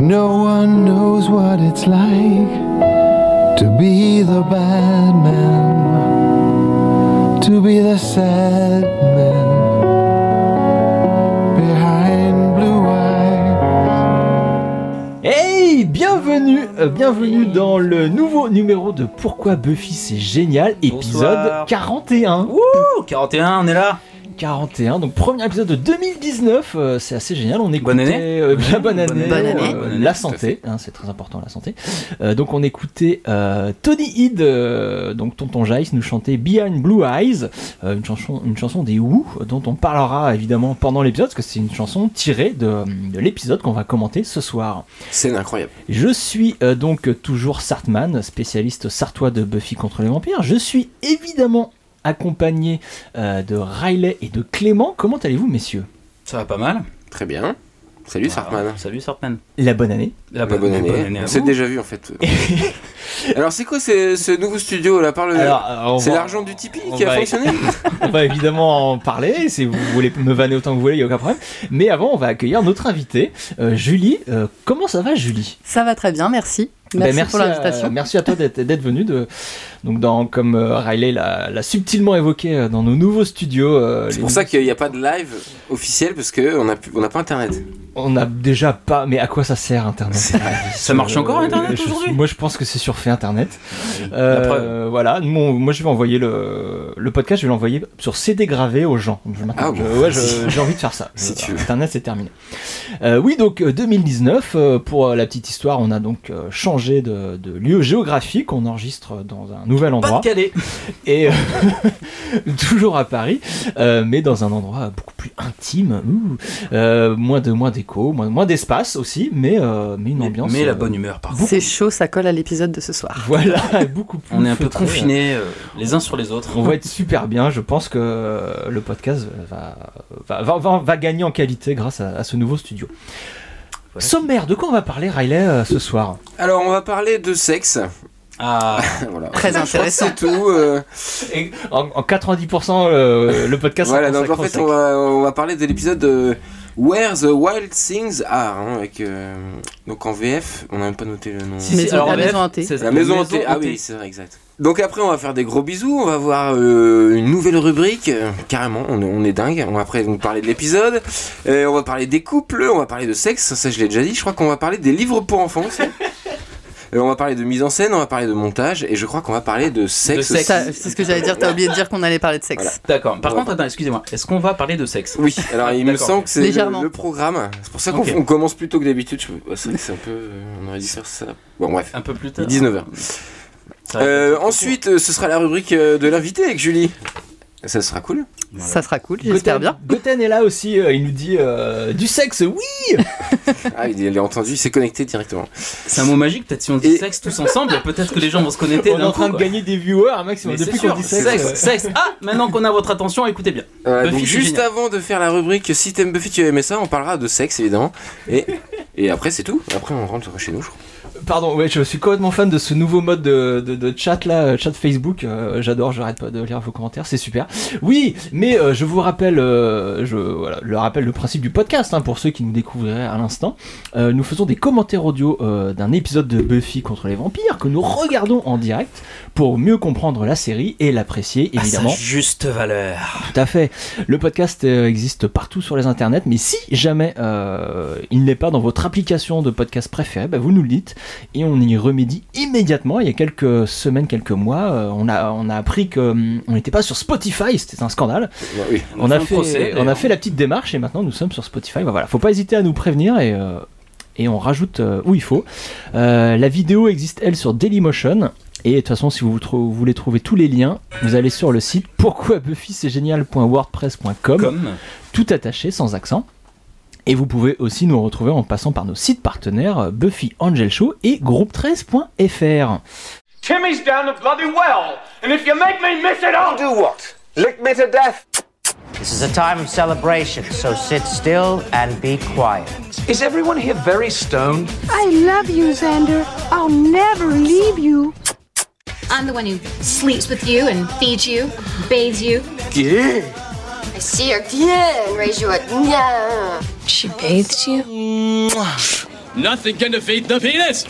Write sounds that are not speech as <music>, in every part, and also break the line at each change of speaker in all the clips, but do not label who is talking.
No one knows what it's like to be the bad man, to be the sad man behind blue eyes.
Hey, bienvenue, euh, bienvenue dans le nouveau numéro de Pourquoi Buffy c'est génial, épisode
Bonsoir.
41.
Oh, 41, on est là
41, donc premier épisode de 2019, euh, c'est assez génial. On écoutait
Bonne année.
euh, la bonne année, euh,
Bonne
année. Bonne année.
Bonne année,
la
tout à
santé, hein, c'est très important la santé. Euh, donc on écoutait euh, Tony Hidd, euh, donc Tonton Jace nous chantait Behind Blue Eyes, euh, une chanson, une chanson des Who euh, dont on parlera évidemment pendant l'épisode parce que c'est une chanson tirée de, de l'épisode qu'on va commenter ce soir.
Scène incroyable.
Je suis euh, donc euh, toujours Sartman, spécialiste sartois de Buffy contre les vampires. Je suis évidemment accompagné euh, de Riley et de Clément. Comment allez-vous, messieurs
Ça va pas mal
Très bien. Salut Sartman.
Ah, Salut Sartman
La bonne année.
La
Bonne, année.
à
On s'est
vous.
déjà vu en fait. Alors c'est quoi ce, ce nouveau studio là Parle.
Alors, euh, on
C'est
va-
l'argent du Tipeee
on
qui a
va-
fonctionné
On va évidemment en parler. Si vous voulez me vanner autant que vous voulez, il n'y a aucun problème. Mais avant, on va accueillir notre invitée, euh, Julie. Euh, comment ça va, Julie
Ça va très bien,
Merci.
Ben,
Merci, pour
à-
l'invitation.
merci à toi d'être d'être venue. De, donc, dans, comme euh, Riley l'a l'a subtilement évoqué euh, dans nos nouveaux studios. euh,
C'est
les
pour ça qu'il n'y a pas de live officiel parce que on a pu- on n'a pas internet.
On n'a déjà pas. Mais à quoi ça sert Internet
Ça marche encore Internet
Euh, je-
aujourd'hui
Moi je pense que c'est surfait Internet.
La
Euh,
preuve.
voilà, mon- moi je vais envoyer le, le podcast, je vais l'envoyer sur CD gravé aux gens. Je- maintenant,
Ah bon.
je- ouais,
<laughs>
je- j'ai envie de faire ça.
Si
Voilà,
tu veux.
Internet c'est terminé. Euh, oui, donc euh, 2019, euh, pour euh, la petite histoire, on a donc euh, changé de, de lieu géographique, on enregistre dans un nouvel
Pas
endroit
de Calais
et euh, <laughs> toujours à Paris, euh, mais dans un endroit beaucoup plus intime, Ouh. Euh, moins de moins d'écho, moins, moins d'espace aussi, mais, euh, mais une
mais,
ambiance.
mais
euh,
la bonne humeur par contre.
C'est chaud, ça colle à l'épisode de ce soir.
<laughs> Voilà, beaucoup plus.
On est un peu
feutré.
confinés euh, les uns sur les autres.
On va être super bien. Je pense que euh, le podcast va, va, va- va- va gagner en qualité grâce à, à ce nouveau studio.
Voilà.
Sommaire, de quoi on va parler, Riley, euh, ce soir
Alors on va parler de sexe. <laughs>
Ah,
Voilà.
Très
Je crois que
intéressant.
C'est tout. euh,
En, en 90%, euh, le podcast
voilà.
sera
Donc en
consacré
fait
au
on
sexe.
va on va parler de l'épisode. euh, Where the Wild Things Are, hein, avec, euh, donc en VF, on n'a même pas noté le nom.
si, si,
Maison-
alors,
la
en VF,
maison hantée.
c'est-
La maison hantée. Ah oui, c'est vrai, exact. Donc après, on va faire des gros bisous. On va voir euh, une nouvelle rubrique. euh, Carrément, on est, on est dingue. On va après vous parler de l'épisode. Euh, on va parler des couples. On va parler de sexe. Ça, ça, je l'ai déjà dit. Je crois qu'on va parler des livres pour enfants <laughs> aussi. Euh, on va parler de mise en scène. On va parler de montage. Et je crois qu'on va parler de sexe.
sexe.
aussi.
Ça, C'est ce que j'allais dire, t'as oublié de dire qu'on allait parler de sexe.
D'accord. Par
Ouais.
contre, attends, excusez-moi. Est-ce qu'on va parler de sexe
Oui, alors il me
D'accord.
semble que c'est le,
Légèrement.
le programme. C'est pour ça qu'on
Ok.
on commence plus tôt que d'habitude. Je- ouais, C'est vrai que c'est un peu. euh, On aurait dû faire ça. Bon, bref.
Un peu plus tard.
19h.
Ça va être
Euh,
un peu plus
ensuite, euh, ce sera la rubrique euh, de l'invité avec Julie. Ça sera cool.
Voilà.
Ça sera cool, j'espère
Goten-
bien.
Goten est là aussi, euh, il nous dit euh, du sexe, oui
Ah, il l'a entendu, il s'est connecté directement.
court. C'est un mot magique. Peut-être si on dit
Et-
sexe tous ensemble, peut-être que les gens vont se connecter.
On est
d'un
en
coup,
train de
quoi.
gagner des viewers, un maximum.
Mais
Depuis
c'est
qu'on dit
sûr,
sexe.
sexe,
euh,
sexe. Ah, maintenant qu'on a votre attention, écoutez bien.
Euh,
Buffy,
donc
c'est
juste
génial.
avant de faire la rubrique si t'aimes Buffy tu aimais ça, on parlera de sexe évidemment. Et, et après c'est tout. Après on rentre chez nous je crois.
Euh, Pardon, ouais, je suis complètement fan de ce nouveau mode de, de- de chat là, euh, chat Facebook. euh, J'adore, j'arrête pas de lire vos commentaires, c'est super. Oui, mais euh, je vous rappelle, euh, je voilà, le rappelle le principe du podcast hein, pour ceux qui nous découvriraient à l'instant. Euh, nous faisons des commentaires audio euh, d'un épisode de Buffy contre les vampires que nous regardons en direct pour mieux comprendre la série et l'apprécier évidemment.
À sa juste valeur.
Tout à fait. Le podcast euh, existe partout sur les internets, mais si jamais euh, il n'est pas dans votre application de podcast préférée, bah, vous nous le dites et on y remédie immédiatement. Il y a quelques semaines, quelques mois, euh, on, a, on a appris que hum, on n'était pas sur Spotify, c'était un scandale.
Ouais, oui.
On a,
un
fait,
procès,
on a
d'ailleurs.
fait la petite démarche et maintenant nous sommes sur Spotify. Bah, voilà, faut pas hésiter à nous prévenir et, euh, et on rajoute euh, où il faut. Euh, la vidéo existe elle sur Dailymotion. Et de toute façon, si vous trou- voulez trouver tous les liens, vous allez sur le site pourquoi
Comme.
tout attaché sans accent. Et vous pouvez aussi nous retrouver en passant par nos sites partenaires euh, Buffy Angel Show et groupe13.fr.
Timmy's down the bloody well, and if you make me miss it, I'll do what? Lick me to death?
This is a time of celebration, so sit still and be quiet.
Is everyone here very stoned?
I love you, Xander. I'll never leave you.
I'm the one who sleeps with you and feeds you, bathes you. I see her and raise you a. She bathes you?
Nothing can defeat the penis.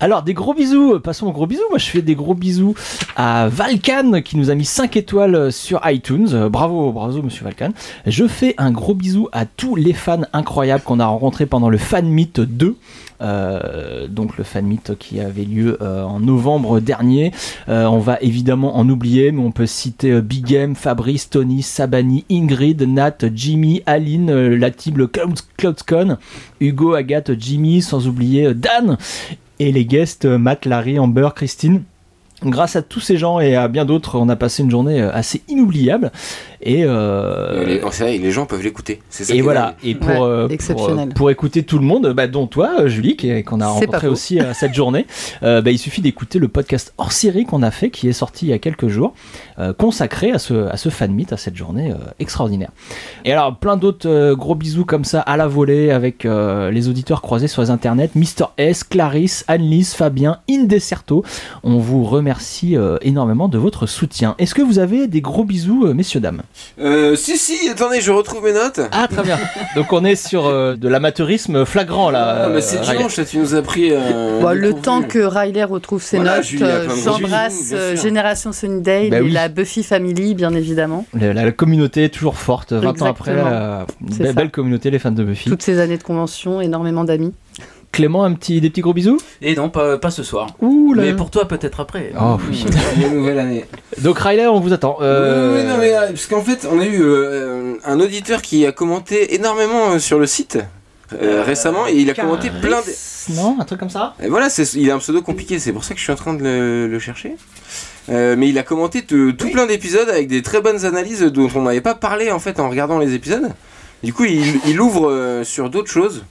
Alors des gros bisous, euh, passons aux gros bisous. Moi je fais des gros bisous à Valkan qui nous a mis 5 étoiles sur iTunes. Euh, Bravo, bravo monsieur Valkan. Je fais un gros bisou à tous les fans incroyables qu'on a rencontrés pendant le Fan Meet 2. Euh, donc le fan meet qui avait lieu euh, en novembre dernier. Euh, on va évidemment en oublier, mais on peut citer euh, Big Game, Fabrice, Tony, Sabani, Ingrid, Nat, Jimmy, Aline, euh, la team le Cloud, CloudCon, Hugo, Agathe, Jimmy, sans oublier euh, Dan et les guests euh, Matt, Larry, Amber, Christine. Grâce à tous ces gens et à bien d'autres, on a passé une journée euh, assez inoubliable. Et, euh,
Les, oh, c'est vrai, les gens peuvent l'écouter. C'est ça qui
et
est
voilà,
dingue.
et pour,
Ouais,
euh, pour, euh,
exceptionnel.
pour écouter tout le monde, bah, dont toi, euh, Julie, qui- qu'on a
C'est pas
rencontré
faux.
aussi
<laughs>
à cette journée, euh, bah, il suffit d'écouter le podcast hors série qu'on a fait, qui est sorti il y a quelques jours, euh, consacré à ce, à ce fan meet, à cette journée euh, extraordinaire. Et alors, plein d'autres euh, gros bisous comme ça à la volée avec euh, les auditeurs croisés sur les internets, Mister S, Clarisse, Annelise, Fabien, Indecerto. On vous remercie euh, énormément de votre soutien. Est-ce que vous avez des gros bisous, euh, messieurs, dames
Euh, si, si, attendez, je retrouve mes notes.
ah très bien. Donc on est sur euh, de l'amateurisme flagrant là.
Ah,
euh,
mais c'est
Riley.
dimanche, là, tu nous as pris. euh,
Bon, Bah, le
dépourvu. <laughs>
temps que Riley retrouve ses
Voilà,
notes,
Julie a
euh,
plein de gros bisous,
j'embrasse
bien
euh,
sûr.
Génération Sunnydale
Bah
et
oui.
la Buffy Family, bien évidemment.
la, la communauté est toujours forte. 20 ans après,
Exactement.
euh, be-
C'est ça.
belle, communauté les fans de Buffy.
Toutes ces années de convention, énormément d'amis.
Clément, un petit, des petits gros bisous.
Et non, pas, pas ce soir.
Ouh là.
Mais pour toi, peut-être après.
Oh, oui.
La nouvelle année.
Donc Riley, on vous attend. Euh,
Oui, oui, non, mais, euh, parce qu'en fait, on a eu euh, un auditeur qui a commenté énormément euh, sur le site euh, récemment et il a commenté plein de.
Non, un truc comme ça.
Et voilà, c'est- il a un pseudo compliqué, c'est pour ça que je suis en train de le, le chercher. Euh, mais il a commenté te- tout plein d'épisodes avec des très bonnes analyses dont on n'avait pas parlé en fait en regardant les épisodes. Du coup, il, il ouvre euh, sur d'autres choses,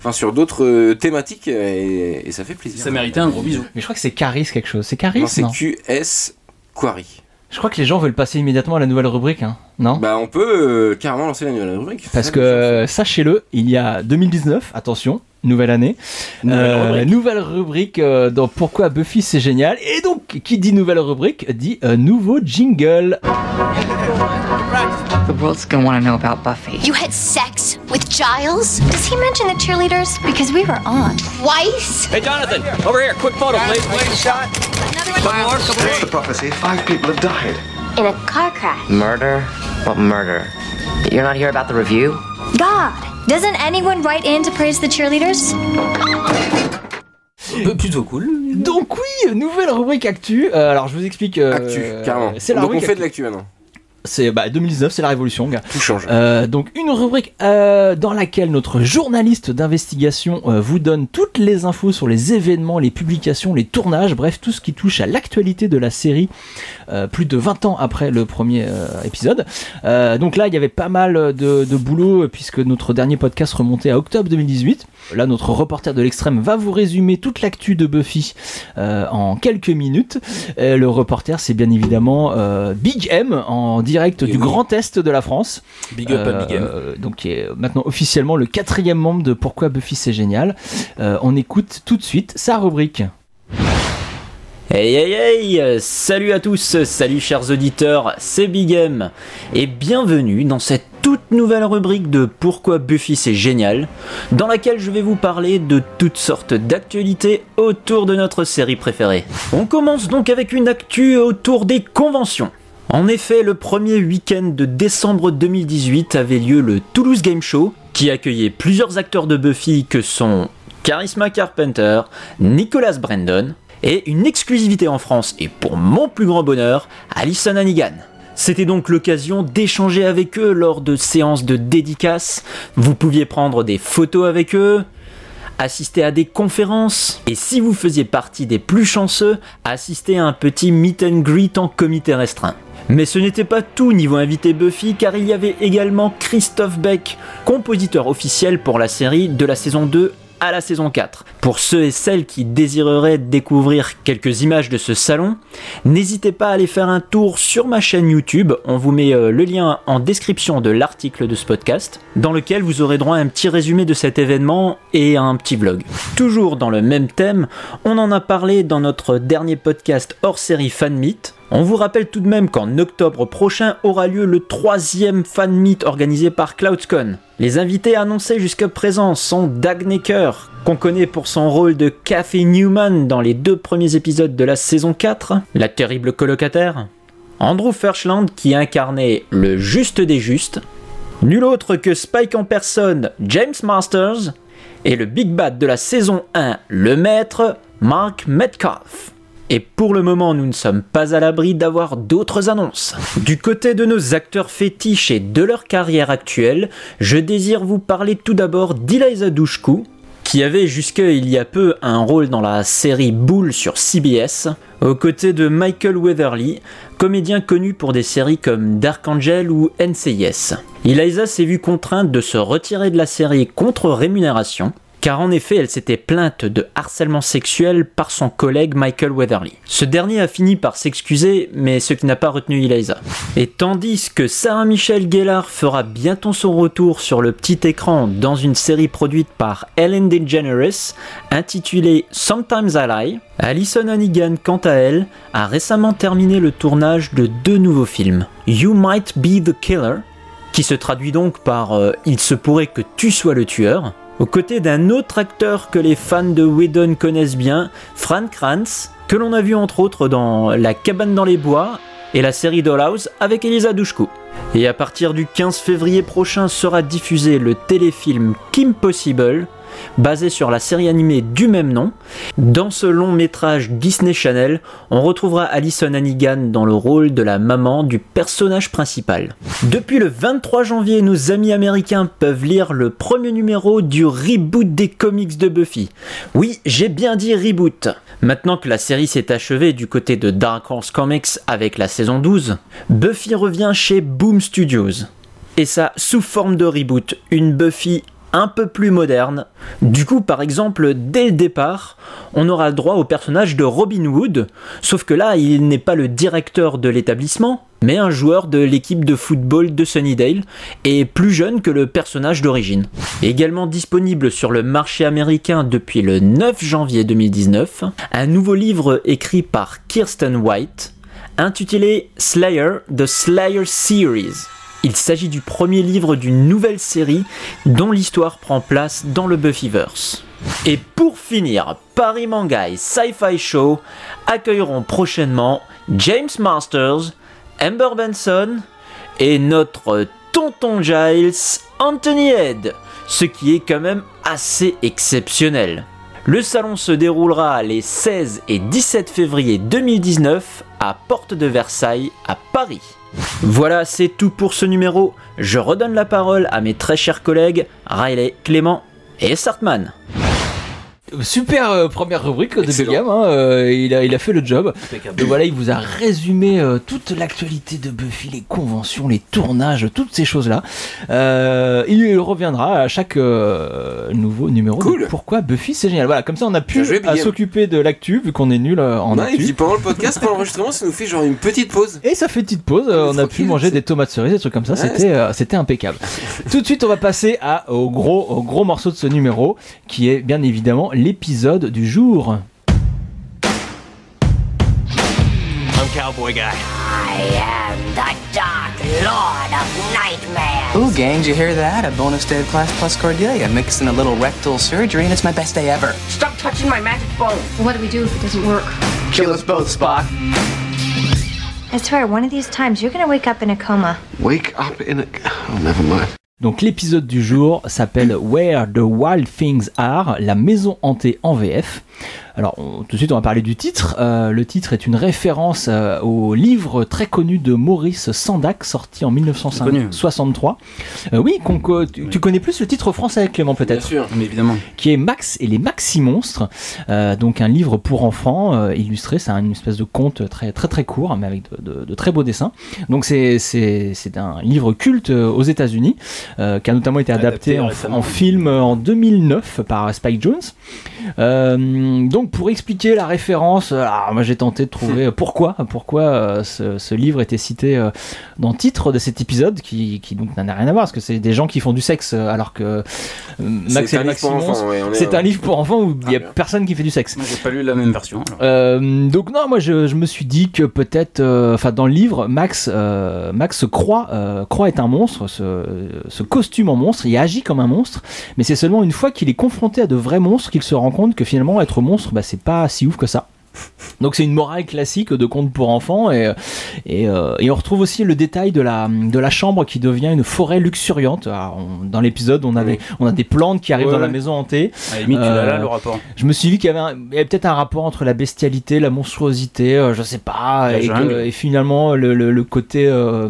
enfin sur d'autres euh, thématiques et, et ça fait plaisir.
Ça méritait un gros bisou.
Mais je crois que c'est Caris quelque chose. C'est Caris
Non,
non,
c'est QS Quarry.
Je crois que les gens veulent passer immédiatement à la nouvelle rubrique, hein. non
Bah, on peut euh, carrément lancer la nouvelle rubrique.
Parce
Ça,
que euh, sachez-le, il y a 2019, attention, nouvelle année,
Nouvelle
euh,
rubrique.
nouvelle rubrique euh, dans Pourquoi Buffy c'est génial. Et donc, qui dit nouvelle rubrique dit euh, nouveau jingle.
The world's gonna wanna know about Buffy.
You had sex with Giles? Does he mention the cheerleaders? Because we were on twice.
Hey, Jonathan, over here, quick photo, please.
That's the prophecy. Five people have died.
In a car crash.
Murder? What murder? You're not here about the review?
God, doesn't anyone write in to praise the cheerleaders?
Un peu plutôt cool.
Donc oui, nouvelle rubrique actu. Euh, alors je vous explique. euh,
Actu, carrément.
C'est la
Donc on
rubrique
fait de
actu.
l'actu maintenant.
C'est bah, 2019, c'est la révolution, gars.
Tout change.
Euh, donc une rubrique euh, dans laquelle notre journaliste d'investigation euh, vous donne toutes les infos sur les événements, les publications, les tournages, bref tout ce qui touche à l'actualité de la série euh, plus de 20 ans après le premier euh, épisode. Euh, donc là il y avait pas mal de, de boulot euh, puisque notre dernier podcast remontait à octobre 2018. Là notre reporter de l'extrême va vous résumer toute l'actu de Buffy euh, en quelques minutes. Euh, le reporter c'est bien évidemment euh, Big M en direct
Et
du
oui.
Grand Est de la France.
Big up à Big M.
Euh, donc qui est maintenant officiellement le quatrième membre de Pourquoi Buffy c'est génial. Euh, on écoute tout de suite sa rubrique.
Hey hey hey euh, Salut à tous, salut chers auditeurs, c'est Big M et bienvenue dans cette toute nouvelle rubrique de Pourquoi Buffy c'est génial, dans laquelle je vais vous parler de toutes sortes d'actualités autour de notre série préférée. On commence donc avec une actu autour des conventions. En effet, le premier week-end de décembre 2018 avait lieu le Toulouse Game Show, qui accueillait plusieurs acteurs de Buffy que sont Charisma Carpenter, Nicholas Brandon, et une exclusivité en France, et pour mon plus grand bonheur, Alison Hannigan. C'était donc l'occasion d'échanger avec eux lors de séances de dédicaces, vous pouviez prendre des photos avec eux, assister à des conférences, et si vous faisiez partie des plus chanceux, assister à un petit meet and greet en comité restreint. Mais ce n'était pas tout niveau invité Buffy, car il y avait également Christophe Beck, compositeur officiel pour la série de la saison 2 à la saison 4. Pour ceux et celles qui désireraient découvrir quelques images de ce salon, n'hésitez pas à aller faire un tour sur ma chaîne YouTube, on vous met euh, le lien en description de l'article de ce podcast, dans lequel vous aurez droit à un petit résumé de cet événement et à un petit vlog. toujours dans le même thème. On en a parlé dans notre dernier podcast hors série Fan Meet. On vous rappelle tout de même qu'en octobre prochain aura lieu le troisième fan meet organisé par CloudCon. Les invités annoncés jusqu'à présent sont Dag Necker, qu'on connaît pour son rôle de Kathy Newman dans les deux premiers épisodes de la saison 4, la terrible colocataire, Andrew Fershland qui incarnait le juste des justes, nul autre que Spike en personne, James Masters, et le Big Bad de la saison 1, le maître, Mark Metcalf. Et pour le moment, nous ne sommes pas à l'abri d'avoir d'autres annonces. Du côté de nos acteurs fétiches et de leur carrière actuelle, je désire vous parler tout d'abord d'Eliza Dushku, qui avait jusqu'à il y a peu un rôle dans la série Bull sur CBS, aux côtés de Michael Weatherly, comédien connu pour des séries comme Dark Angel ou NCIS. Eliza s'est vue contrainte de se retirer de la série contre rémunération, car en effet elle s'était plainte de harcèlement sexuel par son collègue Michael Weatherly. Ce dernier a fini par s'excuser, mais ce qui n'a pas retenu Eliza. Et tandis que Sarah Michelle Gellar fera bientôt son retour sur le petit écran dans une série produite par Ellen DeGeneres intitulée Sometimes I Lie, Alison Hannigan, quant à elle, a récemment terminé le tournage de deux nouveaux films, You Might Be the Killer, qui se traduit donc par euh, Il se pourrait que tu sois le tueur, aux côtés d'un autre acteur que les fans de Whedon connaissent bien, Frank Kranz, que l'on a vu entre autres dans La cabane dans les bois et la série Dollhouse avec Elisa Dushku. Et à partir du 15 février prochain sera diffusé le téléfilm Kim Possible, basé sur la série animée du même nom. Dans ce long métrage Disney Channel, on retrouvera Alison Hannigan dans le rôle de la maman du personnage principal. Depuis le 23 janvier, nos amis américains peuvent lire le premier numéro du reboot des comics de Buffy. Oui, j'ai bien dit reboot. Maintenant que la série s'est achevée du côté de Dark Horse Comics avec la saison 12, Buffy revient chez Boom Studios. Et ça sous forme de reboot, une Buffy un peu plus moderne. Du coup, par exemple, dès le départ, on aura le droit au personnage de Robin Hood, sauf que là, il n'est pas le directeur de l'établissement, mais un joueur de l'équipe de football de Sunnydale, et plus jeune que le personnage d'origine. Également disponible sur le marché américain depuis le 9 janvier 2019, un nouveau livre écrit par Kirsten White, intitulé Slayer, The Slayer Series. Il s'agit du premier livre d'une nouvelle série dont l'histoire prend place dans le Buffyverse. Et pour finir, Paris Manga et Sci-Fi Show accueilleront prochainement James Masters, Amber Benson et notre tonton Giles, Anthony Head, ce qui est quand même assez exceptionnel. Le salon se déroulera les 16 et 17 février 2019 à Porte de Versailles à Paris. Voilà, c'est tout pour ce numéro. Je redonne la parole à mes très chers collègues Riley, Clément et Sartman.
Super euh, première rubrique de
Excellent.
Billiam, hein, euh, il, a, il a fait le job.
Impeccable.
Donc voilà, il vous a résumé euh, toute l'actualité de Buffy, les conventions, les tournages, toutes ces choses-là. Euh, il reviendra à chaque euh, nouveau numéro. de
Cool.
Pourquoi Buffy, c'est génial. Voilà, comme ça on a pu
Bien joué,
à
Billiam.
s'occuper de l'actu vu qu'on est nul euh, en
Ouais, et
actu.
puis pendant le podcast, pendant l'enregistrement, ça nous fait genre une petite pause.
Et ça fait petite pause, euh, on a pu
tranquille,
manger
c'est-
des tomates cerises, des trucs comme ça,
Ouais,
c'était euh, c'était
<laughs>
impeccable. Tout de suite, on va passer à, au, gros, au gros morceau de ce numéro, qui est bien évidemment l'épisode du jour.
I'm cowboy guy.
Ooh, gang, did you hear that? A bonus day of class plus Cordelia. Mix in a little rectal surgery, and it's my best day ever.
Stop touching my magic bone. What do we do if it doesn't work?
Kill us both, Spock.
I swear, one of these times you're gonna wake up in a coma.
Wake up in a. Oh, never mind.
Donc l'épisode du jour s'appelle Where the Wild Things Are, la maison hantée en VF. Alors on- tout de suite on va parler du titre. Euh, le titre est une référence euh, au livre très connu de Maurice Sandak sorti en 1963. Euh, oui, qu'on co- tu, tu connais plus le titre français Clément peut-être
Mais évidemment.
qui est Max et les Maxi Monstres, Euh, donc un livre pour enfants euh, illustré, c'est un- une espèce de conte très très très court, mais avec de, de- de très beaux dessins. Donc c'est c'est c'est un livre culte euh, aux États-Unis, euh, qui a notamment été adapté, en- en, film euh, en 2009 par Spike Jones. Euh, donc langue pour expliquer la référence. Alors, moi, j'ai tenté de trouver pourquoi, pourquoi euh, ce, ce livre était cité euh, dans le titre de cet épisode, qui, qui donc n'a rien à voir, parce que c'est des gens qui font du sexe, euh, alors que euh, Max
C'est
et
un livre
Max
pour
Simons,
enfants, ouais, on est-
c'est un livre pour enfants où il
Ah,
n'y a personne qui fait du sexe.
J'ai pas lu la même version. alors.
Euh, donc non, moi je, je me suis dit que peut-être, euh, enfin dans le livre, Max, euh, Max se croit, euh, croit être un monstre, se, se costume en monstre, il agit comme un monstre, mais c'est seulement une fois qu'il est confronté à de vrais monstres qu'il se rend compte que finalement être monstre, bah, c'est pas si ouf que ça. Donc c'est une morale classique de conte pour enfants et, et, euh, et on retrouve aussi le détail de la, de la chambre qui devient une forêt luxuriante. Alors, on- dans l'épisode on, avait, on a des plantes qui arrivent
Ouais,
dans la
ouais.
maison hantée.
À la limite, tu l'as là,
Euh,
le rapport.
Je me suis dit qu'il y avait, un- il y avait peut-être un rapport entre la bestialité, la monstruosité, euh, je sais pas,
La
et, que-
jungle.
et finalement le, le- le côté, euh,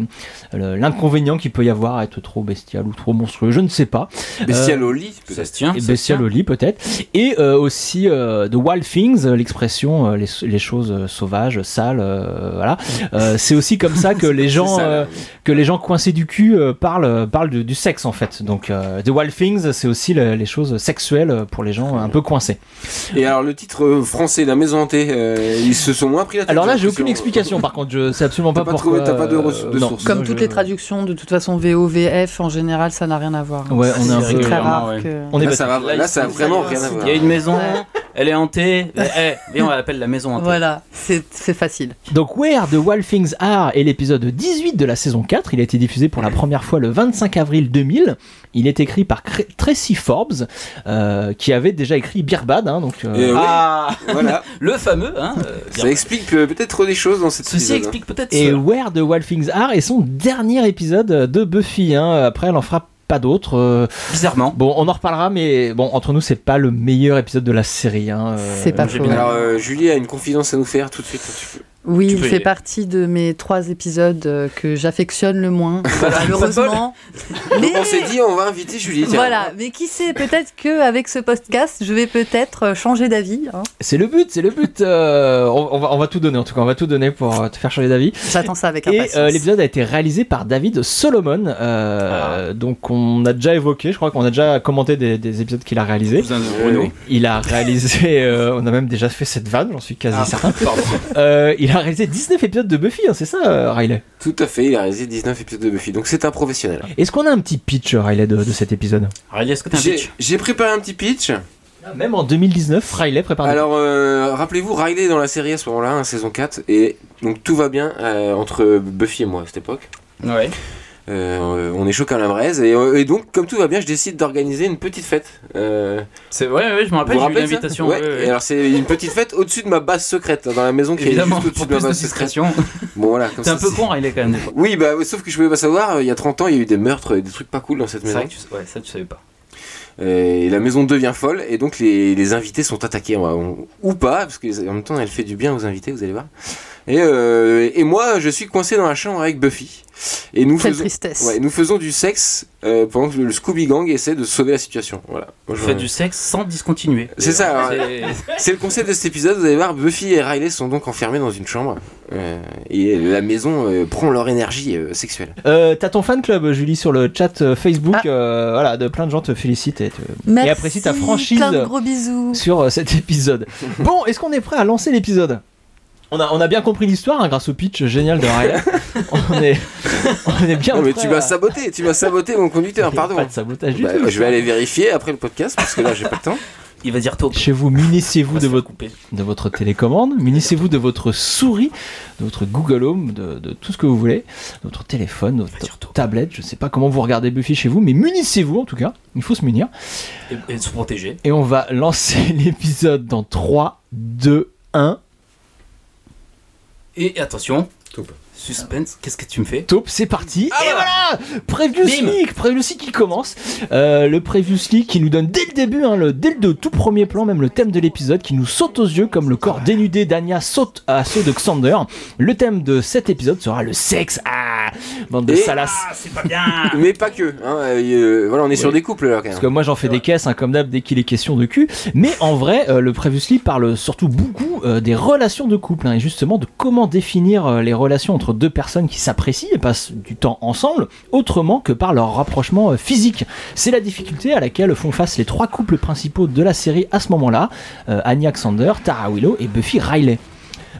le- l'inconvénient qu'il peut y avoir à être trop bestial ou trop monstrueux, je ne sais pas.
Bestial
Euh,
au lit, peut-être.
Ah,
et bestial au lit peut-être et euh, aussi euh, The Wild Things euh, l'expression euh, les, les choses euh, sauvages sales euh, voilà Euh, c'est aussi comme ça
<laughs>
que les gens
ça, là,
euh, que les gens coincés du cul euh, parlent euh, parlent du, du sexe en fait donc euh, The Wild Things c'est aussi le- les choses sexuelles euh, pour les gens un peu coincés
Et alors, le titre euh, français, La Maison Hantée, euh, ils se sont moins pris la tête.
alors là
j'ai
j'ai aucune
l'impression.
explication par contre je sais absolument
T'as
pas
pas
pourquoi
trouvé- t'as pas de
euh,
ressources- de
non.
sources.
Comme toutes les traductions, de toute façon, VOVF en général, ça n'a rien à voir. hein.
Ouais, on est un
C'est
peu-
très rare
ouais.
que-
On est
Là,
battu.
ça va- là, ça a vraiment rien à voir.
Il y a une maison, elle est
<laughs>
hantée. Eh, eh, viens, on l'appelle la maison hantée.
Voilà, c'est c'est facile.
Donc Where the Wild Things Are est l'épisode 18 de la saison 4. Il a été diffusé pour la première fois le 25 avril 2000. Il est écrit par Cre- Tracy Forbes, euh, qui avait déjà écrit Birbad. hein, donc, euh,
Eh oui.
Ah
<laughs> Voilà.
Le fameux, hein.
<laughs>
euh,
Ça explique euh, peut-être des choses dans cette
Ceci
épisode, hein.
explique peut-être euh,
et
cela.
Where the Wild Things Are est son dernier épisode de Buffy. hein. Après, elle en fera pas d'autres. euh.
Bizarrement.
Bon, on en reparlera, mais bon, entre nous, c'est pas le meilleur épisode de la série. hein, euh,
C'est pas
j'ai
faux.
bien-
Alors, euh, Julie a une confidence à nous faire tout de suite. quand tu peux.
Oui,
Tu
il
peux y
fait
aller.
partie de mes trois épisodes euh, que j'affectionne
<laughs>
le moins. Malheureusement.
Donc, on s'est dit, on va inviter Julie. tiens.
Voilà, mais qui sait, peut-être que avec ce podcast, je vais peut-être euh, changer d'avis. hein.
C'est le but, c'est le but. euh, on, on va, on va tout donner, en tout cas, on va tout donner pour euh, te faire changer d'avis.
J'attends ça avec
Et
impatience.
euh, l'épisode a été réalisé par David Solomon.
Ah.
euh, Donc on a déjà évoqué, je crois qu'on a déjà commenté des, des épisodes qu'il a réalisés.
Cousin de Bruno.
Euh, il a réalisé, <laughs> euh, on a même déjà fait cette vanne, j'en suis quasi
Ah,
certain.
pardon.
Euh, il a réalisé 19 épisodes de Buffy, hein, c'est ça euh, Riley
Tout à fait, il a réalisé 19 épisodes de Buffy, donc c'est un professionnel.
Est-ce qu'on a un petit pitch, euh, Riley, de, de cet épisode
Riley, est-ce que t'as un
J'ai
pitch
j'ai préparé un petit pitch.
Même en 2019, Riley prépare...
Alors, euh, rappelez-vous, Riley est dans la série à ce moment-là, hein, saison 4, et donc tout va bien euh, entre Buffy et moi à cette époque.
Ouais.
Euh, on est chaud à la braise, et, euh, et donc, comme tout va bien, je décide d'organiser une petite fête. Euh,
C'est vrai, ouais, je me rappelle,
vous
j'ai
vous
eu une
rappelez de ça
invitation.
Ouais,
ouais, ouais.
et Alors, c'est une petite fête au-dessus de ma base secrète, dans la maison qui
Évidemment,
est juste
pour
au-dessus de ma
plus de
base secrète.
discrétion.
Bon, voilà, comme
T'es un
ça,
peu
c'est-
con, Riley, quand même, des fois.
Oui, bah, sauf que je pouvais pas savoir, euh, il y a 30 ans, il y a eu des meurtres et des trucs pas cool dans cette
C'est
maison.
vrai que tu sais- ouais, ça, tu savais pas.
Euh, Et la maison devient folle et donc les, les invités sont attaqués on- on- ou pas parce que en même temps elle fait du bien aux invités vous allez voir. Et, euh, et moi je suis coincé dans la chambre avec Buffy et nous
Quelle
faisons
tristesse.
ouais, nous faisons du sexe euh, pendant que le Scooby Gang essaie de sauver la situation voilà. Moi,
Tu
je-
fais du sexe sans discontinuer.
C'est ça.
C'est-
C'est le concept de cet épisode vous allez voir Buffy et Riley sont donc enfermés dans une chambre euh, et la maison euh, prend leur énergie euh, sexuelle.
Euh, T'as ton fan club, Julie, sur le chat euh,
Ah.
Facebook. euh, voilà, de plein de gens te félicitent et, te-
Merci,
et apprécient ta franchise.
Plein de gros bisous.
sur euh, cet <laughs> épisode. Bon, est-ce qu'on est prêt à lancer l'épisode on a, on a bien compris l'histoire hein, grâce au pitch génial de Riley. <laughs> on, est, on est bien
Non mais
prêt
tu
à-
m'as saboté, tu m'as saboté mon conducteur,
euh, <laughs> Il y a
pardon.
Pas de sabotage du
Bah,
tout.
je vais aller vérifier après le podcast parce que là j'ai pas le temps.
Il va dire tôt.
Chez vous,
Bah,
munissez-vous de votre,
couper.
de votre télécommande, munissez-vous de votre souris, de votre Google Home, de, de tout ce que vous voulez, de votre téléphone, de votre tablette. Je sais pas comment vous regardez Buffy chez vous, mais munissez-vous en tout cas. Il faut se munir.
Et, et de se protéger.
Et on va lancer <laughs> l'épisode dans 3, 2, 1.
Et attention. Suspense, qu'est-ce que tu me fais
Taupe, c'est parti. et voilà Previously,
Bim.
Previously qui commence. Euh, le Previously qui nous donne dès le début, hein, le, dès le tout premier plan, même le thème de l'épisode qui nous saute aux yeux comme le corps dénudé d'Anya saute à ceux de Xander. Le thème de cet épisode sera le sexe. Ah Bande de
Et-
salaces.
Mais pas que. hein, euh, euh, voilà, on est sur
Ah. Oui.
des couples là quand
Parce
même.
que moi j'en fais des caisses, hein, comme d'hab, dès qu'il est question de cul. Mais en vrai, euh, le Previously parle surtout beaucoup euh, des relations de couple, hein, et justement de comment définir euh, les relations entre deux personnes qui s'apprécient et passent du temps ensemble, autrement que par leur rapprochement euh, physique. C'est la difficulté à laquelle font face les trois couples principaux de la série à ce moment-là, euh, Annie Alexander, Tara Willow et Buffy Riley.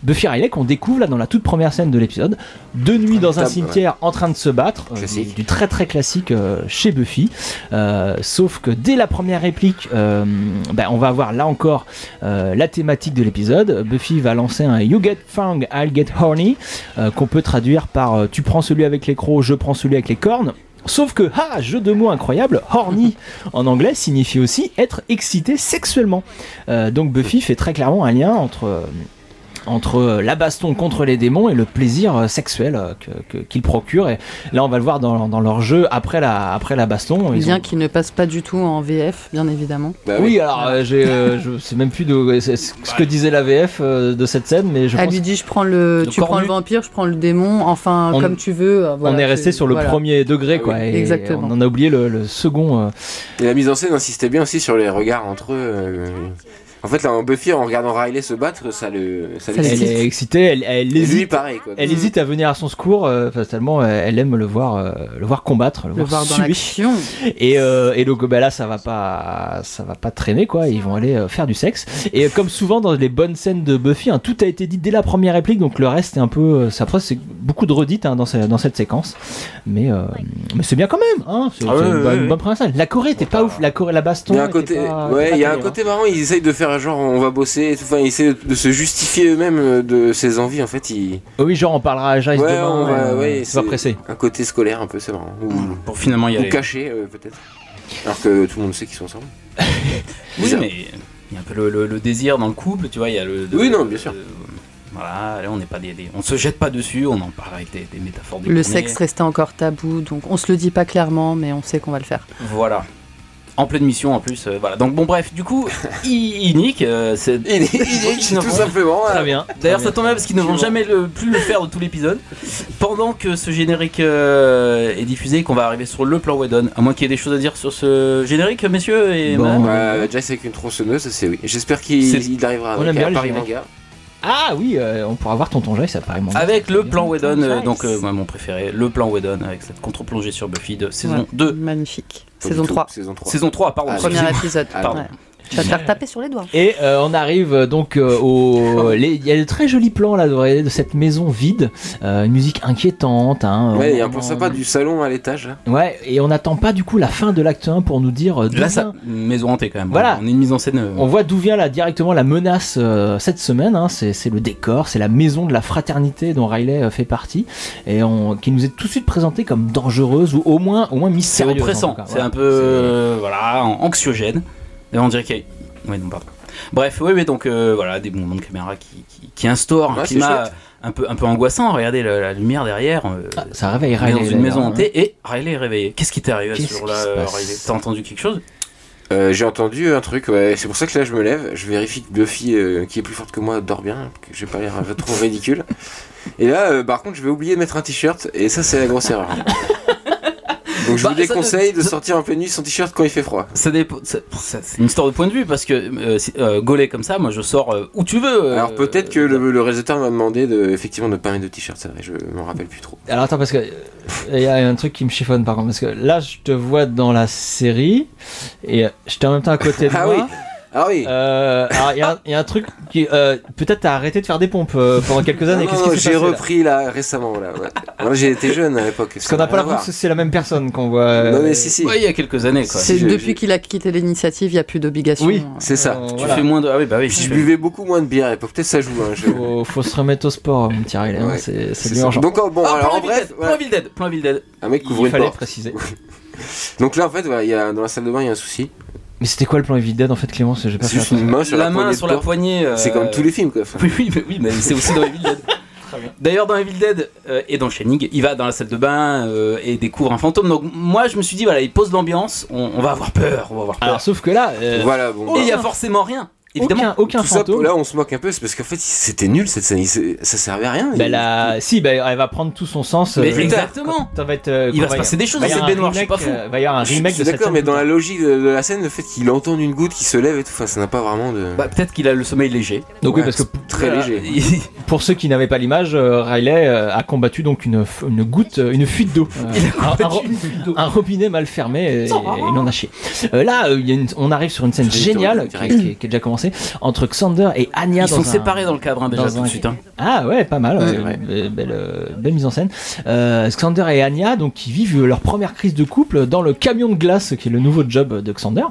Buffy Riley qu'on découvre là dans la toute première scène de l'épisode, deux nuits dans un
Table, ouais.
cimetière en train de se battre, euh, du, du très très classique euh, chez Buffy. Euh, sauf que dès la première réplique, euh, bah, on va avoir là encore euh, la thématique de l'épisode. Buffy va lancer un You get fang, I'll get horny, euh, qu'on peut traduire par euh, Tu prends celui avec les crocs, je prends celui avec les cornes. Sauf que, ah, jeu de mots incroyable, horny en anglais signifie aussi être excité sexuellement. Euh, donc Buffy fait très clairement un lien entre. euh, entre euh, la baston contre les démons et le plaisir euh, sexuel euh, que- que- qu'ils procurent. Et là, on va le voir dans, dans leur jeu après la, après la baston. ils
Bien
ont-
qu'il ne passe pas du tout en VF, bien évidemment.
Bah
oui, alors euh, j'ai,
<laughs>
euh, je sais même plus de, c'est- c'est ce que disait la VF euh, de cette scène, mais je
Elle
pense
Ah, lui dit je prends le,
Le
tu prends
cornu.
le vampire, je prends le démon, enfin
On-
comme tu veux. euh, voilà,
on est resté
c'est-
sur le
voilà.
premier degré, quoi. et
Exactement.
On en a oublié le, le second. euh,
Et la mise en scène insistait bien aussi sur les regards entre eux. euh, En fait, là, en Buffy, en regardant Riley se battre, ça le. Ça
elle
l'excite.
est excitée, elle, elle
Lui,
hésite,
pareil, quoi.
elle
Mm.
hésite à venir à son secours euh, parce que tellement euh, elle aime le voir, euh, le voir combattre, le,
Le voir dans
suer.
l'action.
Et, euh, et donc bah là, ça va pas, ça va pas traîner quoi. Ils vont aller euh, faire du sexe. Et euh, comme souvent dans les bonnes scènes de Buffy, hein, tout a été dit dès la première réplique, donc le reste est un peu, euh, ça après c'est beaucoup de redites hein, dans, ce- dans cette séquence. Mais euh, mais c'est bien quand même. Hein, c'est
Ah
c'est
ouais,
une,
ouais,
bonne,
ouais.
bonne première scène. La Corée était pas ouf. La Corée, la baston.
Il y a un
était
côté,
pas-
ouais,
était
il y a
pas terrible,
un
hein.
côté marrant. Ils essayent de faire genre on va bosser. et tout. Enfin, ils essayent de se justifier eux-mêmes euh, de ses envies. En fait, ils.
hein. Oui, genre on parlera à Jace
Ouais,
demain.
on va-
euh,
ouais,
c'est pas
c'est-
pressé.
Un côté scolaire, un peu, c'est marrant. Ou,
Mm.
Pour finalement y
ou
aller.
caché, euh, peut-être. Alors que tout le monde sait qu'ils sont ensemble.
Oui, mais il y a un peu le, le- le désir dans le couple, tu vois, il y a le...
Oui,
le-
non, bien sûr.
le- voilà, là, on n'est pas des, des- On se jette pas dessus, on en parle avec des, des métaphores
Le
détournées.
sexe restait encore tabou, donc on se le dit pas clairement, mais on sait qu'on va le faire.
Voilà. En pleine mission, en plus, euh, voilà. Donc bon, bref, du
<laughs>
coup, il, il nique, euh, c'est...
Il est- il
<laughs>
est-
Ils ne
tout
vont-
simplement.
Très
euh,
bien.
D'ailleurs, ça tombe bien parce qu'ils ne vont jamais le, plus le faire de tout l'épisode. Pendant que ce générique euh, est diffusé, et qu'on va arriver sur le plan Whedon, à moins qu'il y ait des choses à dire sur ce générique, messieurs et
Bon.
madame.
Euh, Jace avec une tronçonneuse, c'est oui. J'espère qu'il
C'est-
il arrivera
On aime
avec
bien
un
le
Paris
générique.
Manga.
Ah oui, euh, on pourra voir tonton Jace apparemment.
bah,
Avec le plan Whedon, euh, donc euh, moi, mon préféré, le plan Whedon avec cette contre-plongée sur Buffy de saison
Ouais,
2.
Magnifique.
Pas
Saison
du tout,
3.
Saison 3.
Saison 3, pardon.
Ah,
Premier
excusez-moi.
épisode.
Pardon.
Ouais. Tu vas te faire taper sur les doigts.
Et euh, on arrive euh, donc euh, au. les- Il y a de très jolis plans là de, de cette maison vide, euh, une musique inquiétante. Hein,
Ouais, il y a
On-
un plan sympa du salon à l'étage. là.
Ouais, et on n'attend pas du coup la fin de l'acte 1 pour nous dire euh, d'où
Là, ça,
vient-
une maison hantée quand même.
Voilà.
On a une mise en scène. euh,
On voit d'où vient là directement la menace euh, cette semaine. hein. c'est c'est le décor, c'est la maison de la fraternité dont Riley euh, fait partie et on- qui nous est tout de suite présentée comme dangereuse ou au moins au moins
C'est
mystérieuse. en
oppressant.
tout cas.
C'est
Voilà.
un peu euh, voilà an- anxiogène. Et on dirait qu'il y a. Ouais, non, pardon. Bref, oui, mais donc euh, voilà des mouvements de caméra qui, qui, qui instaurent un
Ouais, c'est
climat
chouette.
un peu, un peu angoissant. Regardez la, la lumière derrière. euh,
Ça réveille
on est
Ah, Riley.
dans une
d'ailleurs,
maison
hein.
hantée et Riley est réveillé. Qu'est-ce qui t'est arrivé à ce
Qu'est-ce qui
jour-là,
se
euh,
passe
Riley T'as entendu quelque chose
Euh, J'ai entendu un truc, ouais. C'est pour ça que là, je me lève. Je vérifie que Buffy, euh, qui est plus forte que moi, dort bien. Que j'ai pas l'air euh, trop ridicule. Et là, euh, par contre, je vais oublier de mettre un t-shirt. Et ça, c'est la
<laughs>
grosse erreur. Donc, je
Bah,
vous
ça-
déconseille de sortir en pleine nuit sans t-shirt quand il fait froid.
Ça dépend. ça- ça- C'est une histoire de point de vue parce que euh, si- euh, gauler comme ça, moi je sors euh, où tu veux. euh,
Alors, peut-être que le, le réalisateur m'a demandé de, effectivement de ne pas mettre de t-shirt. C'est vrai, je m'en rappelle plus trop.
Alors attends parce que euh, il y a un truc qui me chiffonne par contre parce que là je te vois dans la série et euh, j'étais en même temps à côté de
Ah
moi.
oui. Ah oui.
Euh, alors, il y, a un- il y a un truc qui euh, peut-être t'as arrêté de faire des pompes euh, pendant quelques
Non,
années.
non,
Qu'est-ce
non,
qui s'est
j'ai
passé là
repris là, récemment. Là, ouais. Alors, j'ai été jeune à l'époque.
Parce qu'on n'a pas l'impression que c'est la même personne qu'on voit. euh,
Ah, Non, mais si, si.
Ouais, il y a quelques années quoi.
C'est
j'ai-
depuis qu'il a quitté l'initiative, il n'y a plus d'obligation.
Oui.
C'est ça.
Euh,
Tu
voilà.
fais moins de. Ah oui, bah oui.
Je buvais beaucoup moins de bière à l'époque. Peut-être ça joue. hein, je-
Faut, faut se remettre au sport, mon petit Riley. hein,
Ouais,
c'est
c'est
c'est bien
ça.
urgent.
Donc, oh, bon,
Ah,
alors
plan
en
Evil
bref,
Dead,
voilà.
plan Evil Dead, plan Evil Dead.
un mec couvre
il
une
fallait
porte.
préciser.
Donc là, en fait, voilà, il y a, dans la salle de bain, il y a un souci.
Mais c'était quoi le plan Evil Dead en fait, Clémence J'ai pas
C'est
fait
juste une main sur la,
La main
poignée
sur
de
la
porte.
poignée. euh,
C'est comme tous les films, quoi. Enfin,
<laughs> Oui, oui, mais, oui, mais c'est aussi dans Evil Dead. D'ailleurs, dans Evil Dead euh, et dans Shining, il va dans la salle de bain euh, et découvre un fantôme. Donc, moi, je me suis dit, voilà, il pose l'ambiance, on, on va avoir peur, on va avoir peur.
Alors sauf que là, euh,
Voilà, bon.
et il y a
bah,
forcément rien.
évidemment, aucun, aucun
Tout ça,
fantôme.
là, on se moque un peu, c'est parce qu'en fait, c'était nul cette scène, il s'est- ça servait à rien.
Bah,
Il-
la- Si, bah, elle va prendre tout son sens.
Mais
euh,
exactement.
quand- quand être, euh,
Il va
quand
se passer
y-
des choses
va y
dans
avoir
cette
un
baignoire, je suis
remake,
pas fou.
euh, va y avoir un
Je-
remake
je
de
suis
cette
d'accord,
scène.
mais dans la logique de, de la scène, le fait qu'il entende une goutte qui se lève et tout, enfin, ça n'a pas vraiment de.
Bah, peut-être qu'il a le sommeil léger.
Donc oui, parce que
très
voilà.
<laughs>
léger.
Pour ceux qui n'avaient pas l'image, euh, Riley euh, a combattu donc une, f- une goutte, euh, une fuite d'eau. Euh, un- un, ro- un robinet mal fermé et, et
Oh.
il en a chié. Euh, là, euh, il y a une- on arrive sur une scène
Je vais te
géniale qui,
regarder direct.
qui est- qui est déjà commencée entre Xander et Anya.
Ils
dans
sont
un-
séparés dans le cadre hein, déjà
dans
tout de
un-
suite. hein.
Ah ouais, pas mal. ouais,
C'est
une
vrai.
be- belle, euh, belle mise en scène. Euh, Xander et Anya, donc, qui vivent leur première crise de couple dans le camion de glace, qui est le nouveau job de Xander.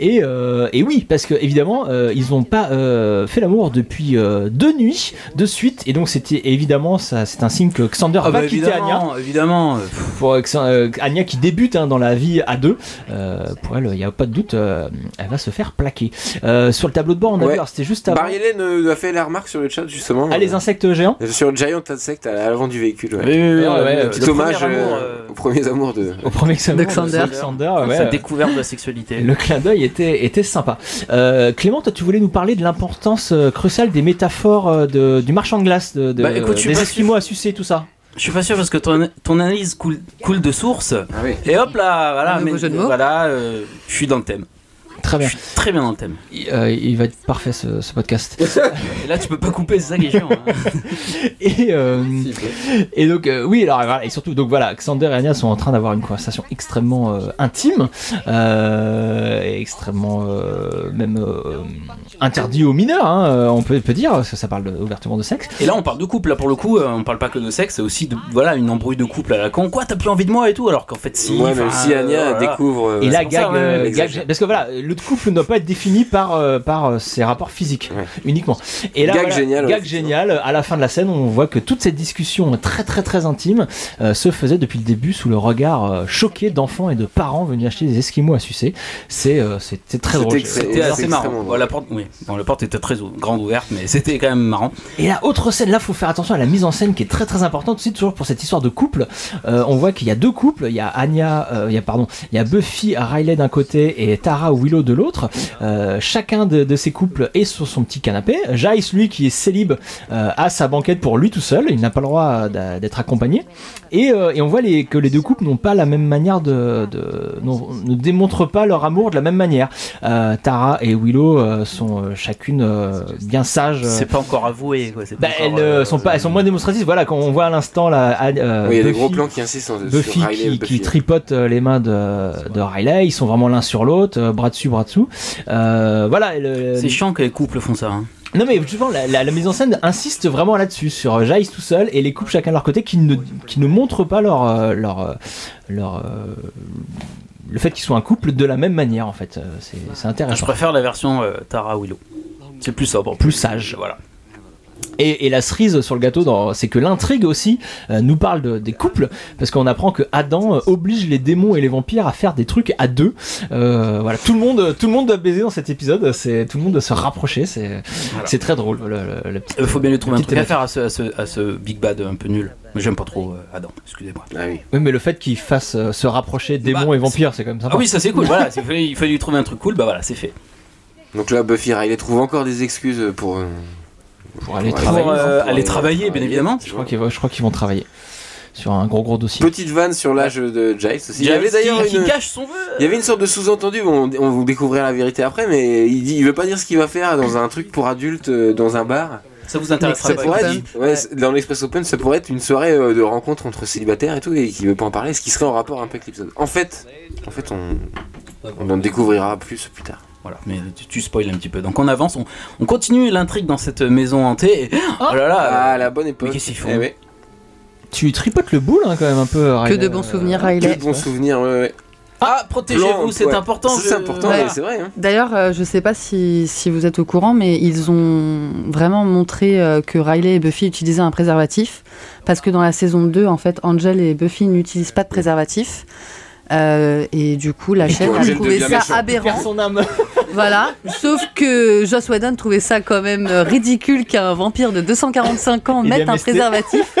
Et, euh, et oui, parce que évidemment, euh, ils n'ont pas euh, fait l'amour depuis euh, deux nuits de suite, et donc c'était évidemment ça, c'est un signe que Xander
Ah
va
bah,
quitter Anya.
évidemment, évidemment.
Pour euh, Xan- euh, Anya qui débute hein, dans la vie à deux, euh, pour elle, il n'y a pas de doute, euh, elle va se faire plaquer. Euh, sur le tableau de bord, on a
Ouais.
vu, alors, c'était juste avant.
Barry Allen euh, a fait la remarque sur le chat, justement.
Ah, les insectes géants
Euh, Sur le Giant Insect à l'avant du véhicule, ouais.
Oui, oui, oui,
Un
ouais, ouais,
petit
le
hommage
premier amour,
euh, aux premiers amours de.
Au premier examen,
D'Alexander.
Alexander, <laughs> ouais,
Sa
euh,
découverte de la sexualité.
Le clin d'œil était, était sympa. Euh, Clément, toi, tu voulais nous parler de l'importance euh, cruciale des métaphores euh, de- du marchand de glace, de, de-
Bah, écoute, je suis
des
pas
esquimaux à sucer, tout ça.
Je suis pas sûr parce que ton, ton analyse coule, coule de source. Et hop là, voilà, mais, voilà, euh, je suis dans le thème.
Très bien.
Très bien dans le thème.
Il, euh, il va être parfait ce, ce podcast.
Et là, tu peux pas couper, c'est ça qui est chiant. hein.
<laughs> et, euh, et donc euh, oui alors voilà, et surtout donc voilà Xander et Anya sont en train d'avoir une conversation extrêmement euh, intime euh, et extrêmement euh, même euh, interdit aux mineurs hein, euh, on peut, peut dire parce que ça parle de- ouvertement de sexe
Et là, on parle de couple. Là, pour le coup, euh, on parle pas que de sexe, c'est aussi de, voilà, une embrouille de couple à la con. Quoi, t'as plus envie de moi et tout Alors qu'en fait, si.
Ouais, mais
enfin,
si Anya
voilà.
découvre, euh,
Et
c'est
là,
pour
gag,
ça, ouais,
euh,
ouais,
gag-
exagère.
parce que voilà, le couple ne doit pas être défini par, euh, par euh, ses rapports physiques uniquement. Et là,
Gag
voilà,
génial, ouais,
gag génial. À la fin de la scène, on voit que toute cette discussion très très très intime euh, se faisait depuis le début sous le regard euh, choqué d'enfants et de parents venus acheter des esquimaux à sucer. C'est euh, c'était très drôle.
C'était assez marrant. Bon, la porte, oui. Bon, la porte était très ou- grande ouverte, mais c'était quand même marrant.
Et la autre scène, là, faut faire attention à la mise en scène qui est très très importante aussi toujours pour cette histoire de couple. Euh, on voit qu'il y a deux couples, il y a Anya, euh, il y a pardon, il y a Buffy, Riley d'un côté et Tara ou Willow de l'autre. Euh, chacun de, de ces couples est sur son petit canapé. Jace, lui, qui est célib, euh, a sa banquette pour lui tout seul. Il n'a pas le droit d'a- d'être accompagné. Et, euh, et on voit les, que les deux couples n'ont pas la même manière de, de- n'ont- ne démontrent pas leur amour de la même manière. Euh, Tara et Willow euh, sont euh, chacune euh, bien sages. euh,
C'est pas encore avoué. Quoi. c'est pas
bah, elles,
encore,
euh,
euh,
sont pas, elles sont moins démonstratives. Voilà, quand on voit à l'instant la. euh,
Oui, il y a des
Buffy-
gros plans qui insistent hein, sur- sur
Buffy
Riley et
qui,
Buffy.
qui tripote euh, les mains de, de Riley. Ils sont vraiment l'un sur l'autre, euh, bras dessus, bras dessous. Euh, voilà. et le-
C'est chiant que les couples font ça. hein.
Non mais justement, la, la- la mise en scène insiste vraiment là-dessus, sur euh, Jace tout seul et les couples chacun de leur côté qui ne, qui ne montrent pas leur, euh, leur, euh, leur, euh, le fait qu'ils soient un couple de la même manière en fait. Euh, C'est c'est intéressant.
Je préfère la version euh, Tara Willow. C'est plus sobre.
Plus sage.
Voilà.
Et, et la cerise sur le gâteau, dans- c'est que l'intrigue aussi euh, nous parle de- des couples, parce qu'on apprend que Adam euh, oblige les démons et les vampires à faire des trucs à deux. Euh, voilà, tout le monde, tout le monde doit baiser dans cet épisode. C'est tout le monde doit se rapprocher. C'est, c'est très drôle. Le, le- le petit-
Il Euh, faut bien lui trouver un
petite
truc à
thématique.
faire à ce, à ce- à ce Big Bad un peu nul. Mais j'aime pas trop euh, Adam, excusez-moi.
Ah oui.
Oui, mais le fait qu'il fasse euh, se rapprocher démons et vampires, c'est quand même sympa.
Ah oui, ça c'est <laughs> cool, voilà. Il fallait, il fallait lui trouver un truc cool, bah voilà, c'est fait.
Donc là, Buffy et Riley trouvent encore des excuses pour. euh,
Pour aller
pour
travailler.
euh, aller travailler, bien évidemment.
Je crois qu'ils vont, je crois qu'ils vont travailler sur un gros gros dossier.
Petite vanne sur l'âge de Giles aussi. Il y
Giles
avait d'ailleurs
qui- qui
une...
cache son vœu.
Il y avait une sorte de sous-entendu, bon, on, on vous découvrira la vérité après, mais il, dit, il veut pas dire ce qu'il va faire dans un truc pour adultes, euh, dans un bar.
Ça vous intéressera
Ça
pas,
pourrait
Express
être- ouais, c'est- Dans l'Express Open, ça pourrait être une soirée euh, de rencontre entre célibataires et tout, et qui veut pas en parler, ce qui serait en rapport un peu avec l'épisode. En fait, en fait, on, on en découvrira plus plus tard.
Voilà, mais tu, tu spoil un petit peu. Donc on avance, on, on continue l'intrigue dans cette maison hantée. et- Oh, là là
À Ah, la bonne époque.
Mais qu'est-ce qu'ils font
Eh ouais.
Tu tripotes le boule hein, quand même un peu.
Que de bons souvenirs,
Euh,
Riley.
Que de bons souvenirs, ouais, ouais.
Ah,
Plan,
protégez-vous, c'est
ouais.
important.
Ça,
je-
C'est important,
Ouais.
mais c'est vrai. hein.
D'ailleurs, euh, je sais pas si, si vous êtes au courant, mais ils ont vraiment montré euh, que Riley et Buffy utilisaient un préservatif. Parce que dans la saison 2, en fait, Angel et Buffy n'utilisent pas de préservatif. Euh, et du coup, la chaîne a
Angel
trouvé
devient
ça
méchante.
aberrant.
Perd son âme.
voilà. Sauf que Joss Whedon trouvait ça quand même euh, ridicule qu'un vampire de 245 ans
Il
mette
est
un
MST.
préservatif.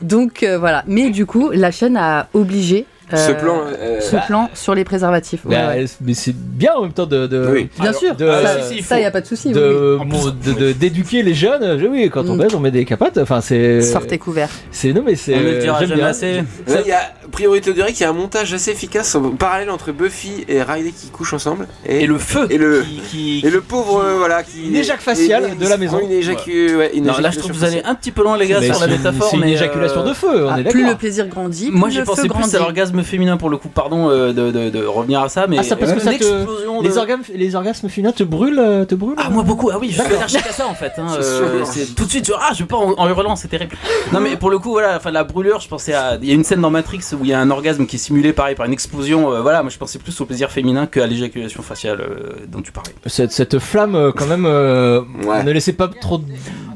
Donc euh, voilà. Mais du coup, la chaîne a obligé
Ce plan, euh,
ce
bah-
plan sur les préservatifs. ouais,
Bah,
ouais.
Mais c'est bien en même temps de. de-
Bien sûr,
de-
ça,
euh,
il n'y a pas de souci. oui, oui.
de- mon- de- de- d'éduquer les jeunes euh, oui quand on
Mm.
baise on met des capotes enfin c'est
Sortez couverts.
c'est non mais c'est
On ne le dira
j'aime
jamais
bien.
assez.
Là, il y a, priorité au direct, il y a un montage assez efficace en parallèle entre Buffy et Riley qui couchent ensemble. Et,
le feu
et le, et le pauvre, euh, voilà, qui.
Une éjac faciale
et- et-
de la maison.
Une éjacu- ouais, une
Non, là, je
éjaculation
trouve que vous allez
faciale.
un petit peu loin, les gars,
Mais
sur la
c'est une-
métaphore.
c'est une
mais, euh,
éjaculation de feu on est
ah, Plus le
d'accord
plaisir grandit, plus
Moi, j'ai
le
pensé
feu
plus
grandit.
à l'orgasme féminin pour le coup. Pardon euh, de, de- de revenir à ça, mais
ah ça parce
euh,
que ça
l'explosion
te
de-
les orgasmes les orgasmes féminins te brûlent euh, te brûlent
Ah moi beaucoup, ah oui, je suis allergique à ça en fait. hein,
C'est
euh,
sûr.
c'est tout de suite, tu vois, ah je vais pas en, en hurlant, c'est terrible. Non mais pour le coup, voilà, enfin la brûlure, je pensais à, il y a une scène dans Matrix où il y a un orgasme qui est simulé pareil par une explosion. euh, voilà, moi je pensais plus au plaisir féminin qu'à l'éjaculation faciale euh, dont tu parlais.
cette, cette flamme euh, quand même euh, ne laissait pas trop de,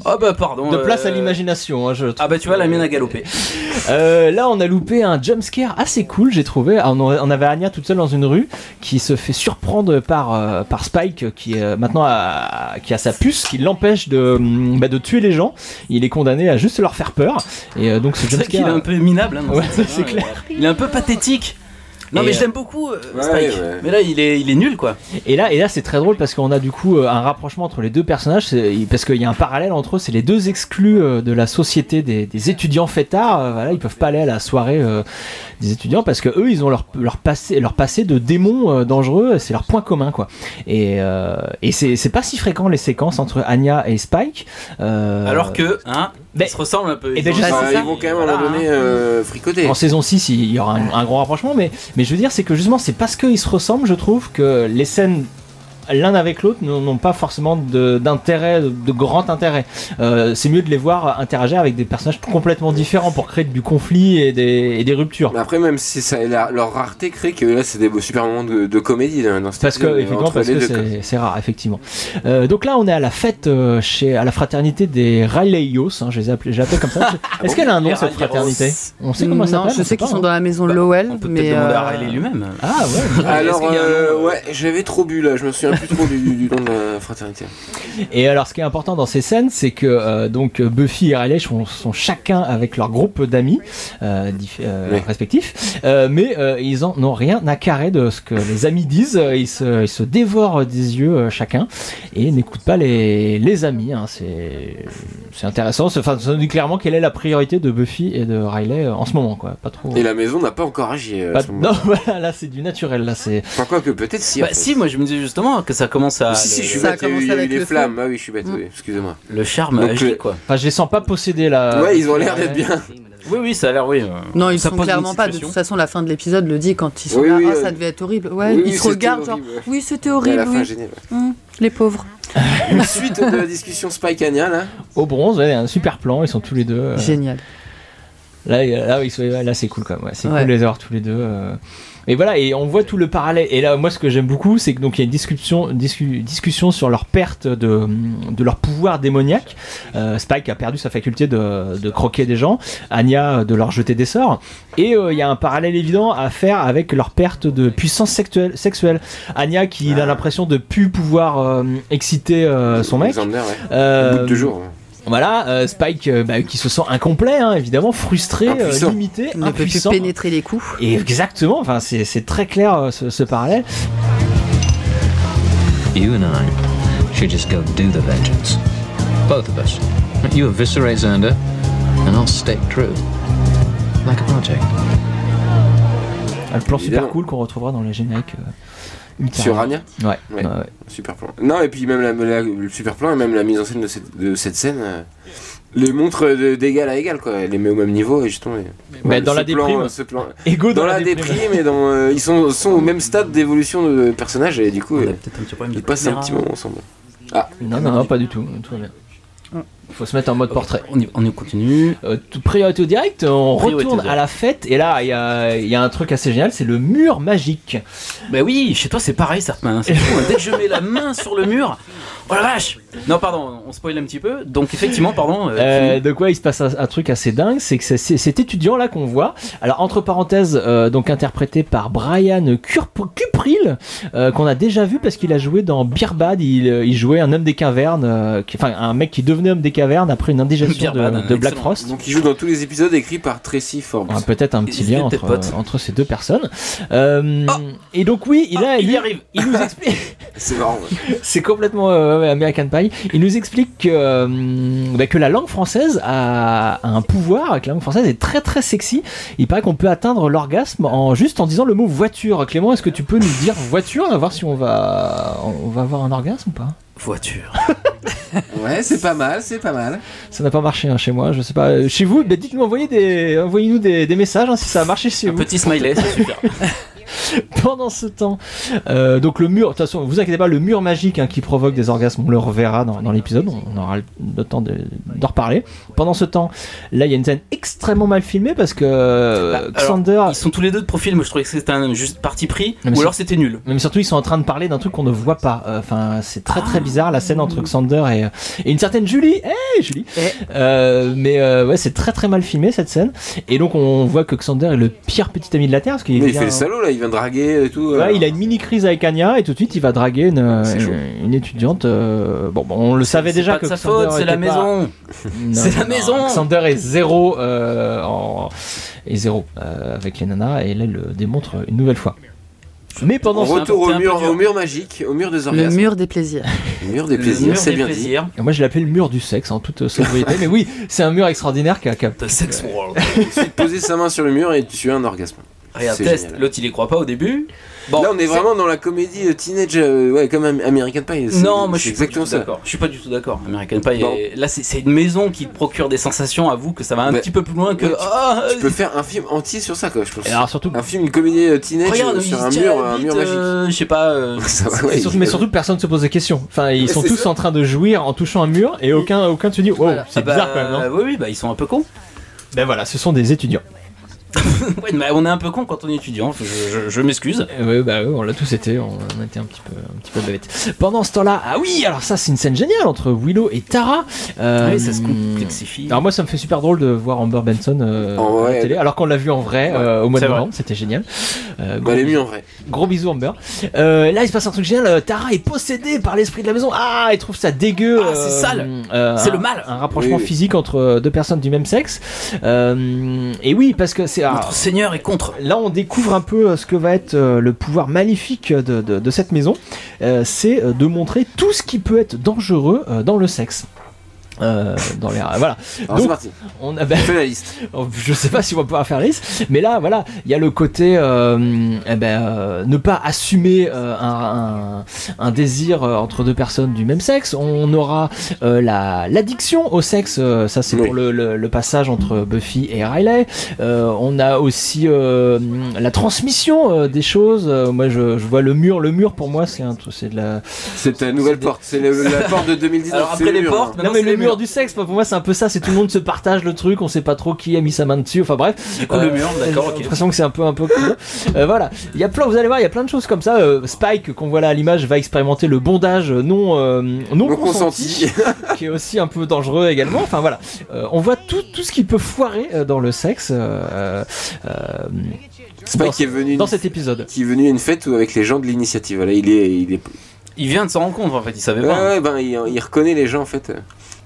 Ah bah pardon.
de place à
euh,
l'imagination hein, je trouve.
Ah bah tu vois, la mienne a galopé.
Euh, là, on a loupé un jumpscare assez cool, j'ai trouvé. Ah, On, on avait Anya toute seule dans une rue qui se fait surprendre par, euh, par Spike qui euh, maintenant a, qui a sa puce qui l'empêche de, hum, bah, de tuer les gens. Il est condamné à juste leur faire peur. Et euh, donc ce
C'est vrai qu'il est
jumpscare.
un peu minable. hein, dans
Ouais,
cette scène,
c'est
hein,
clair.
Il est un peu pathétique. Non
Et,
mais
euh,
je l'aime beaucoup, euh,
Ouais,
Spike.
ouais.
Mais là il est, il est nul quoi.
Et là, et là c'est très drôle parce qu'on a du coup euh, un rapprochement entre les deux personnages, c'est- parce qu'il y a un parallèle entre eux, c'est les deux exclus euh, de la société des, des étudiants fêtards. euh, Voilà, ils peuvent pas aller à la soirée euh, des étudiants parce que eux, ils ont leur, leur passé, leur passé de démons euh, dangereux, c'est leur point commun quoi. Et, euh, et c'est c'est pas si fréquent les séquences entre Anya et Spike. euh,
Alors que, hein, ils se ressemblent un peu.
eh ben,
ont-
je sais
Bah,
c'est
ils
ça.
vont quand même à un
Voilà,
moment donné euh, fricoter.
En saison 6, il y aura un, un grand rapprochement, mais, mais je veux dire, c'est que justement, c'est parce qu'ils se ressemblent, je trouve, que les scènes l'un avec l'autre n'ont n'ont pas forcément de- d'intérêt, de, de grand intérêt. Euh, c'est mieux de les voir interagir avec des personnages complètement différents pour créer du conflit et des, et des ruptures.
Mais après, même si ça, la- leur rareté crée que là, c'est des beaux- super moments de, de comédie là, dans cette
Parce que, effectivement, parce que c'est- c'est rare, effectivement. Euh, donc là, on est à la fête euh, chez, à la fraternité des Raleyos, hein, je les ai appelés, je les appelle comme ça. Est-ce qu'elle a un nom,
Les
cette
Raleyos.
fraternité On sait comment elle
Non,
s'appelle
je
on
sais
sait
qu'ils
pas,
sont
hein.
dans la maison Lowell, mais.
Peut-être demander à
euh,
Riley lui-même.
Ah ouais
<laughs>
Alors,
Est-ce qu'il y a un nom,
euh, ouais, j'avais trop bu là, je me souviens plus trop du, du nom de la fraternité.
Et alors, ce qui est important dans ces scènes, c'est que euh, donc Buffy et Riley sont, sont chacun avec leur groupe d'amis euh, diff- euh,
Oui.
respectifs, Euh, mais euh, ils en ont rien à carrer de ce que les amis disent. Ils se, ils se dévorent des yeux euh, chacun et n'écoutent pas les, les amis. hein. C'est c'est intéressant. C'est- Enfin, ça nous dit clairement quelle est la priorité de Buffy et de Riley euh, en ce moment, quoi. Pas trop.
Et la maison n'a pas encore agi. euh, à
pas-
ce moment.
Bah, <laughs> non, voilà, là c'est du naturel. Là, c'est
Enfin, quoi que peut-être si. en
Bah
fait. Ah,
si, moi je me disais justement que ça commence à.
si, si,
le-
je suis
Ça a
bête, il y a eu-
commencé
il y a eu
avec
les
le
flammes,
feu.
ah oui, je suis bête, oui, excusez-moi.
Le charme
Donc,
agit,
le-
quoi.
Enfin, je les sens pas possédés là.
ouais, ils ont l'air d'être bien.
Oui, oui, ça a l'air, oui. euh,
Non, ils
ça
sont
pose une
clairement pas. De
situation.
toute façon, la fin de l'épisode le dit quand ils sont
Oui,
là.
oui,
ah,
euh,
ça devait être horrible. Ouais,
oui,
ils
oui,
se
c'était
regardent, genre.
horrible.
Oui, c'était
Et à
horrible,
la fin,
oui.
gêné.
<laughs>
ouais.
Hum, les pauvres.
Une suite de la discussion Spike Anya là.
Au bronze, ouais, un super plan. Ils sont tous les deux. euh,
Génial.
Ah,
Là, il- là, oui, c'est- là, c'est cool quand même. ouais. C'est
Ouais.
cool de les avoir tous les deux. euh. Et voilà, et on voit tout le parallèle. Et là, moi, ce que j'aime beaucoup, c'est que donc il y a une discussion, discu- discussion sur leur perte de, de leur pouvoir démoniaque. Euh, Spike a perdu sa faculté de, de croquer des gens, Anya euh, de leur jeter des sorts. Et euh, il y a un parallèle évident à faire avec leur perte de puissance sexuelle. sexuelle. Anya
Ah.
qui a l'impression de plus pouvoir euh, exciter euh, son mec.
Les Anders, ouais.
Euh,
Au bout de deux jours. ouais.
Voilà, euh, Spike euh, bah, qui se sent incomplet, hein, évidemment, frustré, euh,
Impuissant.
limité,
On ne peut plus
impuissant.
pénétrer les coups.
Et exactement, enfin, c'est c'est très clair euh, ce, ce parallèle.
You and I should just go do the vengeance. Both of us. You eviscerate Xander, and I'll stay true. Like a project.
Un plan super
Évidemment.
cool qu'on retrouvera dans les génériques. euh,
Sur
ultérieures.
Anya
Ouais.
Ouais.
ouais, ouais.
Super plan. Non, et puis même la- la- le super plan et même la mise en scène de cette, de cette scène euh, les montre de- d'égal à égal, quoi. Elle les met au même niveau et justement. et-
Mais bah, dans
ce
la
plan,
déprime.
euh, ce plan-
Ego
Dans, la déprime, et dans, euh, ils sont, sont au même stade d'évolution de personnage et du coup,
On a
euh,
peut-être un petit problème de
ils passent un
caméra.
petit moment ensemble.
Non, non, non, pas du tout. Tout va bien. Faut se mettre en mode portrait.
On y, on y continue.
Euh, tout- priorité au direct, on
Priorité au
retourne
direct.
à la fête et là il y a, il y a un truc assez génial, c'est le mur magique.
Bah oui, chez toi c'est pareil, Sartman. hein, c'est fou, hein. Dès que je mets la main sur le mur, Oh la vache Non, pardon, on spoil un petit peu. Donc, effectivement, pardon. euh,
Euh, de quoi il se passe un, un truc assez dingue, c'est que c'est- c'est- cet étudiant là qu'on voit, alors entre parenthèses, euh, donc interprété par Brian Curp- Cupril, euh, qu'on a déjà vu parce qu'il a joué dans Birbad, il, euh, il jouait un homme des cavernes, euh, qui- enfin un mec qui devenait homme des cavernes après une indigestion de,
Birbad,
de Black
excellent.
Frost.
Donc il joue dans tous les épisodes écrits par Tracy Forbes.
Ah, peut-être un petit
Ils étaient
lien
peut-être
entre,
potes.
entre ces deux personnes. Euh, et donc oui,
Ah,
il a, lui- il nous explique.
C'est marrant. ouais.
C'est complètement euh, ouais, American Pie. Il nous explique que, euh, bah, que la langue française a a un pouvoir, que la langue française est très très sexy. Il paraît qu'on peut atteindre l'orgasme en juste en disant le mot voiture. Clément, est-ce que tu peux nous dire voiture, à voir si on va on va avoir un orgasme ou pas
Voiture.
Ouais, c'est pas mal, c'est pas mal.
Ça n'a pas marché hein, chez moi, je sais pas. Euh, Chez vous, bah, dites-nous, envoyez des, envoyez-nous des, des messages hein, si ça a marché chez vous.
Petit smiley, c'est super.
<laughs> pendant ce temps. Euh, donc le mur, de toute façon, vous inquiétez pas, le mur magique hein, qui provoque des orgasmes, on le reverra dans, dans l'épisode, on aura le, le temps de- d'en reparler. Pendant ce temps, là, il y a une scène extrêmement mal filmée parce que euh,
Bah, Alors,
Xander...
ils sont tous les deux de profil, moi je trouvais que c'était un juste parti pris,
Non, mais
ou
c'est-
alors c'était nul.
mais surtout, ils sont en train de parler d'un truc qu'on ne voit pas. Euh, Enfin, c'est très
Ah.
très bizarre la scène entre Xander et, euh, et une certaine Julie. Hey Julie.
Eh.
Euh, mais euh, ouais, c'est très très mal filmé cette scène. Et donc, on voit que Xander est le pire petit ami de la terre parce qu'il
Mais il hein.
vient-
fait le salaud là, il vient draguer et tout. euh.
Ouais, il a une mini crise avec Anya et tout de suite il va draguer une, une- une étudiante. euh, bon, bon, on le savait
c'est
déjà
pas de
que
sa
Xander
faute, c'est
était
la
pas-
maison.
Non,
<laughs> C'est la
non,
maison.
Xander est zéro euh, en- est zéro euh, avec les nanas et là il le démontre une nouvelle fois. Mais pendant ce
Retour au
temps-
mur, au mur magique, au mur des orgasmes.
mur des plaisirs.
Le mur des plaisirs, c'est bien dit.
Et Moi je l'appelle le mur du sexe en toute euh,
<laughs>
sobriété, mais oui, c'est un mur extraordinaire qui a. qui a-
Sex world.
C'est de poser sa main sur le mur et tu as un orgasme.
Regarde,
C'est
test,
génial.
l'autre Ah, il y croit pas au début.
là, on est vraiment dans la comédie euh, teenage, euh, ouais, comme Am- American Pie. c'est-
Non, moi
c'est
je suis exactement
exactement ça.
d'accord. Je suis pas du tout d'accord. American Pie,
Bon.
est- là c'est c'est une maison qui te procure des sensations, avoue que ça va un
Ouais.
petit peu plus loin que.
Ouais, tu-
Ah,
tu peux faire un film entier sur ça, quoi, je pense.
Et alors, surtout-
Un film, une comédie euh, teenage
Regarde,
euh,
il
sur un
se
mur,
tient la
un mur
bite,
magique.
<laughs> euh, je sais pas. euh,
<laughs>
<laughs>
Ça va, ouais,
Et surtout-
il-
mais surtout personne se pose des questions. Enfin, ils
Ouais,
sont
c'est
tous
ça.
en train de jouir en touchant un mur et aucun, aucun se dit, wow, c'est
Ah bah,
bizarre quand même. Non
Oui, oui, bah ils sont un peu cons. <laughs>
ben voilà, ce sont des étudiants.
Ouais, mais on est un peu cons quand on est étudiant, je, je- je m'excuse.
Euh, ouais, bah, ouais, on l'a tous été, on on était un petit peu, un petit peu bêtes. Pendant ce temps-là, ah oui, alors ça c'est une scène géniale entre Willow et Tara. Euh,
Ah Oui, ça se complexifie.
Alors moi ça me fait super drôle de voir Amber Benson euh,
Oh,
à la
ouais.
télé, alors qu'on l'a vu en vrai euh, au mois de
c'est vrai.
novembre, c'était génial. Euh,
Bah,
gros
elle est
bisous.
mieux en vrai.
Gros bisous Amber. Euh, là il se passe un truc génial, euh, Tara est possédée par l'esprit de la maison. Ah, elle trouve ça dégueu.
Ah, c'est
euh,
sale.
euh,
C'est
un-
le mal.
Un rapprochement
Oui, oui.
physique entre euh, deux personnes du même sexe. Euh, et oui, parce que c'est... ah,
Notre Seigneur est contre.
Là, on découvre un peu euh, ce que va être euh, le pouvoir maléfique de, de- de cette maison. Euh, c'est euh, de montrer tout ce qui peut être dangereux euh, dans le sexe. Euh, dans les voilà
Alors, c'est parti.
on a ben,
Fais la liste.
<laughs> je sais pas si on va pouvoir faire la liste mais là voilà il y a le côté euh, eh ben, euh, ne pas assumer euh, un, un- un désir euh, entre deux personnes du même sexe on aura euh, la l'addiction au sexe euh, ça c'est
Oui.
pour le, le- le passage entre Buffy et Riley Euh, on a aussi euh, la transmission euh, des choses Euh, moi je, je vois le mur le mur pour moi c'est un truc- c'est de la
C'est ta nouvelle porte. C'est le- la porte de 2019.
Alors,
c'est
après
le
les
mur,
portes,
hein.
non mais
maintenant, c'est
le
les
mur
murs.
du sexe, moi, pour moi c'est un peu ça, c'est tout le monde se partage le truc, on sait pas trop qui a mis sa main dessus, enfin bref.
Du coup, le mur, d'accord, ok.
<laughs> J'ai l'impression que c'est un peu un peu. comme ça. Euh, voilà, il y a plein, vous allez voir, il y a plein de choses comme ça. Euh, Spike qu'on voit là à l'image va expérimenter le bondage non euh, non,
Non
consenti, <laughs>
<laughs>
qui est aussi un peu dangereux également. Enfin voilà, Euh, on voit tout tout ce qui peut foirer euh, dans le sexe. euh, euh,
Spike
dans-
est Euh, venu
dans
une-
cet épisode.
Qui est venu à une fête où- avec les gens de l'initiative. Voilà, il est, il est.
Il vient de s'en rendre compte en fait, il savait
Ouais,
pas.
ouais, ben, il, il reconnaît les gens en fait.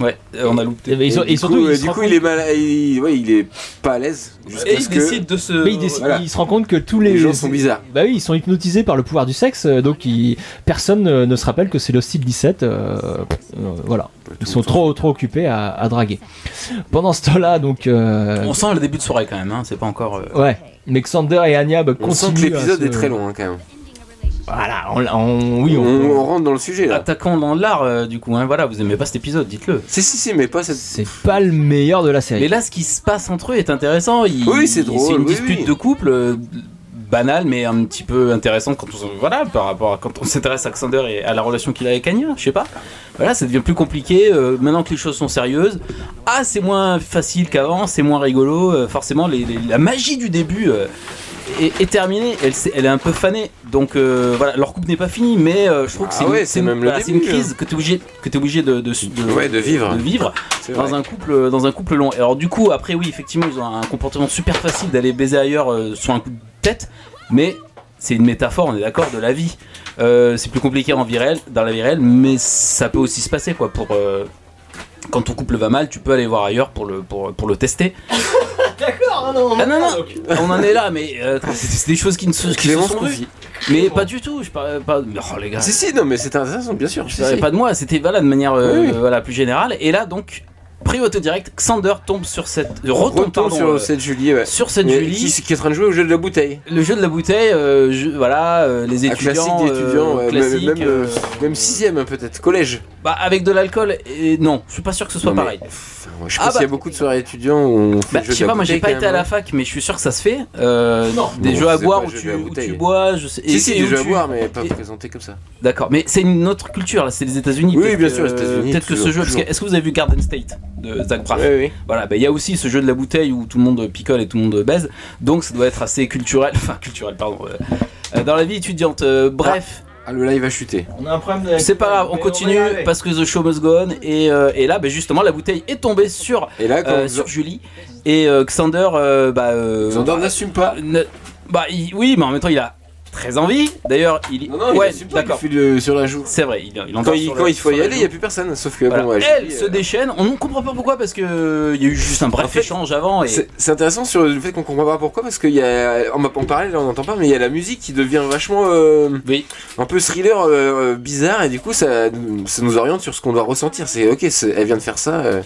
Ouais, euh, on a loupé.
Et ils sont-
Et
et
du
surtout,
coup,
ils
euh,
se
du
rendent
coup, il est mal, il, ouais, il est pas à l'aise jusqu'à
Et il
ce que
décide de se.
Mais il, décide-
Voilà.
il se rend compte que tous les,
Les gens sont bizarres.
Bah oui, ils sont hypnotisés par le pouvoir du sexe, euh, donc ils- personne euh, ne se rappelle que c'est le style 17. euh, euh, voilà, ils sont trop trop occupés à, à draguer. Pendant ce temps-là, donc euh,
On sent le début de soirée quand même, hein, c'est pas encore. euh,
ouais, mais Xander et Anya bah,
on sent que
continuent à
l'épisode
se-
est très long hein, quand même.
Voilà, on, on- oui,
on,
on,
on rentre dans le sujet là.
Attaquant dans l'art, euh, du coup, hein, voilà, vous aimez pas cet épisode, dites-le.
Si si si, mais pas cette.
c'est pas le meilleur de la série.
Mais là, ce qui se passe entre eux est intéressant. Il-
Oui, c'est drôle,
une
oui,
dispute
oui.
de couple euh, banale, mais un petit peu intéressante quand on se- voilà par rapport à quand on <laughs> s'intéresse à Xander et à la relation qu'il a avec Anya. Je sais pas. Voilà, ça devient plus compliqué euh, maintenant que les choses sont sérieuses. Ah, c'est moins facile qu'avant, c'est moins rigolo. euh, forcément, les- les- la magie du début. euh, est, est terminée, elle, s'est- elle est un peu fanée. Donc euh, voilà, leur couple n'est pas fini, mais euh, je trouve que c'est
Ah
une-
ouais,
c'est
c'est
une,
même le
voilà, c'est une
début,
crise
hein.
que tu es obligé, que t'es obligé de, de, de-
Ouais, de vivre.
de vivre
C'est
dans
vrai.
un couple euh, dans un couple long. Alors du coup, après oui, effectivement, ils ont un comportement super facile d'aller baiser ailleurs euh, sur un coup de tête, mais c'est une métaphore, on est d'accord, de la vie. Euh, c'est plus compliqué en vie réelle, dans la vie réelle, mais ça peut aussi se passer quoi. Pour euh, quand ton couple va mal, tu peux aller voir ailleurs pour le pour, pour le tester.
D'accord, non,
Ah non, non, on en est là, mais euh, c'est c'est des choses qui ne se, qui se
Clémence
sont
confie.
vues. Mais pas du tout, je parlais pas. Oh les gars.
Si, si, non, mais c'est intéressant, bien sûr.
Je
si,
parlais
si.
pas de moi, c'était voilà, de manière euh,
Oui, oui.
Voilà, plus générale. Et là, donc, prix autodirect, Xander tombe sur cette. Retombe,
Retourne
pardon,
sur
euh,
cette Julie, ouais.
sur cette
Mais
Julie.
Qui, qui est en train de jouer au jeu de la bouteille.
le jeu de la bouteille, euh, je- voilà, euh, les
Un
étudiants.
classique d'étudiants,
euh,
ouais,
classique,
même- même,
euh,
euh, même sixième, hein, peut-être, collège.
bah, avec de l'alcool, et non, je suis pas sûr que ce soit
Non, mais,
pareil.
Moi, Je
Ah
pense qu'il y a
bah.
beaucoup de soirées étudiants où on fait
Bah,
le jeu
je
de
sais
la
pas, moi j'ai
bouteille,
pas
quand
été à
même,
la
hein.
fac, mais je suis sûr que ça se fait. Euh,
Non.
des
Bon,
jeux à
c'est
boire
pas
où
le jeu
tu,
de la
où
bouteille.
tu bois, je sais.
Si, si,
et
des
où
jeux à
tu-
boire, mais pas
et-
présenté comme ça.
D'accord, mais c'est une autre culture là, c'est les États-Unis.
Oui,
peut-être
bien
que- euh,
sûr, les États-Unis,
Peut-être que ce
toujours,
jeu, parce que
toujours.
est-ce que vous avez vu Garden State de Zach Braff
Oui, oui.
Voilà, bah, il y a aussi ce jeu de la bouteille où tout le monde picole et tout le monde baise, donc ça doit être assez culturel, <laughs> enfin culturel, pardon, euh, euh, dans la vie étudiante. Euh, bref,
Ah, le live a chuté.
On a un problème
Ah,
de.
c'est pas grave, on
Mais
continue
va y arriver.
parce que The Show Must Go On, et, euh, et là, bah, justement, la bouteille est tombée sur,
Et là, quand
euh,
vous-
sur Julie et euh, Xander, euh, bah, euh,
Xander
bah,
n'assume pas.
ne- bah, il- oui, mais en même temps, il a très envie. D'ailleurs, il.
Non, non, il
ouais,
assume pas, il
d'accord.
fait le- sur la joue.
C'est vrai, il, il en
Quand
parle
il,
sur
quand
le-
il faut
sur
y
la
aller, il
joue.
n'y a plus personne. Sauf que
Voilà.
bon, ouais,
Elle
Julie,
se
euh,
déchaîne, on ne comprend pas pourquoi parce que euh, il y a eu juste un bref
En fait,
échange avant et
C'est c'est intéressant sur le fait qu'on comprend pas pourquoi parce qu'il y a on m'a pas en parlé là on n'entend pas mais il y a la musique qui devient vachement euh, un peu thriller euh, euh, bizarre et du coup ça, nous- ça nous oriente sur ce qu'on doit ressentir c'est ok c'est- elle vient de faire ça euh,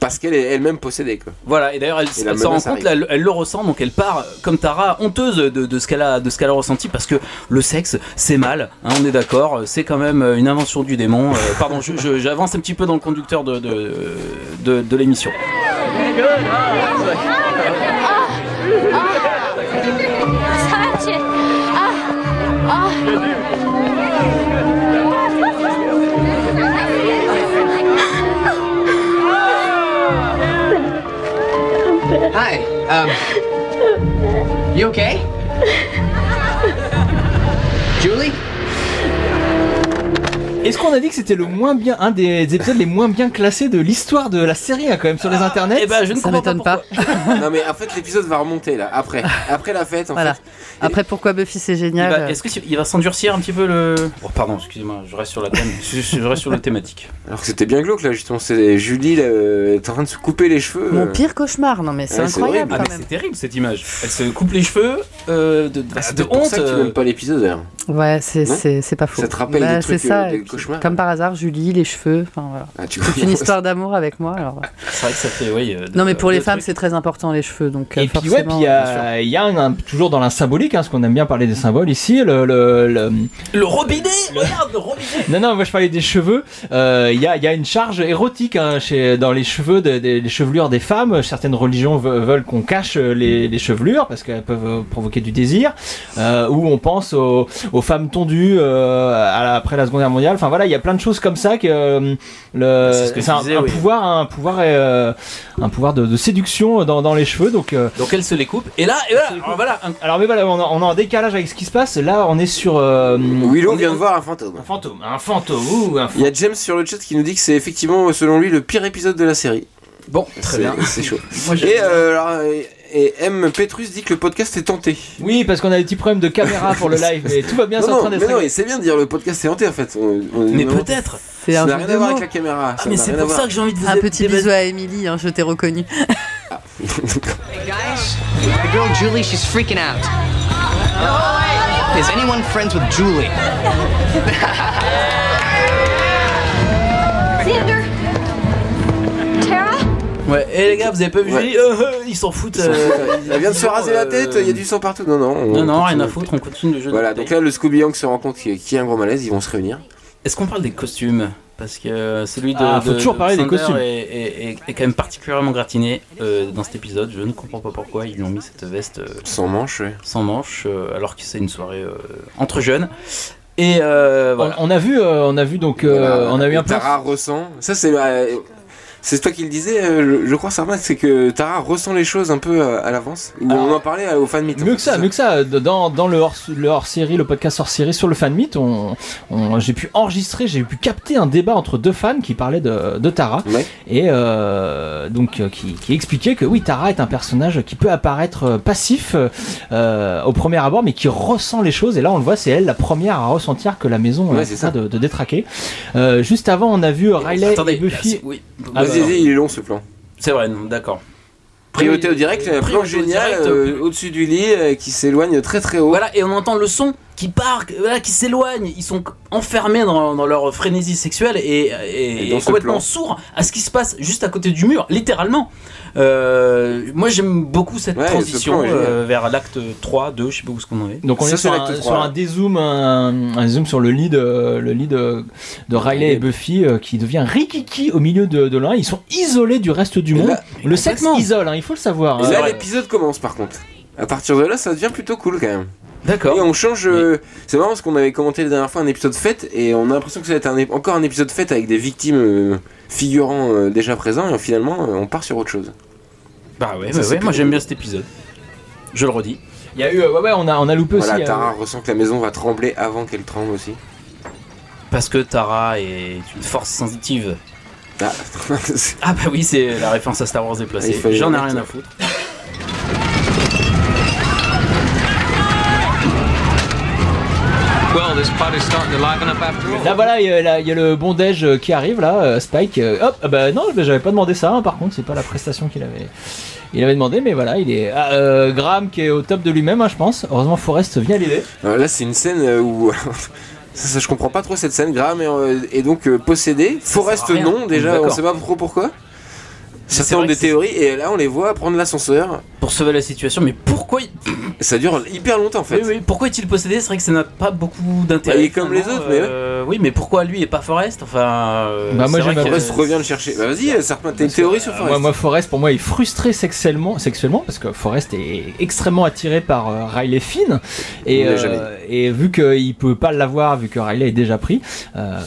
parce qu'elle est elle-même possédée <laughs> quoi.
voilà et d'ailleurs elle,
Et la
elle s'en rend
menace
compte,
arrive.
là, elle, elle le ressent donc elle part comme Tara honteuse de, de ce qu'elle a de ce qu'elle a ressenti parce que le sexe c'est mal, hein, on est d'accord, c'est quand même euh, une invention du <laughs> démon. Euh, pardon, je- je- j'avance un petit peu dans le conducteur de de, de, de l'émission.
Hi. Um. You okay? Julie
Est-ce qu'on a dit que c'était le moins bien, un des, des épisodes les moins bien classés de l'histoire de la série, hein, quand même, sur les internets
Eh ben je ne
Ça
comprends pas.
m'étonne pas.
non mais en fait l'épisode va remonter là après après la fête en
Voilà.
fait.
Après, pourquoi Buffy c'est
Il
Eh ben,
génial euh,
va- Eh ben, Est-ce que tu- il va s'endurcir un petit peu le Oh, Pardon, excusez-moi, je reste sur la thème- je- je reste sur la thématique.
Alors que c'était bien glauque là justement c'est Julie là, euh, est en train de se couper les cheveux.
Mon
euh.
pire cauchemar, non mais c'est
Ouais, c'est horrible.
incroyable quand
Ah, mais
même.
c'est terrible cette image. Elle se coupe les cheveux euh, de, de-
Ah, c'est
de
peut-être pour
honte.
ça que tu
euh,
n'aimes pas l'épisode alors.
Ouais, c'est-
Non
c'est c'est pas faux.
Ça te rappelle
Bah,
des
c'est
trucs,
ça.
euh, des
et puis,
cauchemars.
Comme par hasard, Julie, les cheveux, enfin
<laughs>
voilà.
Ah, tu
C'est une histoire d'amour avec moi. Alors.
Ah,
C'est vrai que ça fait, oui. euh,
Non mais pour
deux
les femmes,
trucs.
c'est très important les cheveux, donc euh,
Et puis ouais, puis
forcément.
il y
bien sûr.
a, il y a un, un- toujours dans la symbolique, hein, parce qu'on aime bien parler des symboles ici. Le, le- le-
Le robinet Regarde, le robinet
Non, non, moi je parlais des cheveux. Euh, Il y, a, il y a une charge érotique hein, chez, dans les cheveux, des des- les chevelures des femmes. Certaines religions ve- veulent qu'on cache euh, les, les chevelures parce qu'elles peuvent euh, provoquer du désir. Euh, ou on pense aux, aux femmes tondues euh, à la- après la Seconde Guerre mondiale. Enfin voilà, il y a plein de choses comme ça que euh, le,
C'est ce que tu
un,
disais,
un
oui.
pouvoir, un pouvoir, euh, un pouvoir de, de séduction dans, dans les cheveux. Donc euh,
Donc elle se les coupe. Et là, et voilà,
Ah.
alors voilà, un-
alors mais voilà, on est en- on est en décalage avec ce qui se passe. Là, on est sur euh,
Willow
on est-
vient de voir un fantôme.
un fantôme, un fantôme, ou un
Il y a James sur le chat qui nous dit que c'est effectivement selon lui le pire épisode de la série.
Bon, très
C'est-
bien.
<laughs> C'est chaud.
Moi, j'ai-
et, euh, alors, euh, et M. Petrus dit que le podcast est tenté.
Oui, parce qu'on a des petits problèmes de caméra pour le live, mais tout va bien,
non,
c'est en
non,
train
mais
d'être.
non, et c'est bien de dire le podcast est hanté en fait. On- on-
Mais
non,
peut-être.
C'est
Ça
un
n'a
jeu
rien
de
à voir
mots.
avec la caméra.
Ah, mais c'est pour ça que j'ai envie de vous
Un petit
déballer-
bisou à Émilie, hein, je
<laughs>
t'ai reconnu.
The girl Julie, she's freaking out. Is anyone friends with Julie?
Xander? Tara?
Ouais, et les gars, vous avez pas vu
Ouais.
Julie Euh, euh, Ils s'en foutent. <laughs> euh,
Elle vient de se
ils ont,
raser la tête,
euh,
il y a du sang partout. Non, non. on
Non, non, rien
continue.
à foutre, on continue le jeu. de
Voilà,
bouteille.
donc là, le Scooby Yang se rend compte qu'il y a- qu'il y a un gros malaise, ils vont se réunir.
Est-ce qu'on parle des costumes Parce que euh, celui de.
Ah, faut
de-
toujours
de
parler des
Xander
costumes.
Est, est- est- est quand même particulièrement gratiné euh, dans cet épisode. Je ne comprends pas pourquoi ils lui ont mis cette veste. euh,
Sans manche, ouais.
sans manche, euh, alors que c'est une soirée euh, entre jeunes. Et euh,
On,
voilà.
on a vu, euh, on a vu donc, euh,
Voilà,
on a eu un plan.
Tara ressent. Ça, c'est. la- C'est toi qui le disais, euh, je, je crois, Sarmac, c'est que Tara ressent les choses un peu euh, à l'avance. Ou on en parlait euh, au fan meet.
Ah. Mieux que ça, mieux que ça. euh, de- Dans, dans le hors, le hors série, le podcast hors série sur le fan meet, on, on- j'ai pu enregistrer, j'ai pu capter un débat entre deux fans qui parlaient de, de Tara et euh, donc euh, qui, qui expliquait que oui, Tara est un personnage qui peut apparaître euh, passif euh, au premier abord, mais qui ressent les choses. Et là, on le voit, c'est elle la première à ressentir que la maison
Ouais,
euh,
c'est
est
ça.
en train de, de détraquer. Euh, juste avant, on a vu Riley et Buffy.
oui.
Ah,
Vas-y,
bah,
vas-y, il est long ce plan.
C'est vrai, non, d'accord.
Priorité au direct,
euh,
plan
priorité au
génial
direct,
euh, au-dessus du lit euh, qui s'éloigne très très haut.
Voilà, et on entend le son qui part, que- voilà, qui s'éloigne. Ils sont enfermés dans, dans leur frénésie sexuelle et, et-
Et dans
et
ce
complètement
plan.
sourds à ce qui se passe juste à côté du mur, littéralement. Euh, moi, j'aime beaucoup cette
Ouais, ce
transition
plan est génial.
euh, vers l'acte 3, 2, je sais pas où ce qu'on en est.
Donc on est sur, un, sur un dézoom, un, un zoom sur le lead, euh, le lead euh, de Riley et Buffy euh, qui devient rikiki au milieu de, de l'un. Ils sont isolés du reste du monde. le sexe isole, hein, il faut le savoir.
Et
hein.
là, l'épisode commence par contre. À partir de là, ça devient plutôt cool quand même.
D'accord.
Et on change. euh, C'est marrant parce qu'on avait commenté la dernière fois un épisode fête et on a l'impression que ça va être un ép- encore un épisode fête avec des victimes euh, figurant euh, déjà présents et finalement euh, on part sur autre chose.
Bah ouais,
Ça,
ouais,
c'est
ouais,
plus-
moi j'aime bien cet épisode. Je le redis.
Il y a eu, euh, ouais, ouais, on a, on a loupé
Voilà,
aussi. euh,
Tara ressent que la maison va trembler avant qu'elle tremble aussi.
Parce que Tara est une force sensitive.
Ah, <laughs>
bah oui, c'est la référence à Star Wars
Il
déplacée.
fallait
J'en ai
mettre-
rien à foutre.
Well, this party's starting to liven up after all.
Là voilà, il y, a- là, il y a le bondage euh, qui arrive là, euh, Spike. euh, hop, ah bah non, bah, j'avais pas demandé ça. hein, par contre, c'est pas la prestation qu'il avait. Il avait demandé, mais voilà, il est Ah, euh, Graham qui est au top de lui-même, hein, je pense. Heureusement, Forrest vient l'aider.
Alors là, c'est une scène euh, où. <laughs> ça, ça, je comprends pas trop cette scène. Graham est, euh, est donc euh, possédé. Forrest,
sert à rien.
non, déjà, on
D'accord.
sait pas trop pourquoi.
c'est
Certains
vrai
ont
que
des
c'est-
théories, et là, on les voit prendre l'ascenseur.
Pour sauver la situation, mais pourquoi
Ça dure hyper longtemps en fait.
Oui, oui, Pourquoi est-il possédé C'est vrai que ça n'a pas beaucoup d'intérêt.
Bah, il est comme les
finalement,
autres, mais
euh, Oui, mais pourquoi lui et pas Forrest Enfin. euh,
Bah, moi,
c'est
j'aime
vrai que-
Forrest revient le chercher. Bah vas-y, euh, Sarpin, t'as une théorie sur
Euh,
Forrest
moi, moi, Forrest, pour moi, est frustré sexuellement, sexuellement parce que Forrest est extrêmement attiré par euh, Riley Finn. Et,
On l'a
euh,
jamais
et vu qu'il peut pas l'avoir, vu que Riley est déjà pris, euh,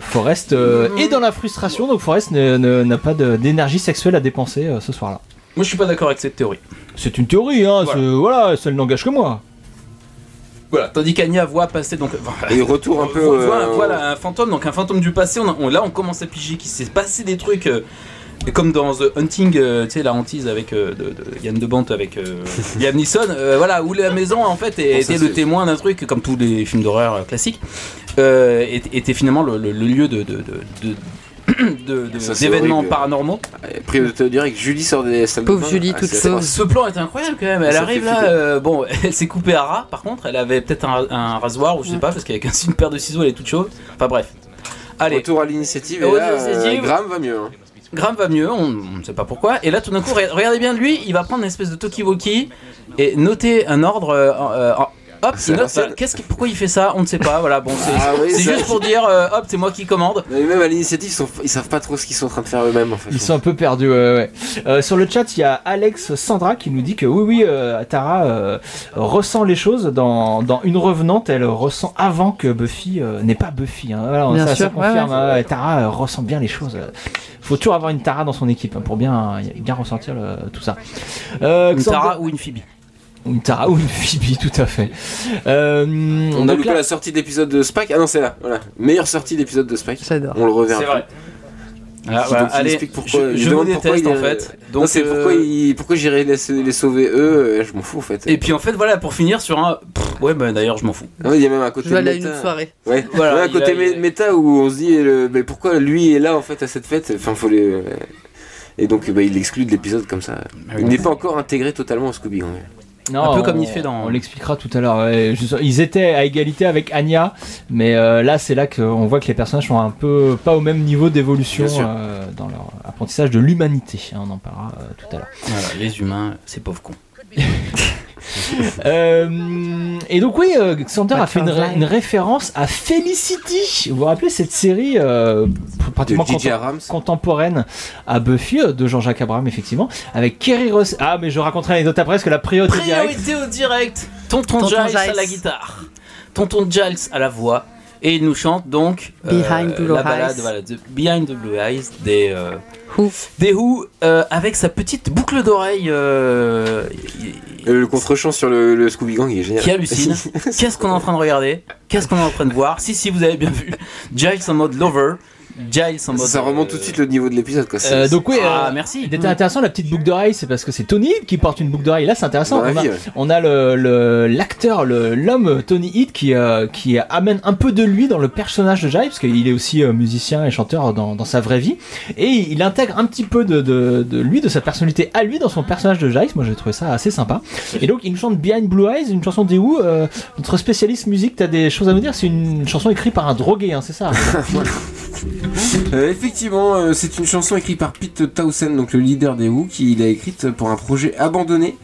Forrest euh, est dans la frustration. Donc, Forrest ne- ne- n'a pas de- d'énergie sexuelle à dépenser euh, ce soir-là.
Moi, je suis pas d'accord avec cette théorie.
C'est une théorie, hein,
Voilà.
ce- voilà, ça ne l'engage que moi.
Voilà. Tandis qu'Anya voit passer donc. <laughs>
Et retour un peu,
Vo- Voilà,
euh,
voilà, un fantôme, donc un fantôme du passé. On a- on- là, on commence à piger qu'il s'est passé des trucs. euh, comme dans The Hunting, euh, tu sais, la hantise avec euh, de, de Yann de Bante avec euh, Liam Neeson, euh, voilà, où la maison en fait
Bon, ça,
était le
c'est-
témoin d'un truc, comme tous les films d'horreur euh, classiques, euh, était, était finalement le, le- le lieu de- de- de- de, de- de-
Ça, c'est
d'événements
horrible.
paranormaux.
Pris de théorie direct, Julie sort des salles de
Pauvre
bain.
Julie,
Ah,
toute
c'est-
sauve. Ce plan est incroyable quand même. Elle
Ça
arrive
fait
là,
flipper.
euh, bon, <laughs> elle s'est coupée à ras. Par contre, elle avait peut-être un, un rasoir ou
Mm.
je sais pas, parce qu'avec un- une paire de ciseaux, elle est toute chaude. Enfin bref. Allez.
Retour à l'initiative. Et
Retour
là,
à l'initiative.
euh, Graham
<laughs>
va mieux. hein.
Graham va mieux, on on ne sait pas pourquoi. Et là, tout d'un coup, re- regardez bien lui, il va prendre une espèce de talkie-walkie et noter un ordre. euh, en- euh, en- hop,
C'est
il note.
l'ancienne.
voilà. Qu'est-ce qui- pourquoi il fait ça On ne sait pas. Voilà, bon, c'est
Ah oui,
c'est
ça-
juste pour dire, euh, hop, c'est moi qui commande.
Mais même à l'initiative, ils, sont- ils savent pas trop ce qu'ils sont en train de faire eux-mêmes en fait.
Ils sont un peu perdus, ouais, ouais. Euh, sur le chat, il y a Alex Sandra qui nous dit que oui, oui, euh, Tara euh, ressent les choses dans, dans Une Revenante. Elle ressent avant que Buffy euh, n'est pas Buffy. hein. Voilà,
Bien
ça,
sûr,
ça confirme.
ouais, ouais.
hein, ouais, Tara euh, ressent bien les choses. euh. Faut toujours avoir une Tara dans son équipe hein, pour bien, hein, bien ressentir le- tout ça. Euh,
Une
Xandra-
Tara ou une Phoebe.
Une Tara ou une Phoebe, tout à fait. Euh,
On a
donc
loupé
là-
la sortie d'épisode de Spike. Ah non, c'est là. Voilà. Meilleure sortie d'épisode de Spike.
J'adore.
On le reverra.
C'est vrai. Ah,
Qui-
voilà,
donc, il
allez,
explique pourquoi,
je-
il
je
demande
vous
pourquoi
déteste,
il
en
a-
fait.
Non,
Donc,
c'est
euh,
pourquoi, il- pourquoi j'irais les, les sauver eux. euh, Je m'en fous en fait.
Et puis en fait, voilà, pour finir sur un. Pff, ouais, bah d'ailleurs, je m'en fous.
Ah oui, il y a même un côté
Je vais aller à
méta.
une autre soirée.
Ouais.
Voilà,
Ouais, un
il
côté
a- il
mé- méta où on se dit euh, mais pourquoi lui est là en fait à cette fête Enfin, faut les. euh, Et donc, bah, il l'exclut de l'épisode comme ça.
Ah
Il n'est pas encore intégré totalement au Scooby. gang.
Non,
Un peu comme
on-
il fait dans-
On l'expliquera tout à l'heure. ouais. Je- Ils étaient à égalité avec Anya, mais euh, là, c'est là qu'on voit que les personnages sont un peu pas au même niveau d'évolution
Bien sûr.
euh, dans leur apprentissage de l'humanité. hein, on en parlera euh, tout à l'heure.
Voilà, les humains, ces pauvres cons.
Euh, et donc oui, euh, Xander a fait une, ré- une référence à Felicity. Vous vous rappelez cette série euh, pr-
Ah,
pratiquement
De J.J.
contem-
Abrams.
contemporaine à Buffy euh, de Jean-Jacques Abraham effectivement, avec Kerry Ross. Ah mais je raconterai l'anecdote après parce que la priorité directe.
Priorité au direct Tonton,
Tonton
Giles, à
Giles.
la guitare, Tonton Giles à la voix, Et il nous chante donc euh,
Behind Blue
la balade
Eyes.
voilà, de Behind the Blue Eyes des euh, des Who euh, avec sa petite boucle d'oreille euh,
Le contre-champ sur le, le Scooby Gang il est génial.
qui
<laughs>
hallucine. Qu'est-ce qu'on est en train de regarder Qu'est-ce qu'on est en train de voir Si si vous avez bien vu, Giles en mode lover, Giles en mode
<laughs>
euh,
Ça remonte tout de suite le niveau de l'épisode. quoi.
Euh,
C'est-
donc oui,
Ah,
euh,
merci.
il était intéressant la petite boucle d'oreille, c'est parce que c'est Tony Hitt qui porte une boucle d'oreille. Là, c'est intéressant.
Dans la
On a,
vie, ouais.
on a le- le- l'acteur, le- l'homme Tony Hitt qui euh, qui amène un peu de lui dans le personnage de Jive, parce qu'il est aussi euh, musicien et chanteur dans, dans sa vraie vie, et il, il intègre un petit peu de, de- de lui, de sa personnalité à lui dans son personnage de Jive. Moi, j'ai trouvé ça assez sympa. Et donc, il nous chante Behind Blue Eyes, une chanson des Who. Euh, notre spécialiste musique, t'as des choses à nous dire C'est une chanson écrite par un drogué, hein, c'est ça
<laughs> Euh, effectivement, euh, c'est une chanson écrite par Pete Townsend, donc le leader des Who, qui l'a écrite pour un projet abandonné.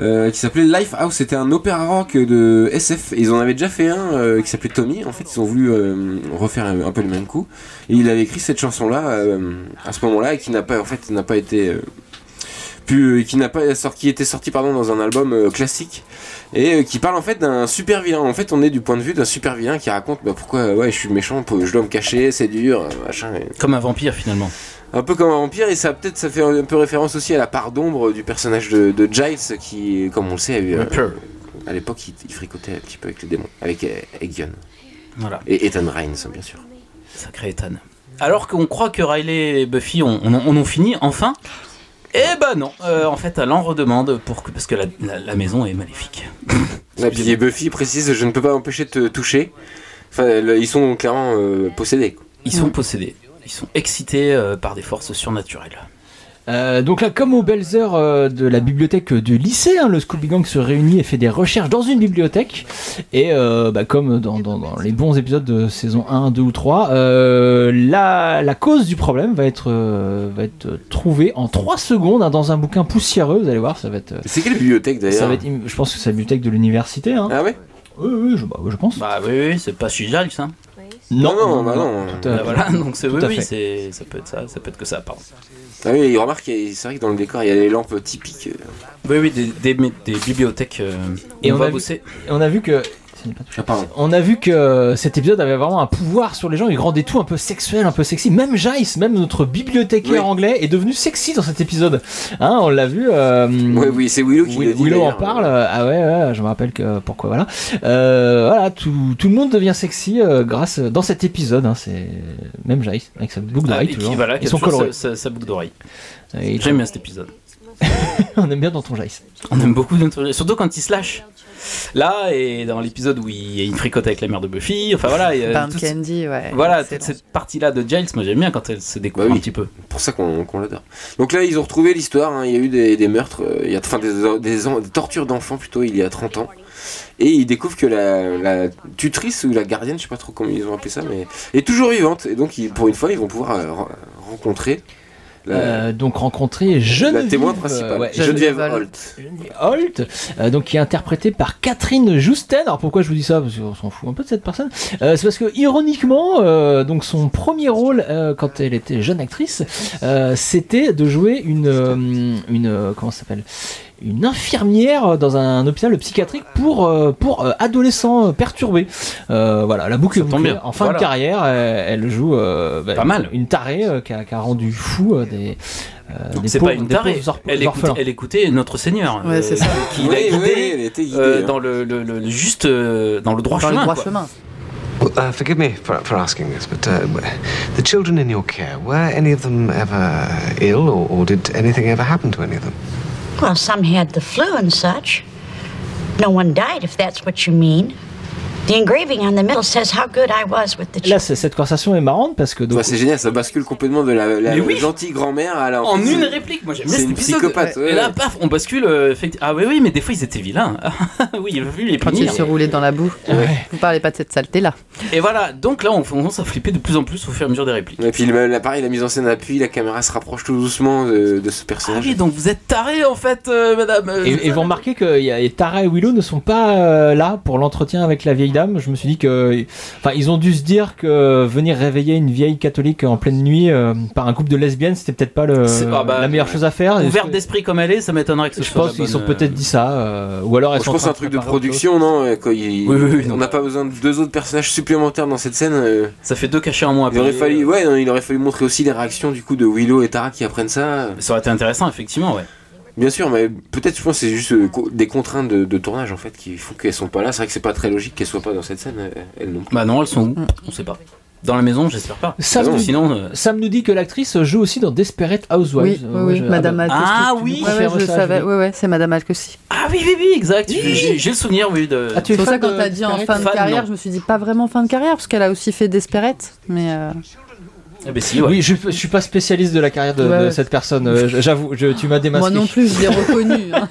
euh, qui s'appelait Lifehouse, c'était un opéra rock de SF. Ils en avaient déjà fait un euh, qui s'appelait Tommy. En fait, ils ont voulu euh, refaire un, un peu le même coup. Et il avait écrit cette chanson-là euh, à ce moment-là, et qui n'a pas, en fait, n'a pas été euh, pu- euh, qui n'a pas sorti, qui était sorti pardon dans un album euh, classique et euh, qui parle en fait d'un super vilain. En fait, on est du point de vue d'un super vilain qui raconte bah, pourquoi euh, ouais je suis méchant, pour- je dois me cacher, c'est dur, euh, machin. et-
comme un vampire finalement.
Un peu comme un vampire et ça peut-être ça fait un peu référence aussi à la part d'ombre du personnage de, de Giles qui, comme on le sait, a eu, euh, à l'époque il, il fricotait un petit peu avec les démons, avec euh, Aegon.
Voilà.
Et Ethan Rhynes bien sûr.
Sacré Ethan. Alors qu'on croit que Riley et Buffy on, on, on ont fini enfin. Eh ben non, Euh, en fait, elle en redemande pour que, parce que la, la- la maison est maléfique.
La et Buffy précise je ne peux pas m'empêcher de te toucher. Enfin, le- ils sont clairement euh, possédés.
Ils
Mm.
sont possédés. Ils sont excités euh, par des forces surnaturelles.
Euh, donc là, comme aux belles heures euh, de la bibliothèque du lycée, hein, le Scooby Gang se réunit et fait des recherches dans une bibliothèque. Et euh, bah, comme dans, dans- dans les bons épisodes de saison 1, 2 ou 3, euh, la, la cause du problème va être, euh, va être trouvée en 3 secondes hein, dans un bouquin poussiéreux. Vous allez voir, ça va être... euh,
C'est quelle bibliothèque d'ailleurs
ça va être im- je pense que c'est la bibliothèque de l'université. Hein.
Ah ouais
Oui, oui, je, bah, oui, je pense.
Bah oui, oui, c'est pas chez Giles, hein.
Non, Euh,
non, bah non.
tout à-
Ah, voilà, donc c'est
tout
oui,
à
oui,
fait.
c'est- ça peut être ça, ça peut être que ça, pardon.
Ah oui, il remarque, qu'il y a- c'est vrai que dans le décor il y a les lampes typiques. euh.
Oui, oui, des, des, des bibliothèques. euh,
Et on,
va
a vu,
bosser.
et on a vu que.
Ah, pardon.
On a vu que cet épisode avait vraiment un pouvoir sur les gens, il rendait tout un peu sexuel, un peu sexy. Même Jace, même notre bibliothécaire
Oui.
anglais, est devenu sexy dans cet épisode. Hein, on l'a vu. euh,
Ouais, oui, c'est Willow qui
Will-
le dit.
Willow en
d'ailleurs.
parle. Ah ouais, ouais, je me rappelle que pourquoi. Voilà, Euh, voilà, tout, tout le monde devient sexy euh, grâce dans cet épisode. hein, c'est même Jace avec sa boucle hein,
Ah, et
d'oreille
qui,
toujours.
voilà, qui
Ils
a
sont
toujours
colorés.
sa, sa- sa boucle d'oreille.
euh,
Et ils
J'aime bien cet épisode.
on aime bien dans ton Jace.
On aime beaucoup d'interroger, surtout quand il se lâche. Là, et dans l'épisode où il, il fricote avec la mère de Buffy, enfin voilà. il y a
Bound
toute-
Candy, ouais.
Voilà, toute cette partie-là de Giles, moi j'aime bien quand elle se découvre
Bah
un petit peu.
C'est pour ça qu'on qu'on l'adore. Donc là, ils ont retrouvé l'histoire. hein, Il y a eu des, des meurtres, euh, il y a, enfin des, des en- des tortures d'enfants plutôt, il y a 30 ans. Et ils découvrent que la, la tutrice ou la gardienne, je sais pas trop comment ils ont appelé ça, mais est toujours vivante. Et donc, ils- pour une fois, ils vont pouvoir euh, re- rencontrer la,
Euh, donc rencontrer Geneviève,
la témoin principale,
euh, ouais,
Geneviève Holt.
Holt, euh, donc qui est interprétée par Catherine Justen. Alors pourquoi je vous dis ça Parce qu'on s'en fout un peu de cette personne. Euh, c'est parce que ironiquement, euh, donc son premier rôle euh, quand elle était jeune actrice, euh, c'était de jouer une euh, une euh, comment ça s'appelle une infirmière dans un hôpital psychiatrique pour euh, pour euh, adolescents euh, perturbés. Euh, voilà, la boucle
Ça tombe
bouclée.
bien.
en fin
Voilà.
de carrière, elle, elle joue euh, bah,
Pas mal.
une tarée euh, qui, a, qui a rendu fou euh, des euh, des
C'est
pauvres-
pas une
des
tarée,
pauvres orph-
elle, écoute-
orphelins.
elle écoutait Notre Seigneur. euh,
Ouais, c'est ça.
Qui
Oui,
l'a guidée,
oui, elle était guidée,
euh,
hein.
dans le, le- le- le- juste euh, dans le droit
Dans le
chemin.
droit
quoi.
chemin.
Well, uh, forgive me for, for asking this, but uh, w- the children in your care, were any of them ever ill or, or did anything ever happen to any of them?
Well, some had the flu and such. No one died, if that's what you mean. The engraving on the middle says how good I was with the
Là, c'est- cette conversation est marrante parce que donc,
Enfin, Bah, c'est génial, ça bascule complètement de la, la
Mais oui.
gentille grand-mère à la.
En
fait,
une
c'est-
réplique, moi j'aime bien
C'est
cet
une
épisode.
psychopathe.
Et
ouais,
là,
ouais.
paf, on bascule. euh, effecti- Ah oui, oui, mais des fois ils étaient vilains. <laughs> Ah, oui, il a vu les
Quand il
punir.
se roulait dans la boue. Vous parlez pas de cette saleté-là.
Et voilà, donc là on commence à flipper de plus en plus au fur et à mesure des répliques.
Et puis, le- la, pareil, la mise en scène appuie, la caméra se rapproche tout doucement de, de ce
Ah
personnage.
oui, donc vous êtes taré en fait, euh, madame. euh,
Et, et vous remarquez que y a- et Tara et Willow ne sont pas euh, là pour l'entretien avec la vieille Amsterdam, je me suis dit que, enfin, ils ont dû se dire que venir réveiller une vieille catholique en pleine nuit euh, par un couple de lesbiennes, c'était peut-être pas le,
C'est- ah bah,
la meilleure chose à faire.
Ouverte d'esprit comme elle est, ça m'étonnerait que ce
Je
soit.
pense
la
qu'ils
bonne,
sont
euh,
peut-être dit ça, euh, ou alors elles
je
sont en
pense
train
un truc de
préparer autre
production, non euh, quand il-
Oui, oui, oui,
On n'a pas besoin de deux autres personnages supplémentaires dans cette scène. euh,
Ça fait deux cachets en euh, moins. à
il aurait
payer.
fallu, ouais, non, il aurait fallu montrer aussi les réactions du coup de Willow et Tara qui apprennent ça.
Ça aurait été intéressant, effectivement, ouais.
Bien sûr, mais peut-être je pense que c'est juste euh, co- des contraintes de, de tournage en fait qui font qu'elles sont pas là. C'est vrai que c'est pas très logique qu'elles soient pas dans cette scène. euh, Elles non. plus.
Bah non, elles sont où On sait pas. Dans la maison, j'espère
Ah
pas.
Sam,
Parce que
nous,
sinon. euh,
Sam nous dit que l'actrice joue aussi dans Desperate
Oui,
Housewives.
oui,
Euh, moi,
oui,
je-
Madame
ah, bah-
Alcosi.
Ah
tu- tu
oui,
nous confirmes
je
ça,
savais,
Julie. ouais, ouais, c'est Madame Alcosi.
Ah oui, oui, oui, exact. J'ai- J'ai j'ai le souvenir, oui, de.
Ah, tu
C'est pour ça quand t'as dit en fin de carrière, je me suis dit pas vraiment fin de carrière parce qu'elle a aussi fait Desperate, mais euh,
Ah, bah,
Oui, je, je suis pas spécialiste de la carrière de,
Ouais,
de
ouais.
cette personne. euh, J'avoue, je- tu m'as démasqué.
moi non plus je l'ai reconnue. hein.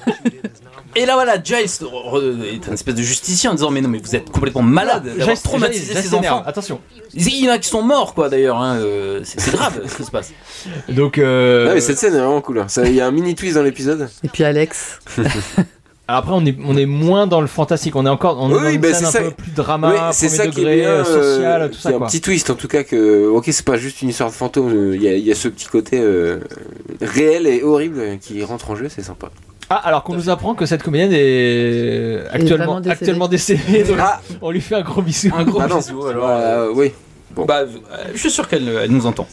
Et là, voilà, Giles re- re- est un espèce de justicier en disant Mais non, mais vous êtes complètement malade
Giles-
d'avoir Ah, traumatisé
Giles- Giles
ces
s'énerve,
enfants.
Attention.
Il y en a qui sont morts, quoi, d'ailleurs. hein, euh, C'est c'est grave ce qui se passe.
Donc, euh,
Ah, mais cette scène est vraiment cool. hein. Ça- Il y a un mini twist dans l'épisode.
Et puis Alex.
Alors après, on est, on est moins dans le fantastique. On est encore on est dans
Oui,
une
bah,
scène
c'est
un
ça.
peu plus drama,
Oui,
premier
c'est ça qui
degré,
est bien,
euh,
euh,
social, tout ça.
c'est un
quoi.
petit twist en tout cas que ok c'est pas juste une histoire de fantôme. euh, Il y, a- il y a ce petit côté euh, réel et horrible euh, qui rentre en jeu, c'est sympa.
Ah, alors qu'on nous apprend que cette comédienne est actuellement,
vraiment décédée.
actuellement décédée. donc
Ah.
on lui fait un gros bisou.
Un gros
Bah non.
bisou, Oh, alors.
Euh, oui. Bon.
Bah, euh, je suis sûr qu'elle euh, elle nous entend.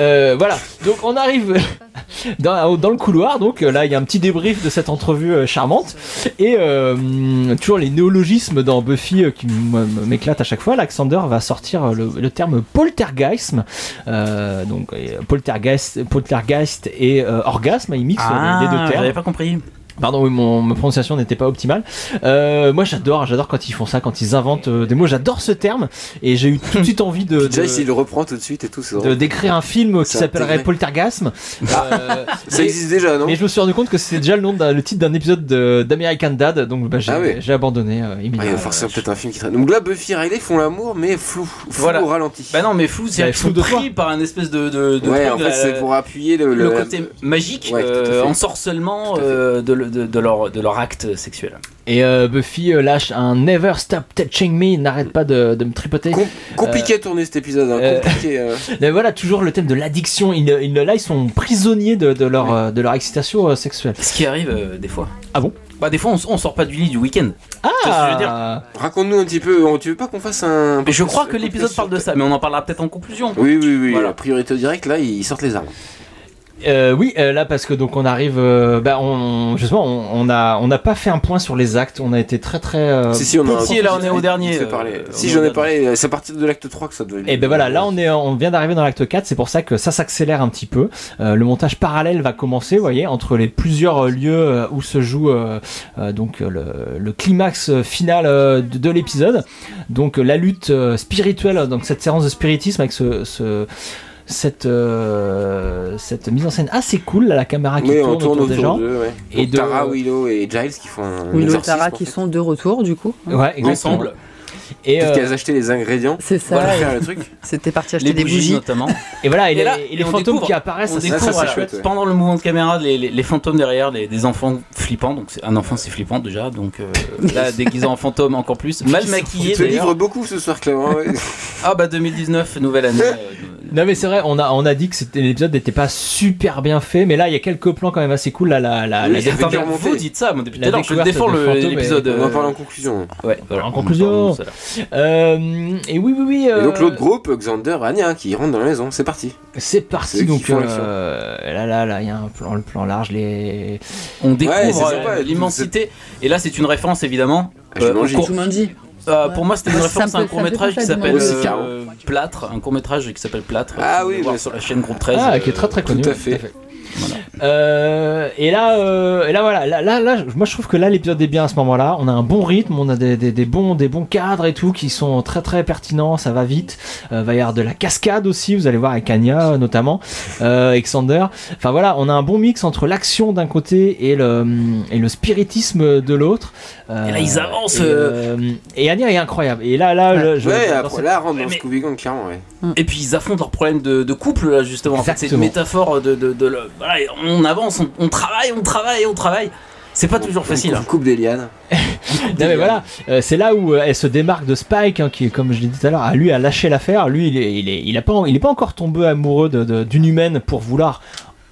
Euh, voilà, donc on arrive <laughs> dans, dans le couloir, donc euh, là il y a un petit débrief de cette entrevue euh, charmante, et euh, hum, toujours les néologismes dans Buffy euh, qui m- m- m'éclatent à chaque fois, l'Axander va sortir euh, le, le terme poltergeisme, Euh, donc euh, poltergeist, poltergeist et euh, orgasme, il mixe euh,
Ah,
les deux termes.
j'avais pas compris.
Pardon, oui, mon, ma prononciation n'était pas optimale. Euh, moi, j'adore, j'adore quand ils font ça, quand ils inventent euh, des mots. J'adore ce terme et j'ai eu tout de suite envie de,
Déjà
de-
s'il le reprend tout de suite et tout, c'est
de
drôle.
d'écrire un film qui
C'est
s'appellerait
<laughs>
intégré.
Poltergasme. Euh,
Ça existe déjà, non
mais je me suis rendu compte que c'était déjà le nom d'un- le titre d'un épisode de- d'American Dad, donc bah, j'ai
Ah ouais.
j'ai abandonné euh,
Ah, il y
immédiatement.
a forcément peut-être un film qui traîne. Donc là, Buffy et Riley font l'amour, mais flou, flou
Voilà.
au ralenti.
Bah non, mais flou,
Il y a
c'est ils
flou
sont
de
pris par un espèce de. de, de
ouais,
truc
en
de
fait,
la-
c'est pour appuyer le,
le
la-
côté magique,
Ouais, tout à
euh,
fait.
ensorcellement euh, de, le- de- de leur, de leur acte sexuel.
Et euh, Buffy euh, lâche un Never Stop Touching Me, n'arrête pas de, de me tripoter.
Com- compliqué à tourner cet épisode, hein,
euh,
<laughs>
compliqué. euh.
Mais voilà, toujours le thème de l'addiction. Ils, ils- là, ils sont prisonniers de, de leur, euh, de leur excitation euh, sexuelle.
Ce qui arrive euh, des fois.
Ah bon
Bah des fois on, s- on sort pas du lit du week-end. Tu vois ce que je veux dire
Ah
Raconte-nous un petit peu, on- tu veux pas qu'on fasse un.
Mais je crois que l'épisode parle de ça, mais on en parlera peut-être en conclusion.
Oui, oui, oui,
Voilà.
la priorité au direct, là, ils sortent les armes.
Euh, oui, euh, là parce que donc on arrive, euh, bah on justement on, on a on n'a pas fait un point sur les actes, on a été très très. euh,
si, si, on a
si, là, on est au dernier,
fait
euh,
parler.
euh, on
si,
est
j'en
au
ai parlé, euh, c'est à partir de l'acte 3 que ça euh, doit
Et ben voilà, là on est, on vient d'arriver dans l'acte 4, c'est pour ça que ça s'accélère un petit peu. Euh, le montage parallèle va commencer, vous voyez, entre les plusieurs euh, lieux euh, où se joue euh, euh, donc euh, le, le climax euh, final euh, de, de l'épisode. Donc euh, la lutte euh, spirituelle, donc cette séance de spiritisme avec ce, ce- cette euh, cette mise en scène assez cool, là, la caméra qui
Oui,
tourne,
on tourne
autour des gens.
autour d'eux, ouais.
Et
Et
de-
Tara, Willow et Giles qui font un.
Willow et
exorcisme,
Tara
en
qui
fait.
sont de retour du coup.
Ouais, exactement.
Ensemble.
Et,
Peut-être
euh,
qu'elles achetaient
<laughs>
les ingrédients.
C'est ça.
Voilà, faire le truc.
C'était parti acheter
Les
des
bougies,
bougies.
notamment.
Et voilà, et, les-
là,
et les,
on
fantômes
découvre-
qui apparaissent, ça,
on découvre,
ça, c'est
voilà,
chouette, ouais.
pendant le mouvement de caméra les, les- les fantômes derrière, les, des enfants flippants. Donc c'est- un enfant c'est flippant déjà, donc
<laughs>
euh, là déguisé en fantôme encore plus, mal maquillé.
Tu te
d'ailleurs.
livres beaucoup ce soir, Clément.
<laughs>
ouais.
Ah bah 2019, nouvelle
<laughs>
année. euh,
Non mais c'est vrai, on a, on a dit que c'était- l'épisode n'était pas super bien fait, mais là il y a quelques plans quand même assez cool, là la, la, la
Oui, mais
découverte-
attendez, vous dites ça, moi depuis tout
la
à l'heure, je
découverte
défends
de
le-
fantômes
l'épisode.
est-
On en parle en conclusion.
Ouais, voilà,
en conclusion.
on parle de
Euh, et oui, oui, oui.
Et donc
euh,
l'autre groupe, Xander, Anya, qui rentre dans la maison, c'est parti.
C'est
C'est eux
parti
qui
donc
font
euh, là là là il y a un plan le plan large les
On
Ouais, c'est
découvre
sympa,
euh,
tout-
l'immensité. Et là, c'est une référence évidemment.
Je
euh, au
mange.
cours-
Jumanji.
Euh, Pour moi, c'était une
Ça
référence à
me-
un
ça me fait
court métrage
penser à
qui s'appelle
Jumanji.
euh,
Oui, carrément.
Plâtre, un court métrage qui s'appelle Plâtre.
Ah
Vous
oui,
pouvez voir
bien
sur la chaîne Groupe 13.
ah qui est très très connu
Tout à fait.
Euh, et là euh, et là voilà là, là là moi je trouve que là l'épisode est bien à ce moment là on a un bon rythme on a des, des, des bons des bons cadres et tout qui sont très très pertinents ça va vite Euh, va y avoir de la cascade aussi vous allez voir avec Anya euh, notamment euh, Alexander enfin voilà on a un bon mix entre l'action d'un côté et le et le spiritisme de l'autre Euh,
Et là, ils avancent,
et,
euh,
euh, et Anya est incroyable et là là le- je-
ouais,
dans
après,
cette-
là, rentre dans
Mais-
Scooby Gang, clairement, ouais.
Et puis ils affrontent leur problème de, de couple là justement. En fait, c'est une
Exactement.
métaphore de, de, de le- voilà, on avance, on, on travaille, on travaille, on travaille. C'est pas toujours facile. hein.
On coupe des lianes.
hein. <laughs> Non mais voilà, euh, c'est là où euh, elle se démarque de Spike, hein, qui, comme je l'ai dit tout à l'heure, a lui a lâché l'affaire. Lui, il est, il est, il a pas, il est pas encore tombé amoureux de- de- d'une humaine pour vouloir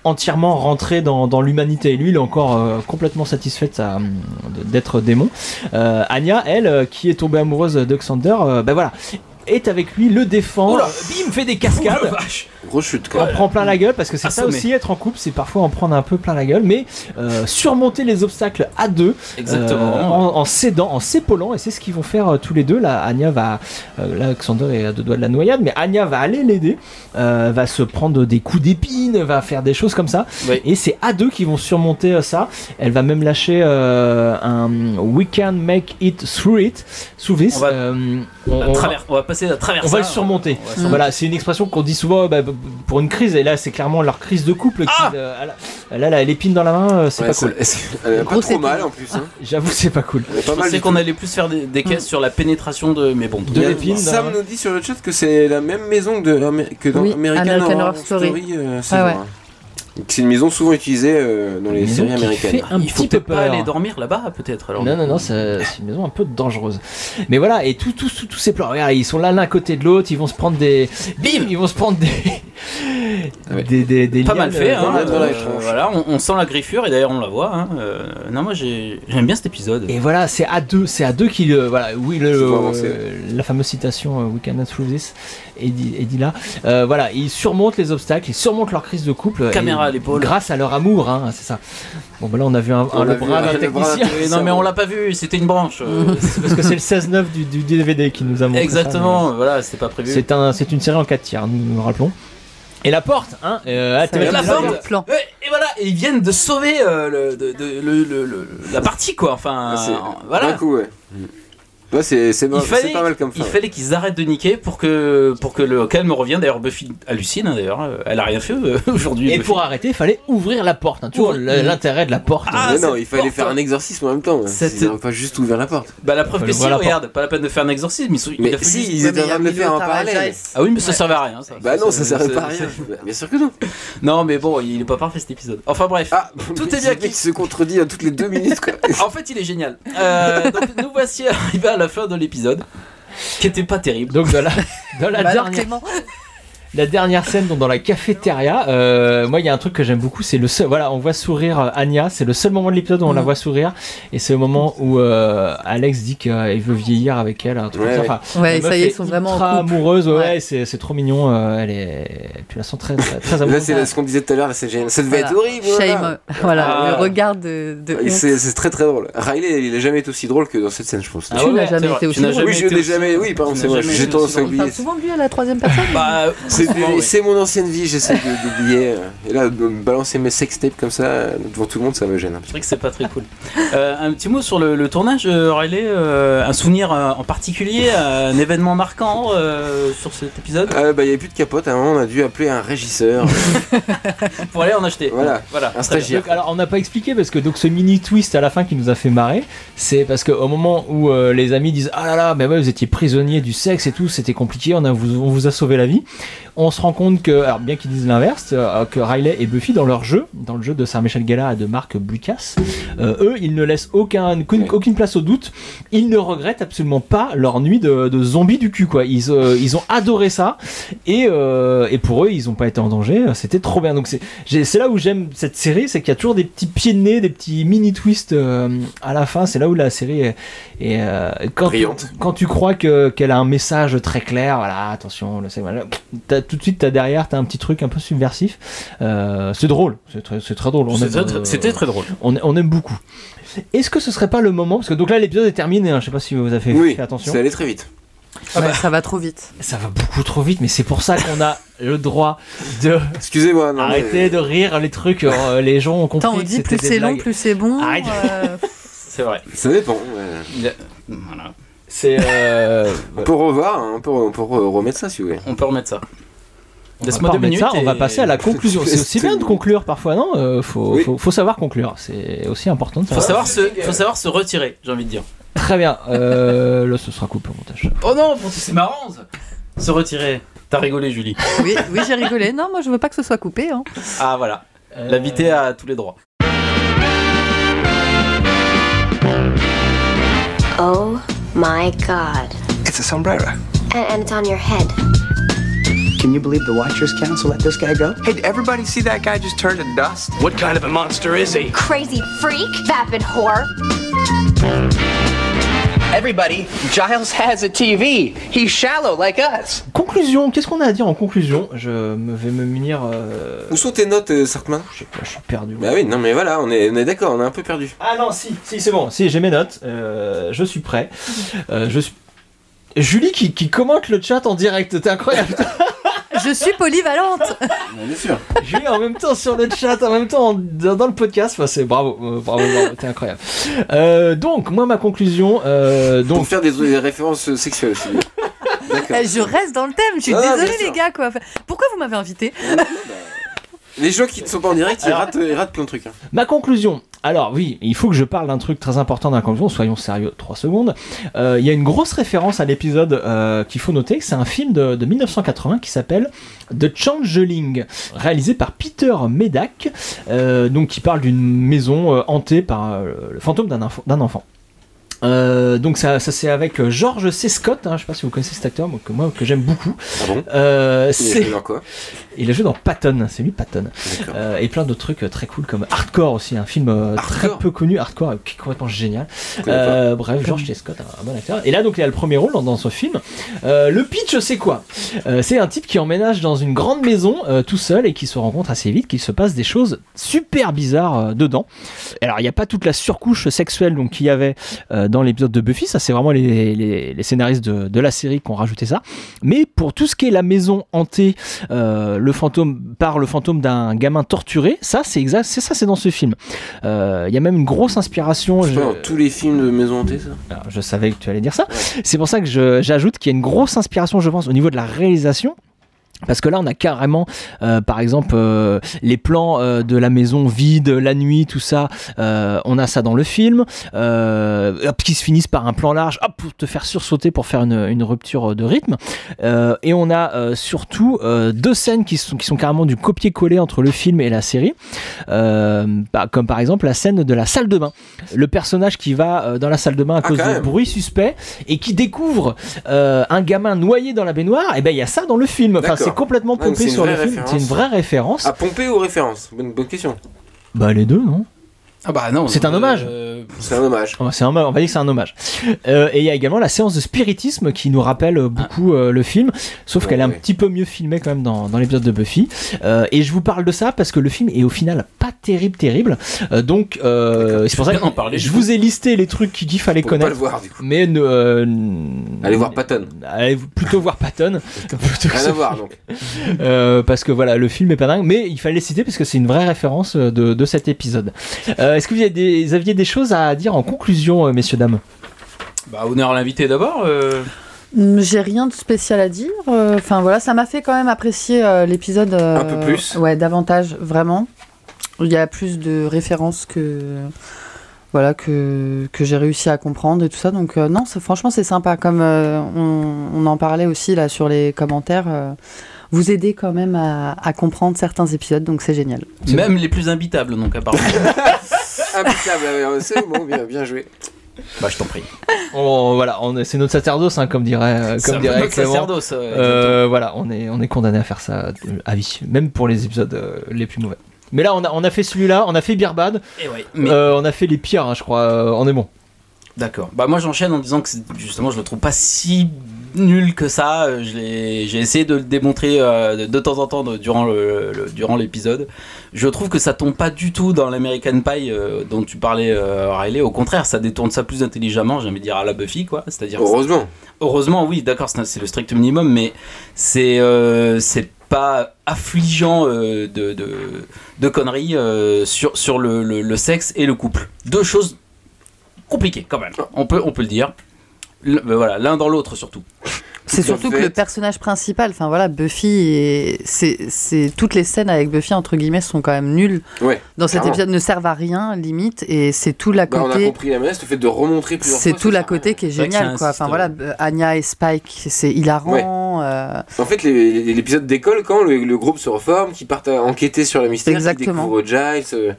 entièrement rentrer dans, dans l'humanité. Lui, il est encore euh, complètement satisfait de sa- euh, de- d'être démon. Euh, Anya, elle, euh, qui est tombée amoureuse d'Oxander, euh, ben voilà, est avec lui, le défend.
Oula.
Euh, bim, fait des cascades.
Gros chute
On
quoi.
prend plein la gueule parce que c'est ça
Assommé.
aussi être en couple, c'est parfois en prendre un peu plein la gueule, mais euh, surmonter les obstacles à deux,
Exactement.
Euh, en, en s'aidant, en s'épaulant, et c'est ce qu'ils vont faire euh, tous les deux. Là, Anya va, euh, là, Alexander est à deux doigts de la noyade, mais Anya va aller l'aider, euh, va se prendre des coups d'épine, va faire des choses comme ça, et c'est à deux qu'ils vont surmonter euh, ça. Elle va même lâcher euh, un We can make it through it, through this.
On va-
euh,
À
on-
travers- on va passer à travers
on
ça.
va le surmonter.
On va surmonter.
Voilà, c'est une expression qu'on dit souvent bah, b- pour une crise, et là c'est clairement leur crise de couple. Qui,
Ah
euh, elle a- là, elle a l'épine dans la main, euh, c'est
Ouais,
pas
ça-
cool.
Elle a pas trop mal en plus. hein.
J'avoue, c'est pas cool.
Pas
Je
mal
pensais
du
qu'on
tout.
allait plus faire des, des
Mm.
caisses sur la pénétration de. Mais bon,
Il y a- Sam nous dit sur le chat que c'est la même maison que, de, l'Amé- que dans
Oui,
American,
American
Horror
Horror Story.
euh,
Ah
saison
ouais.
un. C'est une maison souvent utilisée euh, dans les
Maison
séries
qui
américaines.
fait un
Il faut
petit
peut-être
peu
pas
peur. hein.
aller dormir là-bas, peut-être alors.
Non, non, non, ça- c'est une maison un peu dangereuse. Mais voilà, et tous tous tous- tous ces plans, regarde, ils sont là l'un à côté de l'autre, ils vont se prendre des. Bim Ils vont se prendre des. des, des, des
Ah Pas
lianes,
mal fait,
euh,
hein,
dans la- dans la-
euh, voilà, on, on sent la griffure et d'ailleurs on la voit. hein, euh, non, moi j'ai- j'aime bien cet épisode.
Et voilà, c'est à deux, c'est à deux qu'il euh, voilà, oui le,
faut avancer.
euh, la fameuse citation euh, We cannot through this est dit, est dit là. Euh, voilà, ils surmontent les obstacles, ils surmontent leur crise de couple. euh,
Caméra
et-
à l'épaule.
Grâce à leur amour, hein, c'est ça. Bon bah là on a vu un,
On
un-
l'a
le
vu,
bras d'un
le bras d'un
technicien.
technicien. non, mais on l'a pas vu, c'était une branche. euh,
C'est <laughs> parce que c'est le 16-9 du, du DVD qui nous a montré. ça,
Exactement,
mais
voilà, c'était pas prévu.
C'est un, c'est une série en 4 tiers, nous nous rappelons. Et la porte, hein, euh,
Et
thématique
la
de
forme, ouais, Euh, et voilà, et ils viennent de sauver euh, le, de- de- le- le- le- la partie quoi. Enfin,
Ah, C'est-
voilà. Mm.
D'un coup, ouais. Ouais, c'est c'est
Il
pas, c'est
fallait,
pas mal comme ça.
il fallait qu'ils arrêtent de niquer pour que, pour que le calme revienne. D'ailleurs, Buffy hallucine, hein, d'ailleurs. euh, Elle a rien fait euh, <laughs> aujourd'hui.
Et
Buffy.
pour arrêter, il fallait ouvrir la porte. hein. Tu vois
Ouvrir.
l'intérêt de la porte.
Ah,
Mais non,
cette
il fallait
porte.
faire un exorcisme en même temps.
Cette-
Ils n'ont pas juste ouvert la porte.
Bah, la preuve
Fallait
que si,
ouvrir la
regarde, pas la peine de faire un exorcisme. Ils sont, il
Mais
a fait
si,
juste-
ils étaient en train de le faire en
Emilio
parallèle.
Ah oui, mais ça servait à rien. Euh, Ça.
Bah non,
C'est-
ça servait
c'est-
pas à rien.
c'est-
Bien sûr que non.
Non, mais bon, il est pas parfait cet épisode. Enfin
Ah
bref,
<laughs>
tout est bien
Il se contredit à toutes les deux minutes. quoi.
En fait, il est génial. Euh, donc, nous voici <laughs> arrivés à la fin de l'épisode, qui était pas terrible.
Donc, de la, de euh, la
Bah,
dernière. La dernière scène donc dans la cafétéria, euh, moi il y a un truc que j'aime beaucoup, c'est le seul, voilà, on voit sourire euh, Anya, c'est le seul moment de l'épisode où
Mm.
on la voit sourire, et c'est le moment où euh, Alex dit qu'il veut vieillir avec elle, un truc
Ouais,
comme
ouais.
ça. Enfin,
Ouais,
la
ça
meuf
y est,
est
ils sont vraiment en
ultra
couple.
amoureuse, ouais, c'est c'est trop mignon, euh, elle est, tu la sens très, très,
<laughs>
très
Là,
amoureuse.
c'est ce qu'on disait tout à l'heure, là, c'est génial. Ça devait
Voilà.
être horrible.
Shame. Voilà, le regard de. de
Et
honte.
C'est c'est très très drôle. Riley, il a jamais été aussi drôle que dans cette scène, je pense.
Tu Ah ouais, n'as ouais, jamais c'est été vrai. aussi Tu n'as drôle. jamais
Oui, je
été
n'ai
aussi
jamais. Oui, pardon,
Tu
c'est
n'as
vrai.
jamais
J'ai
été
tendance
aussi
à
drôle.
oublier.
On parle souvent de lui à la troisième personne.
Bah,
C'est
souvent, oui.
c'est mon ancienne vie, j'essaie de- d'oublier. Et là, de me balancer mes sextapes comme ça devant tout le monde, ça me gêne. un
C'est vrai que c'est pas très cool. <laughs> Euh, un petit mot sur le, le tournage, euh, Riley. euh, un souvenir euh, en particulier, euh, un événement marquant euh, sur cet épisode
Euh, bah, il n'y avait plus de capote, à un moment on a dû appeler un régisseur.
pour aller en acheter.
Voilà.
voilà
Un
très bien.
stagiaire.
Donc, alors on n'a pas expliqué parce que donc ce mini twist à la fin qui nous a fait marrer, c'est parce qu'au moment où euh, les amis disent ah là là mais ouais vous étiez prisonnier du sexe et tout c'était compliqué on a vous, on vous a sauvé la vie, on se rend compte que alors bien qu'ils disent l'inverse euh, que Riley et Buffy dans leur jeu dans le jeu de Sarah Michel Gellar et de Marc Blucas, euh, eux ils ne laissent aucun aucune, aucune place au doute, ils ne regrettent absolument pas leur nuit de, de zombies du cul quoi, ils euh, ils ont adoré ça et, euh, et pour eux ils ont pas été en danger c'était trop bien donc c'est j'ai- c'est là où j'aime cette série c'est qu'il y a toujours des petits pieds de nez des petits mini twists euh, à la fin c'est là où la série est, est, euh, quand, tu,
Brillante.
quand tu crois que qu'elle a un message très clair voilà attention le sexe, voilà, t'as- tout de suite t'as derrière t'as un petit truc un peu subversif Euh, c'est drôle c'est très, c'est très drôle On
C'est
aime,
très- très-
euh,
C'était très drôle.
on, on aime beaucoup est-ce que ce serait pas le moment parce que donc là l'épisode est terminé hein, je sais pas si vous avez fait,
oui,
fait attention
c'est allé très vite.
Ah
Ouais,
bah.
Ça va trop vite.
ça va beaucoup trop vite, mais c'est pour ça qu'on a le droit de
Excusez-moi, non, mais-
arrêter de rire les trucs. euh, les gens ont compris.
Attends, on
que
dit
c'était
plus
des
c'est long,
blagues.
plus c'est bon.
Arrête. <laughs>
euh,
C'est vrai.
Ça dépend. ouais.
Il a- Voilà.
C'est. euh,
On peut revoir, hein, on peut, on peut re- remettre ça si vous voulez.
On peut remettre ça.
on va
Laisse-moi
pas
deux
remettre
minutes.
ça, on va
et-
passer à la conclusion. C'est aussi bien de conclure parfois, non Euh, faut,
Oui.
faut, faut savoir conclure. C'est aussi important. de
Faut savoir, se, faut savoir se retirer, j'ai envie de dire.
Très bien. Euh, <laughs> là, ce sera coupé au montage.
Oh non, pour- c'est marrant ça. Se retirer. T'as rigolé, Julie.
oui, oui j'ai rigolé. Non, moi je veux pas que ce soit coupé. hein.
Euh, Ah voilà. L'invité a tous les droits.
Oh my god.
It's a sombrero.
And, and it's on your head.
Can you believe the Watchers Council let this guy go? Hey, did everybody see that guy just turn to dust? What kind of a monster is he?
Crazy freak, vapid whore.
Everybody, Giles has a TV. He's shallow like us.
Conclusion, qu'est-ce qu'on a à dire en conclusion Je me vais me munir. euh,
Où sont tes notes, euh, Sarkman Je
sais pas, je suis perdu.
Bah oui, non, mais voilà, on est, on est d'accord, on est un peu perdu.
Ah non, si, si, c'est bon, si, j'ai mes notes, euh, je suis prêt. Euh, je suis. Julie qui, qui commente le chat en direct, t'es incroyable!
Je suis
<laughs>
polyvalente.
Bien sûr!
Julie en même temps sur le chat, en même temps en- dans, dans le podcast, enfin c'est bravo, euh, bravo, bravo, t'es incroyable! Euh, donc, moi ma conclusion. euh, donc...
Pour faire des, des références sexuelles aussi.
Eh, Je reste dans le thème, je suis
Ah,
désolée
bien sûr.
les gars quoi. Enfin, Pourquoi vous m'avez invité
bah, Les gens qui ne sont pas en direct, ils
Alors-
ratent, ils ratent plein de trucs. hein.
Ma conclusion. Alors oui, il faut que je parle d'un truc très important dans la conclusion, soyons sérieux, 3 secondes. Euh, Il y a une grosse référence à l'épisode euh, qu'il faut noter, c'est un film de, de 1980 qui s'appelle The Changeling, réalisé par Peter Medak, euh, donc qui parle d'une maison euh, hantée par euh, le fantôme d'un info- d'un enfant. Euh, donc ça, ça c'est avec euh, George C. Scott, hein, je sais pas si vous connaissez cet acteur, moi, que moi que j'aime beaucoup. Euh, c'est-
joué dans quoi
Il a joué dans Patton, c'est lui Patton. Euh, et plein d'autres trucs euh, très cool comme Hardcore aussi, un film euh, très peu connu, Hardcore, euh, qui est complètement génial.
connais pas.
Euh, bref, George T. Scott, un, un bon acteur. Et là donc il a le premier rôle dans, dans ce film. Euh, le pitch c'est quoi Euh, C'est un type qui emménage dans une grande maison euh, tout seul et qui se rend compte assez vite qu'il se passe des choses super bizarres euh, dedans. Alors il n'y a pas toute la surcouche sexuelle donc qu'il y avait euh, dans l'épisode de Buffy, ça c'est vraiment les, les- les scénaristes de, de la série qui ont rajouté ça. Mais pour tout ce qui est la maison hantée euh, le fantôme, par le fantôme d'un gamin torturé, ça c'est exact, c'est ça c'est dans ce film. Euh, Il y a même une grosse inspiration.
C'est
je-
pas dans tous les films de Maison Hantée, ça
alors, je savais que tu allais dire ça. C'est pour ça que je- j'ajoute qu'il y a une grosse inspiration, je pense, au niveau de la réalisation. Parce que là, on a carrément, euh, par exemple, euh, les plans euh, de la maison vide, la nuit, tout ça. euh, on a ça dans le film, euh, hop, qui se finissent par un plan large, hop, pour te faire sursauter, pour faire une, une rupture de rythme. Euh, et on a euh, surtout euh, deux scènes qui sont, qui sont carrément du copier-coller entre le film et la série. Euh, bah, comme par exemple la scène de la salle de bain. Le personnage qui va euh, dans la salle de bain à cause
Ah, quand
de
même.
bruit suspect et qui découvre euh, un gamin noyé dans la baignoire, et ben il y a ça dans le film. Enfin,
D'accord.
c'est complètement
Ah, donc
pompé
c'est une
sur le
vraie
film. C'est une
référence.
vraie référence.
À pomper Ah, ou référence bonne, bonne question.
Bah les deux, non
Ah bah non. euh,
C'est un hommage.
C'est un hommage.
On va- c'est un- on va dire que c'est un hommage. Euh, et il y a également la séance de spiritisme qui nous rappelle euh,
Ah.
beaucoup euh, le film, sauf qu'elle est un petit peu mieux filmée quand même dans, dans l'épisode de Buffy. Euh, et je vous parle de ça parce que le film est au final pas terrible, terrible. Euh, donc euh, c'est pour ça que
Bien en parler,
je
du
vous ai listé les trucs qui- qu'il fallait
Faut pas
connaître.
le voir, du coup.
Mais ne, euh,
Allez voir Patton.
Allez plutôt voir Patton. plutôt que
Rien
ce-
à voir donc.
Euh, parce que voilà, le film est pas dingue, mais il fallait le citer parce que c'est une vraie référence euh, de, de cet épisode. Euh, Est-ce que vous aviez des, vous aviez des choses à dire en conclusion, euh, messieurs, dames
Bah honneur à l'invité d'abord. euh.
Hmm, J'ai rien de spécial à dire. Euh, Enfin voilà, ça m'a fait quand même apprécier euh, l'épisode. euh,
Un peu plus.
Ouais, davantage, vraiment. Il y a plus de références que voilà que, que j'ai réussi à comprendre et tout ça. Donc euh, non, c'est- franchement c'est sympa. Comme euh, on, on en parlait aussi là sur les commentaires, euh, vous aidez quand même à, à comprendre certains épisodes, donc c'est génial.
Même les plus imbitables donc apparemment.
Impeccable, euh, c'est bon, bien, bien joué.
bah je t'en prie.
On- voilà, on est- c'est notre sacerdoce, hein, comme dirait, euh,
C'est
comme
un peu
dirait
notre
Clément.
sacerdoce, ouais,
Euh, voilà, on est, on est condamné à faire ça euh, à vie, même pour les épisodes euh, les plus mauvais. Mais là, on a, on a fait celui-là, on a fait Birbad, Euh, on a fait les pires, hein, je crois. euh, on est bon.
D'accord. Bah moi j'enchaîne en disant que c'est- justement je le trouve pas si nul que ça. Euh, je l'ai- J'ai essayé de le démontrer euh, de, de temps en temps de- durant le, le- durant l'épisode. Je trouve que ça tombe pas du tout dans l'American Pie euh, dont tu parlais euh, Riley. Au contraire, ça détourne ça plus intelligemment. J'ai envie de dire à la Buffy quoi. C'est-à-dire que ça-
Heureusement.
Heureusement oui. D'accord. C'est c'est le strict minimum, mais c'est euh, c'est pas affligeant euh, de, de, de conneries euh, sur, sur le- le- le sexe et le couple. Deux choses compliqué quand même. On peut, on peut le dire. Le- ben voilà, l'un dans l'autre surtout.
Ah,
C'est
Tout à
surtout que
fait.
le personnage principal, enfin voilà, Buffy, et c'est, c'est- toutes les scènes avec Buffy entre guillemets sont quand même nulles.
Ouais,
Dans cet
clairement.
épisode ne servent à rien limite et c'est tout l'à
Bah, on a
côté.
compris la menace, le fait de remontrer plusieurs
c'est
fois,
tout
ça
l'à
sert à rien.
côté qui est
C'est vrai que
génial
c'est
quoi.
un
Enfin voilà, euh, Anya et Spike, c'est hilarant. euh,
En fait, les- les- l'épisode décolle quand le, le groupe se reforme, qui partent à enquêter sur le mystère,
Exactement.
qui découvre Giles. euh,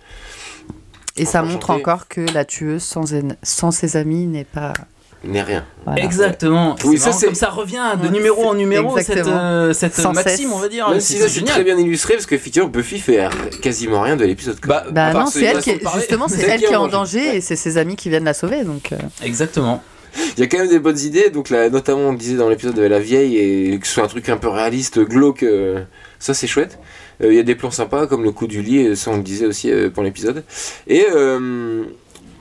et ça
Enchanté.
montre encore que la tueuse sans, en- sans ses amis n'est pas
n'est rien.
Exactement.
Oui,
ça,
ça
comme
c'est
ça revient de numéro en numéro cette, euh, cette
Sans
maxime,
cesse.
on va dire.
Même si là c'est
génial.
très bien illustré parce que effectivement Buffy fait r- quasiment rien de l'épisode. Bah,
Bah non, c'est elle qui est, justement, c'est elle qui est en danger et c'est ses amis qui viennent la sauver. Donc, euh,
Exactement.
Il y a quand même des bonnes idées, donc là, notamment on disait dans l'épisode de la vieille et que ce soit un truc un peu réaliste, glauque, euh, ça c'est chouette. Euh, Il y a des plans sympas comme le coup du lit, euh, ça on le disait aussi euh, pour l'épisode. Et euh,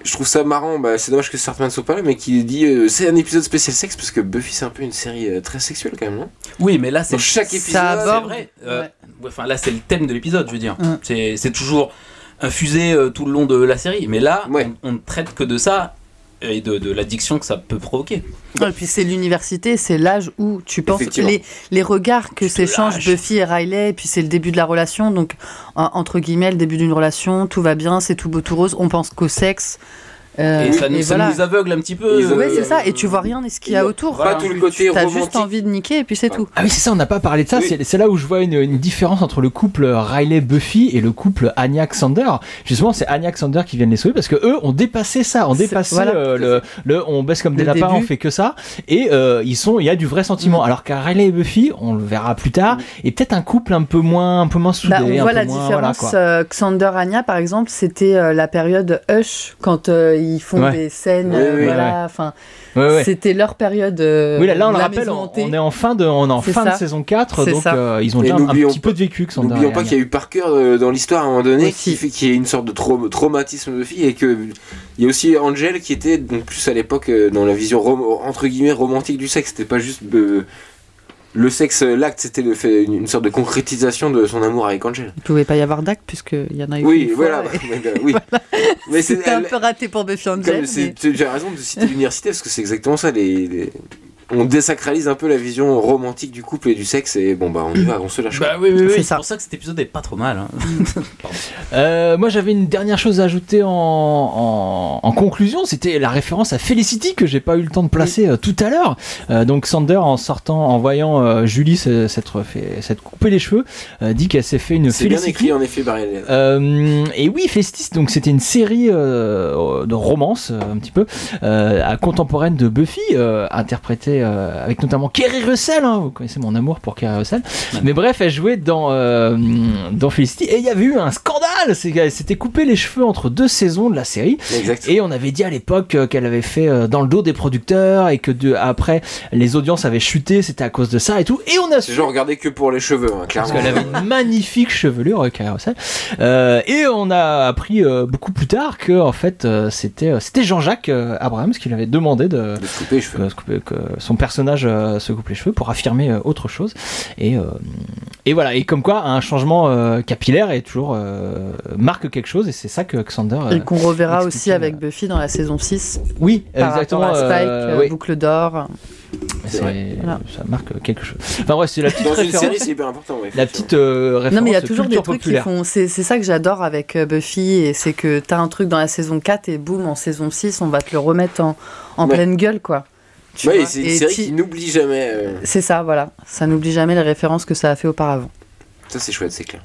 je trouve ça marrant, bah, c'est dommage que certains ne sont pas là, mais qui dit euh, c'est un épisode spécial sexe parce que Buffy c'est un peu une série euh, très sexuelle quand même, non
Oui, mais là c'est
Dans chaque
ça
épisode,
aborde- c'est vrai. Euh, ouais, Enfin là c'est le thème de l'épisode, je veux dire. C'est c'est toujours infusé euh, tout le long de la série, mais là on, on ne traite que de ça et de, de l'addiction que ça peut provoquer.
Et puis c'est l'université, c'est l'âge où tu penses
Effectivement.
les, les regards que s'échangent Buffy et Riley, et puis c'est le début de la relation, donc en- entre guillemets le début d'une relation, tout va bien, c'est tout beau, tout rose, on pense qu'au sexe. euh,
et ça, nous, ça
voilà.
nous aveugle un petit peu.
Ouais,
euh,
c'est ça, et tu vois rien de ce qu'il y a autour.
Pas tout le côté
T'as juste
romantique.
envie de niquer et puis c'est tout.
Ah oui, c'est ça, on n'a pas parlé de ça. C'est- C'est là où je vois une, une différence entre le couple Riley-Buffy et le couple Anya-Xander. Justement, c'est Anya-Xander qui viennent les sauver parce que eux ont dépassé ça, ont dépassé
voilà.
euh, le, le- on baisse comme des
Le
lapins, on
début.
fait que ça. Et euh, ils sont, il y a du vrai
Mm.
sentiment. Alors qu'à Riley et Buffy, on le verra plus tard, et peut-être un couple un peu moins, un peu moins soudé.
Bah, on
un
voit
peu
la
moins- voilà,
différence.
quoi.
euh, Xander Anya, par exemple, c'était euh, la période Hush, quand euh, ils font
Ouais.
des scènes.
Oui,
euh,
oui,
voilà,
ouais.
enfin,
Ouais, ouais.
C'était leur période. euh,
Oui, là, là, on le
la
rappelle,
maison
on,
hantée.
on est en fin de, on est en
C'est
fin
ça.
de saison 4,
C'est
donc
ça.
euh, ils ont
Et
déjà un, un
n'oublions
petit peu de vécu, Xander. et
N'oublions pas
Anya.
qu'il y a eu Parker euh, dans l'histoire à un moment donné qui, fait, qui est une sorte de trau- traumatisme de fille et que il y a aussi Angel qui était donc plus à l'époque euh, dans la vision rom- entre guillemets romantique du sexe. C'était pas juste euh, le sexe, euh, l'acte, c'était le fait une, une sorte de concrétisation de son amour avec Angel.
Il pouvait pas y avoir d'acte puisqu'il y en a eu.
Oui, <laughs>
une fois,
voilà.
et-
Donc, euh,
<laughs>
oui. Mais c'est-
C'était un
elle-
peu raté pour Buffy Angel.
comme
mais-
c'est- tu tu as raison de citer l'université parce que c'est exactement ça. Les, les- on désacralise un peu la vision romantique du couple et du sexe et bon bah on y va, on se lâche.
Bah oui, oui, oui, c'est pour ça que cet épisode est pas trop mal. <laughs> hein.
Euh, moi j'avais une dernière chose à ajouter en, en- en conclusion, c'était la référence à Felicity que j'ai pas eu le temps de placer euh, tout à l'heure. Euh, donc Sander en sortant, en voyant euh, Julie se- s'être fait- s'être coupé les cheveux, euh, dit qu'elle s'est fait une
C'est bien
Felicity.
écrit en
<laughs>
effet, Barry.
Euh, et oui, Festis, donc c'était une série euh, de romance euh, un petit peu euh, à contemporaine de Buffy, euh, interprétée euh, avec notamment Kerry Russell. hein, vous connaissez mon amour pour Kerry Russell. Mais bref, elle jouait dans euh, dans Felicity et il y avait eu un scandale. C'est qu'elle s'était coupé les cheveux entre deux saisons de la série. Et on avait dit à l'époque euh, qu'elle avait fait euh, dans le dos des producteurs et que de- après les audiences avaient chuté. C'était à cause de ça et tout. Et on a su
Je regardais que pour les cheveux, hein,
parce
clairement.
qu'elle avait une magnifique chevelure euh, Carrie Russell. Euh, et on a appris euh, beaucoup plus tard que en fait euh, c'était euh, c'était Jean-Jacques euh, Abrams qui lui avait demandé de,
couper les cheveux.
que son personnage euh, se coupe les cheveux pour affirmer euh, autre chose. Et euh, et voilà et comme quoi un changement euh, capillaire est toujours euh, marque quelque chose et c'est ça que Xander euh,
Et qu'on reverra aussi avec Buffy dans la saison 6.
Oui,
par
exactement,
Rapport à Spike,
euh, oui.
Boucle d'or.
c'est-
Voilà.
ça marque quelque chose. Enfin ouais c'est la petite
Dans une
référence.
série, c'est hyper important. ouais.
la petite euh, référence.
Non, mais il y a toujours des
culture
trucs
populaire.
qui font. C'est c'est ça que j'adore avec euh, Buffy, et c'est que t'as un truc dans la saison 4 et boum, en saison 6, on va te le remettre en, en
Ouais.
pleine gueule, quoi. Tu
Ouais,
vois,
c'est une
et
série
tu-
qui n'oublie jamais. euh,
C'est ça, voilà. Ça n'oublie jamais les références que ça a fait auparavant.
Ça, c'est chouette, c'est clair.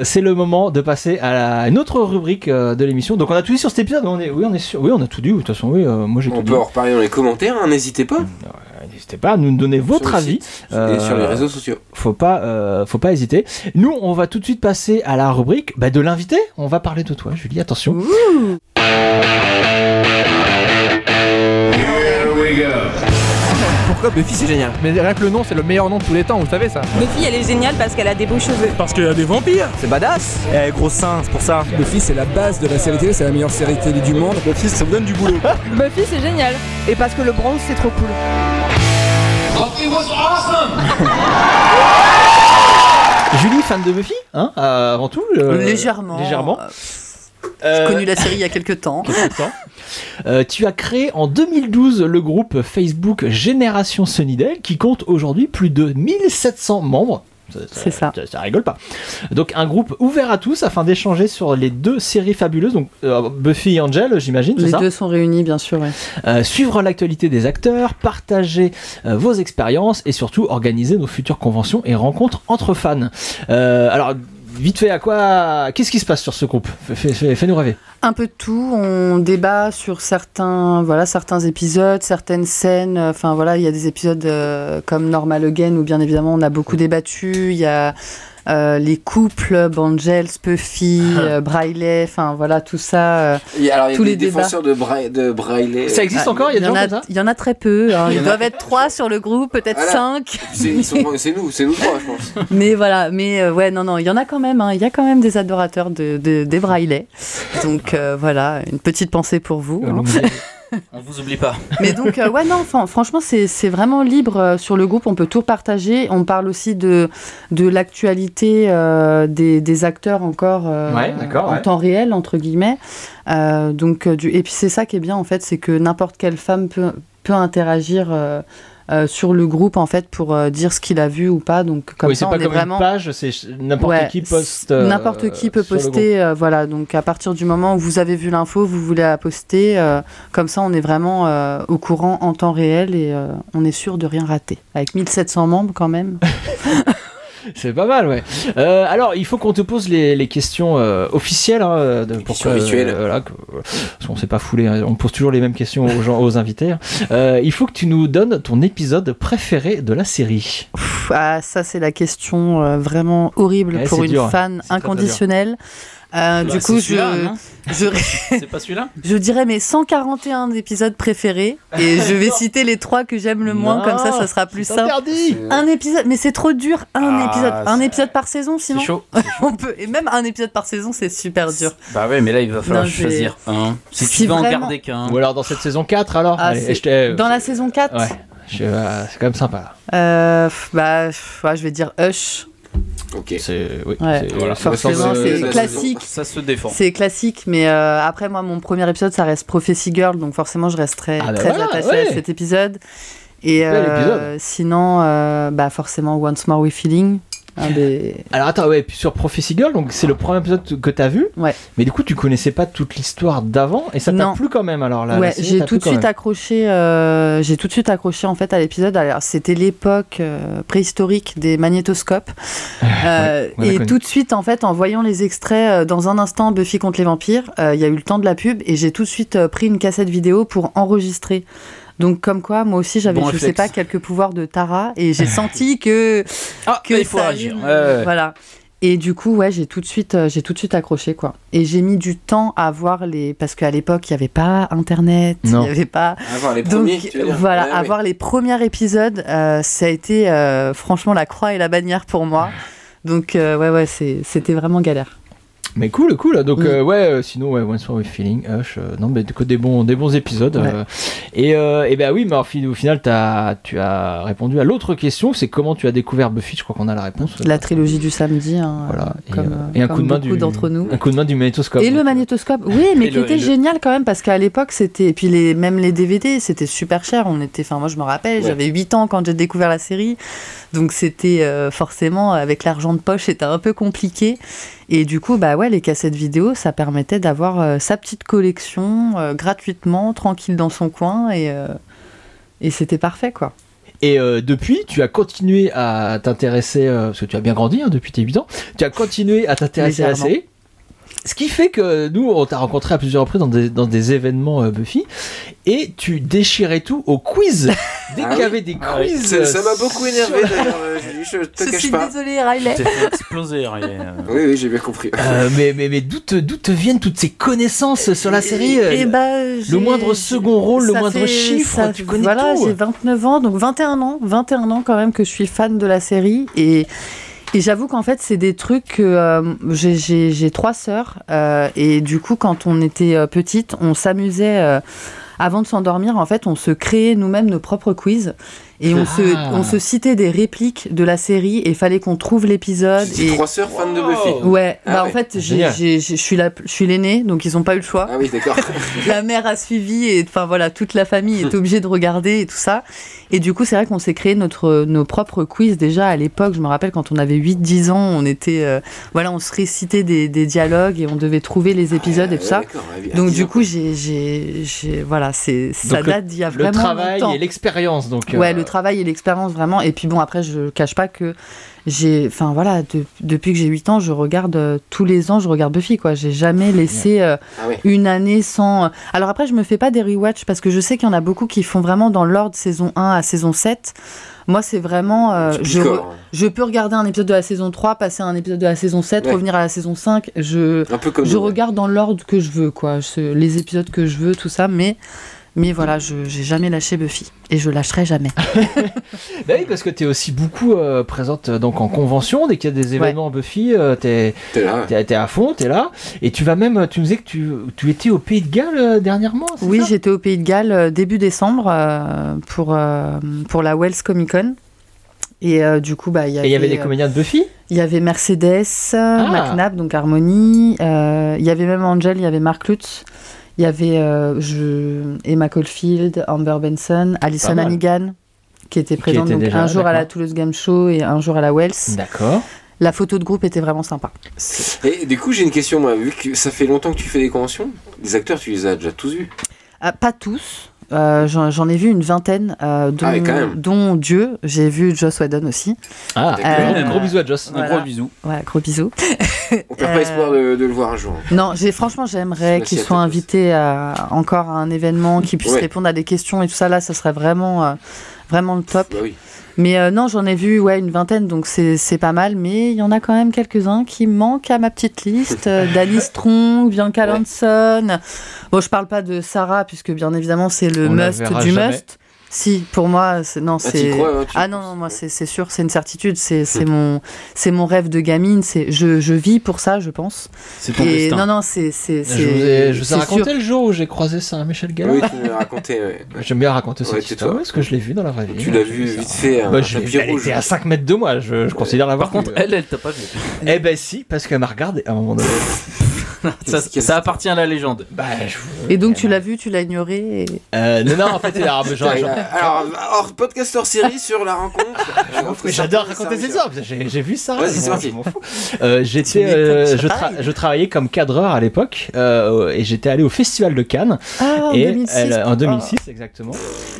C'est le moment de passer à la- une autre rubrique euh, de l'émission. Donc on a tout dit sur cet épisode. mais On est, oui, on est sûr. Oui, on a tout dit. De toute façon, oui, euh, moi j'ai tout
On
dit. Bah,
peut en reparler dans les commentaires, hein, n'hésitez pas.
N'hésitez pas à nous donner votre
le
avis
site et sur les réseaux sociaux.
Faut pas, euh, faut pas hésiter. Nous, on va tout de suite passer à la rubrique bah, de l'invité. On va parler de toi, Julie. Attention.
Pourquoi Buffy c'est génial Mais rien que le nom, c'est le meilleur nom de tous les temps, vous savez ça
Buffy, elle est géniale parce qu'elle a des beaux cheveux.
Parce qu'il y a des vampires C'est badass Eh, gros sein, c'est pour ça Buffy, c'est la base de la série télé, c'est la meilleure série télé du monde. Buffy, ça me donne du boulot
Buffy, c'est génial. Et parce que le bronze, c'est trop cool.
Buffy was awesome!
Julie, fan de Buffy, hein, euh, avant tout. euh,
Légèrement.
Légèrement. <laughs>
J'ai connu la série il y a quelques temps.
Euh, tu as créé en 2012 le groupe Facebook Génération Sunnydale qui compte aujourd'hui plus de 1700 membres. <laughs> C'est ça. Ça, ça rigole pas. Donc un groupe ouvert à tous afin d'échanger sur les deux séries fabuleuses, donc euh, Buffy et Angel, j'imagine. c'est
Les
ça
deux sont réunis, bien sûr. ouais.
Euh, suivre l'actualité des acteurs, partager euh, vos expériences et surtout organiser nos futures conventions et rencontres entre fans. Euh, alors vite fait, à quoi Qu'est-ce qui se passe sur ce groupe Fais- fais- Fais-nous rêver.
un peu de tout. On débat sur certains, voilà, certains épisodes, certaines scènes. Euh, Enfin voilà, il y a des épisodes euh, comme Normal Again où bien évidemment on a beaucoup débattu. Il y a euh, les couples, Bangels,
<laughs>
Puffy, euh, Briley. Enfin voilà, tout ça. euh,
Il y a, alors, il y a
tous
des
les débats.
défenseurs de, Bra- de Braille.
Ah, en a- Il y en a très peu. hein.
<laughs> Il y
Ils
en a-
doivent être trois sur le groupe, peut-être
Voilà.
cinq.
C'est ils sont- c'est nous, c'est nous trois, je pense.
Mais voilà, mais euh, ouais, non, non, il y en a quand même. hein. Il y a quand même des adorateurs de, de-
<laughs>
des Braillets. Donc euh, voilà, une petite pensée pour vous. hein.
On vous oublie pas.
Mais donc, euh, ouais, non, enfin, franchement, c'est c'est vraiment libre euh, sur le groupe. On peut tout partager. On parle aussi de, de l'actualité euh, des, des acteurs encore euh,
Ouais, d'accord,
en
ouais.
temps réel, entre guillemets. Euh, donc, euh, du... Et puis, c'est ça qui est bien, en fait, c'est que n'importe quelle femme peut, peut interagir. euh, euh, sur le groupe en fait pour euh, dire ce qu'il a vu ou pas donc comme
oui, c'est
ça
pas
on est
comme
vraiment
une page, c'est n'importe
Ouais,
qui poste. euh,
N'importe qui peut
sur le groupe.
poster, euh, voilà. Donc à partir du moment où vous avez vu l'info, vous voulez la poster. euh, comme ça, on est vraiment euh, au courant en temps réel et euh, on est sûr de rien rater. Avec 1700 membres quand même. <laughs>
C'est pas mal, ouais. Euh, alors, il faut qu'on te pose les, les questions euh, officielles. Hein, de, pourquoi,
habituelles.
euh, voilà, que- parce qu'on s'est pas foulé, hein, on pose toujours les mêmes questions aux, gens, aux invités. hein. Euh, il faut que tu nous donnes ton épisode préféré de la série.
Pff, ah, ça c'est la question euh, vraiment horrible
Ouais,
pour
c'est
une
dur, hein.
fan
C'est très, très
inconditionnelle.
Bah,
Euh, du
c'est
coup, je,
celui-là, non
<laughs> je,
C'est pas celui-là
je dirais mes 141 épisodes préférés
<laughs>
et je vais citer les trois que j'aime le moins,
Non,
comme ça, ça sera plus
c'est
simple.
interdit.
Un épisode, mais c'est trop dur, un
Ah,
épisode, un
c'est-
épisode par saison, sinon.
chaud,
<laughs> On peut, et même un épisode par saison, c'est super Oh, dur.
Bah ouais, mais là, il va falloir
Non, je vais-
choisir un. Si
Si
tu veux en
vraiment-
garder qu'un.
Ou alors dans cette saison 4, alors
Ah,
Allez,
c'est-
je t'ai-
Dans la saison 4,
Ouais, je- euh, c'est quand même sympa. Là.
euh, pff, bah, pff, ouais, je vais dire Hush.
Euh, Ok.
C'est oui.
Ouais.
c'est-
Voilà.
ça me
Forcément,
semble-
c'est classique.
Ça se défend.
C'est classique, mais euh, après, moi, mon premier épisode, ça reste Prophecy Girl, donc forcément, je resterai
Ah bah
très
voilà,
attachée
ouais.
à cet épisode. Et
Bel
euh, sinon, euh, bah, forcément, Once More We Feeling. un des-
Alors attends, ouais, puis sur Prophecy Girl, donc c'est le premier épisode que t'as vu.
Ouais.
Mais du coup, tu connaissais pas toute l'histoire d'avant et ça t'a
Non.
plu quand même alors là.
ouais, j'ai tout de suite accroché. euh, j'ai tout de suite accroché en fait à l'épisode. Alors c'était l'époque euh, préhistorique des magnétoscopes. Euh,
ouais, on la
et
connaît.
tout de suite en fait, en voyant les extraits euh, dans un instant Buffy contre les vampires, euh, il y a eu le temps de la pub et j'ai tout de suite euh, pris une cassette vidéo pour enregistrer. Donc comme quoi, moi aussi j'avais,
Bon
je sais
réflexe.
pas, quelques pouvoirs de Tara et j'ai senti que que
bah, il faut
ça
agir.
allait
Ouais, ouais.
Voilà. Et du coup, ouais, j'ai tout de suite, euh, j'ai tout de suite accroché quoi. Et j'ai mis du temps à voir les, parce qu'à l'époque, il n'y avait pas Internet, il
Non.
n'y avait pas.
À voir les premiers,
Donc
tu veux dire.
voilà,
Ouais,
à
ouais.
voir les premiers épisodes, euh, ça a été euh, franchement la croix et la bannière pour moi. Donc euh, ouais, ouais, c'est- c'était vraiment galère.
Mais cool, cool.
Mm.
Donc euh, ouais, euh, sinon ouais, Once More With Feeling, Hush, euh, non mais que des bons, des bons épisodes.
Ouais.
euh, et euh, et ben oui, mais alors, fi- au final, t'as, tu as répondu à l'autre question, c'est comment tu as découvert Buffy. Je crois qu'on a la réponse.
La trilogie du samedi, hein, euh, comme, euh,
et un
comme
coup de main
beaucoup
du,
d'entre nous.
un coup de main du magnétoscope.
Et le magnétoscope, oui,
euh,
mais
Et
qui
le- et
était
le-
génial quand même, parce qu'à l'époque, c'était. Et puis les, même les DVD, c'était super cher. On était, enfin, moi, je me rappelle,
Ouais.
j'avais 8 ans quand j'ai découvert la série. Donc c'était euh, forcément, avec l'argent de poche, c'était un peu compliqué. Et du coup, bah ouais, les cassettes vidéo, ça permettait d'avoir euh, sa petite collection euh, gratuitement, tranquille dans son coin. Et, euh, et c'était parfait, quoi.
Et euh, depuis, tu as continué à t'intéresser, euh, parce que tu as bien grandi hein, depuis tes 8 ans, tu as continué à t'intéresser à la
Légèrement.
série. Ce qui fait que nous, on t'a rencontré à plusieurs reprises dans des, dans des événements euh, Buffy, et tu déchirais tout au quiz. Dès qu'il y avait des
Ah oui.
quiz.
Ça- Ça
euh,
m'a beaucoup énervé d'ailleurs, euh, Julie, je te
Je
cache
suis
pas.
désolée, Riley.
exploser, rien.
Oui, oui, j'ai bien compris.
euh, mais mais, mais d'où te, d'où te viennent toutes ces connaissances sur la série euh,
Eh ben,
Le
j'ai-
moindre second rôle, le
Ça
moindre
fait-
chiffre,
ça-
tu connais
voilà,
tout.
j'ai 29 ans, donc 21 ans, 21 ans quand même que je suis fan de la série et et j'avoue qu'en fait, c'est des trucs que euh, j'ai- j'ai j'ai trois sœurs euh, et du coup, quand on était euh, petite, on s'amusait euh, avant de s'endormir. En fait, on se créait nous-mêmes nos propres quiz et on, se,
Ah.
on se citait des répliques de la série et fallait qu'on trouve l'épisode.
C'est
Et
trois sœurs fans de Buffy.
Ouais,
Ah
bah
oui.
en fait, j'ai- j'ai- j'ai- je suis la- je suis l'aînée, donc ils n'ont pas eu le choix.
Ah oui, d'accord.
la mère a suivi et enfin voilà, toute la
<laughs>
famille est obligée de regarder et tout ça. Et du coup, c'est vrai qu'on s'est créé notre, nos propres quiz déjà à l'époque. Je me rappelle quand on avait 8-10 ans, on était euh, voilà, on se récitait des, des dialogues et on devait trouver les épisodes et tout ça.
Ah d'accord, ouais, hein. à
donc
10
du
ans,
coup, j'ai j'ai j'ai- voilà, c'est ça
Donc, le-
date d'il y a
Le
vraiment
travail
longtemps.
et l'expérience, donc.
Ouais,
euh,
le travail et l'expérience vraiment. Et puis bon, après, je cache pas que j'ai. Enfin voilà, de- depuis que j'ai 8 ans, je regarde euh, tous les ans, je regarde Buffy quoi. J'ai jamais laissé euh,
Ah ouais.
une année sans. euh, Alors après, je me fais pas des rewatch parce que je sais qu'il y en a beaucoup qui font vraiment dans l'ordre saison 1 à saison 7. Moi, c'est vraiment. euh, je,
picoles,
re-
hein.
je peux regarder un épisode de la saison 3, passer à un épisode de la saison 7,
Ouais.
revenir à la saison 5. Je,
Un peu comme
je
nous, ouais.
regarde dans l'ordre que je veux, quoi. Je- les épisodes que je veux, tout ça, mais. Mais voilà, je j'ai jamais lâché Buffy et je lâcherai jamais.
Ah, Bah oui, parce que t'es aussi beaucoup euh, présente euh, donc en convention, dès qu'il y a des événements Buffy, euh, t'es
là.
t'es- t'es à fond, t'es là. Et tu vas même, euh, tu nous disais que tu, tu étais au Pays de Galles euh, dernièrement, c'est
Oui,
ça
j'étais au Pays de Galles euh, début décembre euh, pour, euh, pour la Wells Comic Con. Et euh, du coup, bah, il y
Et
avait.
il y avait des
euh,
comédiens de Buffy
Il y avait Mercedes,
Ah.
euh, McNabb, donc Harmony. euh, il y avait même Angel, il y avait Mark Lutz. Il y avait euh, je, Emma Caulfield, Amber Benson, Alison
mal.
Hannigan, qui était présente
était
donc,
déjà,
un jour à la
d'accord.
Toulouse Game Show et un jour à la Wells.
D'accord.
La photo de groupe était vraiment sympa.
Et du coup, j'ai une question, moi. Vu que ça fait longtemps que tu fais des conventions, les acteurs, tu les as déjà tous vus.
Ah, pas tous. Euh, J'en j'en ai vu une vingtaine, euh, dont,
ouais, Ah quand même.
dont Dieu. J'ai vu Joss Whedon aussi.
Ah,
Euh,
un gros bisou à Joss.
voilà. Ouais, gros bisou.
On perd pas
Euh,
espoir de, de le voir un jour.
Non, j'ai franchement, j'aimerais
Merci
qu'il
à
soit invité à, encore à un événement, qu'il puisse
Ouais.
répondre à des questions et tout ça. Là, ça serait vraiment, euh, vraiment le top.
Bah oui.
Mais euh, non, j'en ai vu ouais, une vingtaine, donc c'est c'est pas mal. Mais il y en a quand même quelques-uns qui manquent à ma
<laughs>
petite liste. Euh, Danny Strong, Bianca Lanson. Bon, je parle pas de Sarah, puisque bien évidemment, c'est le
On la
must
verra
du
jamais.
must. Si, pour moi, c'est- non,
Ah,
c'est.
t'y crois, hein, tu
ah non, non, moi, c'est c'est sûr, c'est une certitude. C'est c'est mon, c'est mon rêve de gamine. c'est- Je, je vis pour ça, je pense.
C'est ton
Et
destin.
Non, non, c'est. c'est-
Je vous
c'est-
ai, je vous ai
c'est
raconté
sûr.
le jour où j'ai croisé Saint-Michel Galland.
Oui, tu me l'as raconté.
<laughs>
ouais.
J'aime bien raconter cette
Ouais,
histoire
tais-toi.
parce que je l'ai vu dans la vraie vie.
Tu l'as vu vite fait, hein, un
Bah, je l'ai
tapis
vu, elle
rouge.
était à 5 mètres de moi, je, je considère l'avoir Par contre,
elle, elle t'a pas vu.
Eh ben si, parce qu'elle m'a regardé à un moment donné.
ça, ça appartient à la légende.
Bah, je vous-
Et donc, tu l'as vu, tu l'as ignoré. et-
Euh, non, non, en fait, alors, mais genre-
<laughs> Putain,
genre-
Alors, hors podcast hors série sur la
<laughs>
rencontre.
Mais J'adore raconter ces histoires, parce que j'ai j'ai vu ça.
Vas-y, c'est
moi,
parti.
je m'en fous. Euh, j'étais, euh, je, tra- je travaillais comme cadreur à l'époque euh, et j'étais allé au festival de Cannes
Ah, en
et
2006.
elle- en 2006
Ah.
exactement.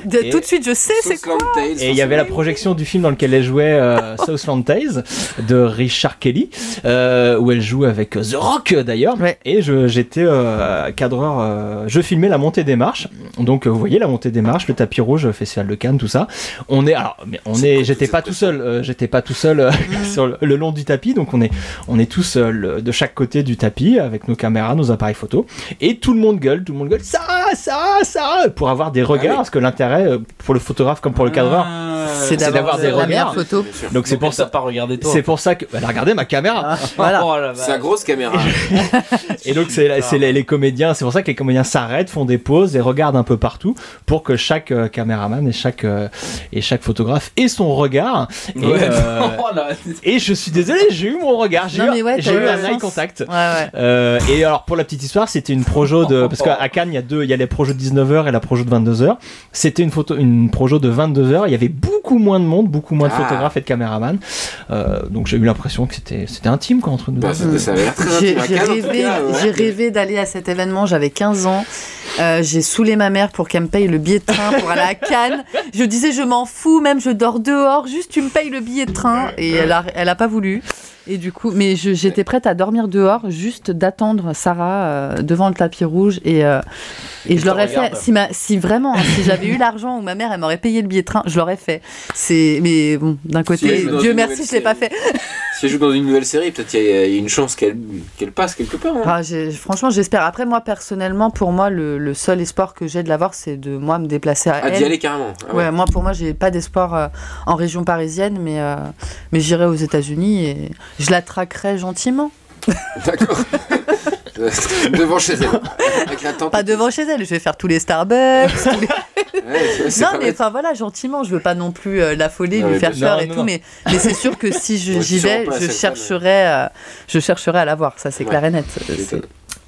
De-
Et-
Tout de suite, je sais c'est quoi.
Et il y avait la projection du film dans lequel elle jouait euh, Southland Tales de Richard Kelly, euh, où elle joue avec euh, The Rock euh, d'ailleurs. Et je- j'étais euh, cadreur, euh, je filmais la montée des marches. Donc euh, vous voyez la montée des marches, le tapis rouge, le festival de Cannes, tout ça. On est, alors, mais on est, j'étais pas tout seul, euh, j'étais pas tout seul euh, <laughs> sur le, le long du tapis. Donc on est, on est tous euh, le- de chaque côté du tapis avec nos caméras, nos appareils photo, et tout le monde gueule, tout le monde gueule. Sarah, Sarah, Sarah, pour avoir des regards, parce que l'intérêt euh, pour le photographe comme
Ah.
pour le cadreur,
Euh,
C'est d'avoir
des
la
regards.
meilleure photo.
Donc c'est pour ça.
Pas regarder toi.
C'est Oh, pour ça que. Elle a regardé ma caméra.
Ah,
Voilà.
C'est la grosse caméra. hein.
<laughs>
Et donc c'est c'est les, les comédiens. C'est pour ça que les comédiens s'arrêtent, font des pauses et regardent un peu partout pour que chaque euh, caméraman et chaque euh, et chaque photographe ait son regard. Et,
Ouais.
<laughs>
Oh,
euh,
<laughs> Voilà.
et je suis désolé, j'ai eu mon regard, j'ai
Non,
eu,
mais ouais,
j'ai
t'as
eu
eu la
un eye
chance.
contact.
ouais.
Euh, et alors pour la petite histoire, c'était une projo
<laughs>
de parce qu'à à Cannes il y a deux, il y a les projos de 19h et la projo de 22h. C'était une photo, une projo de 22h. Il y avait beaucoup moins de monde, beaucoup moins de
Ah.
photographes et de caméramans. Euh, donc j'ai eu l'impression que c'était c'était intime quoi entre nous.
Bah, ça- ça avait l'air très
J'ai
intime.
j'ai
À Cannes, en tout
rêvé,
cas, hein, ouais.
j'ai rêvé d'aller à cet événement, j'avais 15 ans. Euh, j'ai saoulé ma mère pour qu'elle me paye le billet de train pour aller à Cannes. Je disais, je m'en fous, même je dors dehors, juste tu me payes le billet de train. Et elle a, elle a pas voulu. Et du coup, mais je- j'étais prête à dormir dehors, juste d'attendre Sarah euh, devant le tapis rouge. Et, euh, et, je l'aurais fait,
regarde.
si, ma- si vraiment, hein, si j'avais eu l'argent ou ma mère, elle m'aurait payé le billet de train, je l'aurais fait. C'est- Mais bon, d'un côté,
elle joue dans
Dieu
une
merci,
nouvelle
je l'ai pas fait.
Si elle joue dans une nouvelle série, peut-être qu'il y, a il y a une chance qu'elle qu'elle passe quelque part. hein.
Ah, j'ai- franchement, j'espère. Après, moi, personnellement, pour moi, le, le seul espoir que j'ai de l'avoir, c'est de moi me déplacer à
Ah,
elle.
d'y aller carrément. Ah
ouais.
ouais.
moi, pour moi, j'ai pas d'espoir euh, en région parisienne, mais, euh, mais j'irai aux États-Unis et je la traquerai gentiment.
<laughs>
<laughs>
Devant chez elle. Avec la tente.
Pas devant chez elle, je vais faire tous les Starbucks. tous
<laughs>
les-
Ouais, c'est pas
non, mais
bête.
enfin voilà, gentiment, je veux pas non plus euh, l'affoler,
Non,
lui
mais
faire
non,
peur et
non,
tout,
non.
mais, mais c'est sûr que si
<laughs>
je-
Ouais, tu
j'y
seras
vais,
pas la
je
seule
chercherai, euh, je chercherai à la voir, ça c'est clair et net.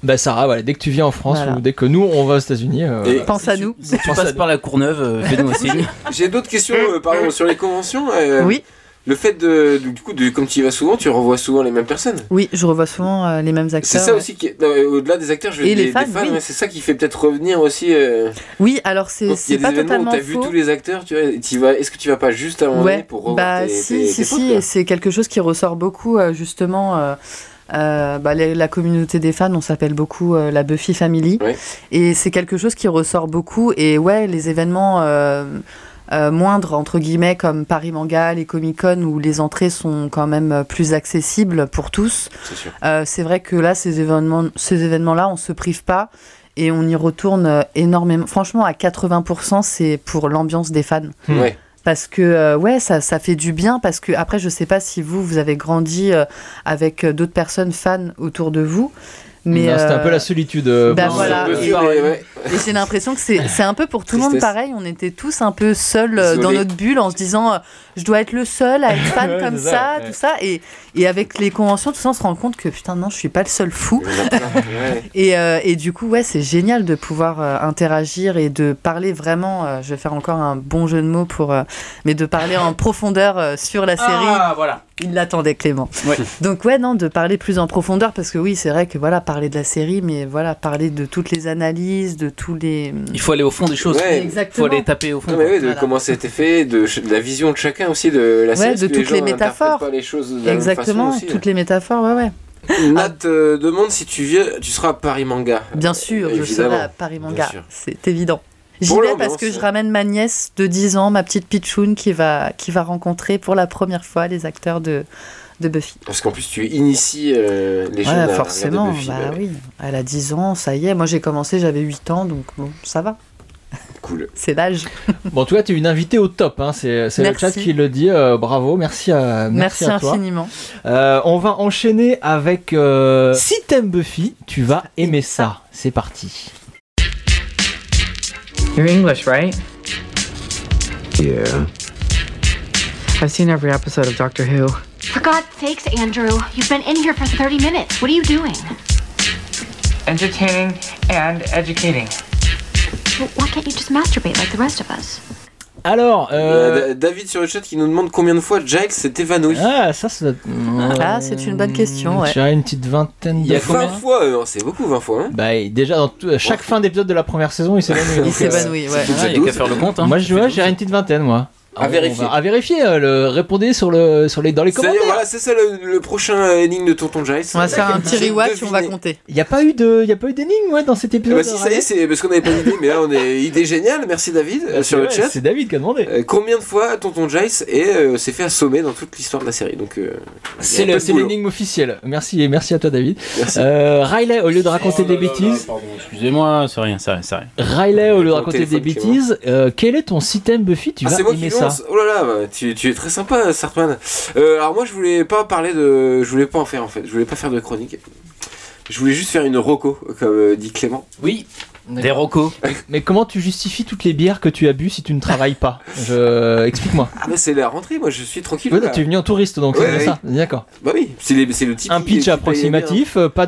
Bah Sarah, voilà, dès que tu viens en France
Voilà.
ou dès que nous on va aux États-Unis, euh,
Et-
voilà.
Pense à nous.
<laughs>
Si tu passes par la Courneuve, euh, fais-nous un signe.
J'ai d'autres questions euh, pardon, sur les conventions. euh,
Oui.
le fait de, du coup, de, comme tu y vas souvent, tu revois souvent les mêmes personnes.
Oui, je revois souvent euh, les mêmes acteurs.
C'est ça
ouais.
aussi, qui est- non, mais au-delà des acteurs, je veux
Et
dire,
les
des- des
fans, oui.
ouais, c'est ça qui fait peut-être revenir aussi. euh,
Oui, alors c'est
quand il y
c'est
a
pas
des événements où
totalement
t'as vu
faux.
tous les acteurs, tu vois, et t'y vas- est-ce que tu vas pas juste à un moment donné
Ouais,
pour revoir
bah
tes-
si,
tes-
si,
tes
si,
potes,
et
quoi
c'est quelque chose qui ressort beaucoup euh, justement. euh, euh, bah, les- la communauté des fans, on s'appelle beaucoup euh, la Buffy Family, et c'est quelque chose qui ressort beaucoup. Et ouais, les événements euh, euh, moindres entre guillemets comme Paris Manga, les Comic Con où les entrées sont quand même euh, plus accessibles pour tous.
C'est sûr.
Euh, c'est vrai que là, ces événements, ces événements-là, on se prive pas et on y retourne euh, énormément. Franchement, à 80%, c'est pour l'ambiance des fans.
Hmm. Ouais.
Parce que euh, ouais, ça, ça fait du bien. Parce que après, je sais pas si vous, vous avez grandi euh, avec euh, d'autres personnes fans autour de vous. Mais
Non, c'était un
euh,
peu la solitude. euh,
bah
pour-
voilà,
euh,
et-
pareil.
<laughs> et j'ai l'impression que c'est c'est un peu pour tout le monde
Tristesse.
pareil. On était tous un peu seuls euh,
Isolés.
dans notre bulle en se disant euh, je dois être le
<laughs>
seul à être fan
Ouais,
comme
c'est ça,
ça,
ouais.
tout ça. Et, et avec les conventions, tout ça, on se rend compte que putain, non, je suis pas le seul fou. Et, euh, et du coup, ouais, c'est génial de pouvoir euh, interagir et de parler vraiment. euh, je vais faire encore un bon jeu de mots pour, euh, mais de parler en profondeur euh, sur la série.
Ah, voilà.
Il l'attendait, Clément. Donc ouais, non, de parler plus en profondeur parce que oui, c'est vrai que voilà, parler de la série, mais voilà, parler de toutes les analyses, de tous les.
Il faut aller au fond des choses.
Ouais.
Il faut aller taper au fond.
Non, mais oui, de
Voilà.
comment ça a été fait, de, ch- de la vision de chacun aussi, de la
Ouais,
série,
de
parce que
toutes les
gens n'interprètent
métaphores.
pas les choses de la même
Exactement,
façon aussi. hein.
toutes les métaphores, ouais, ouais.
Nat euh, demande si tu viens, tu seras à Paris Manga.
Bien sûr, je
Évidemment.
serai à Paris
Bien
Manga,
sûr.
c'est évident. J'y
Pour
vais
l'ambiance,
parce que je
hein.
ramène ma nièce de 10 ans, ma petite pitchoun, qui va, qui va rencontrer pour la première fois les acteurs de, de Buffy.
Parce qu'en plus, tu inities euh, les
Ouais,
jeunes à
forcément,
regarder Buffy,
bah
bah
oui. Elle a 10 ans, ça y est. Moi, j'ai commencé, j'avais 8 ans, donc bon, ça va.
Cool.
C'est l'âge.
Bon, en tout cas, tu es une invitée au top. hein, C'est c'est le
Merci.
chat qui le dit. euh, bravo, merci à, merci
Merci,
à toi.
<laughs>
infiniment.
Euh, on va enchaîner avec euh, Si t'aimes Buffy, tu vas aimer ça. C'est parti.
You're English, right?
Yeah.
I've seen every episode of Doctor Who.
For God's sakes, Andrew, you've been in here for 30 minutes. What are you doing?
Entertaining and educating.
Well, why can't you just masturbate like the rest of us?
Alors,
euh, il y a Da- David sur le chat qui nous demande combien de fois Jack s'est évanoui.
Ah, ça, ça Mm,
Ah, c'est une bonne question, ouais.
Je dirais une petite vingtaine
Il
de
y a
fois.
hein
20 fois, euh, c'est beaucoup 20 fois. Hein
Bah, et déjà, dans tout- à chaque
Oh.
fin d'épisode de la première saison, il s'évanouit.
Il
donc, euh,
s'évanouit, ouais. Ça fait
Ah,
déjà 12.
hein.
Moi, je ouais, j'ai une petite vingtaine, moi.
À
Ah, On
vérifier.
va- À vérifier. euh, le- répondez sur le, sur les, dans les
C'est-
commentaires.
Voilà, c'est ça le, le prochain euh, énigme de Tonton Giles.
On va se faire un petit rewatch, on va compter.
Il n'y a pas eu de, il y a pas eu d'énigme ouais, dans cet
Eh
épisode.
bah si, ça y est, c'est parce qu'on avait pas d'idée, mais là on est idée géniale. Merci David euh,
c'est
sur le
vrai,
chat.
c'est David qui a demandé.
Euh, combien de fois Tonton Giles est, euh, s'est fait assommer dans toute l'histoire de la série Donc euh, il y
C'est
a un
le-
peu de
c'est
boulot.
l'énigme officielle. Merci et merci à toi David.
Merci. Oh
Euh, Riley, au lieu de raconter des bêtises,
Excusez-moi, c'est rien, c'est rien, c'est rien.
Riley, au lieu de
Mon
raconter des
téléphone qui est mort.
bêtises, euh, quel est ton système Buffy Tu
Ah,
vas
c'est moi
aimer
qui
ça.
lance. Oh là là, bah, tu, tu es très sympa, Sartman. Euh, alors moi, je voulais pas parler de, je voulais pas en faire en fait. Je voulais pas faire de chronique. Je voulais juste faire une roco, comme euh, dit Clément.
Oui. Des rocos.
Mais comment tu justifies toutes les bières que tu as bu si tu ne travailles pas Je... euh,
<laughs>
Explique-moi.
Ah bah c'est la rentrée, moi je suis tranquille.
Ouais, bah,
là.
tu es venu en touriste donc
Ouais,
c'est
ouais.
ça. D'accord.
Bah oui, c'est les- c'est le type.
Un pitch approximatif, euh, pas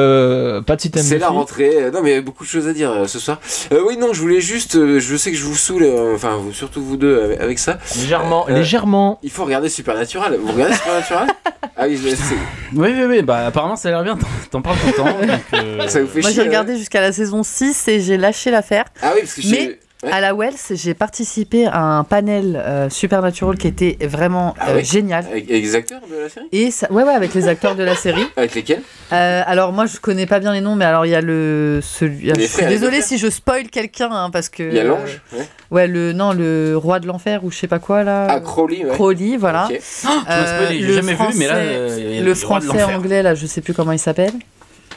de pas de système
C'est la
Buffy.
rentrée. Euh, Non, mais il y a beaucoup de choses à dire euh, ce soir. Euh, oui, non, je voulais juste. euh, je sais que je vous saoule, euh, enfin, vous- surtout vous deux, avec, avec ça.
Légèrement,
Euh,
légèrement.
Il faut regarder Supernatural. Vous
<laughs>
regardez Supernatural Ah oui, je- c'est-
Oui, oui, oui, bah apparemment ça a l'air bien, t'en- t'en parles tout le temps. donc, euh,
ça vous fait
Moi,
chier.
j'ai regardé jusqu'à la saison 6 et j'ai lâché l'affaire.
Ah oui, parce que
Mais à la Wells, j'ai participé à un panel euh, Supernatural qui était vraiment
Ah
euh,
oui.
génial.
Avec les acteurs de la série
Et ça, ouais, ouais, avec les acteurs de la
<laughs>
série.
Avec lesquels
Euh, alors moi je connais pas bien les noms, mais alors il y a le celui.
Les
ah, je suis
frères,
désolée
les
si je spoil quelqu'un, hein, parce que.
Il y a l'ange ouais.
Ouais, le non, le roi de l'enfer ou je sais pas quoi là.
Ah, Crowley, ouais.
Crowley, voilà.
Ok.
Euh,
Oh, tu m'as spoilé, j'ai
le
jamais vu, mais là, euh, il y a
le
le roi de
français
l'enfer.
anglais là, je sais plus comment il s'appelle.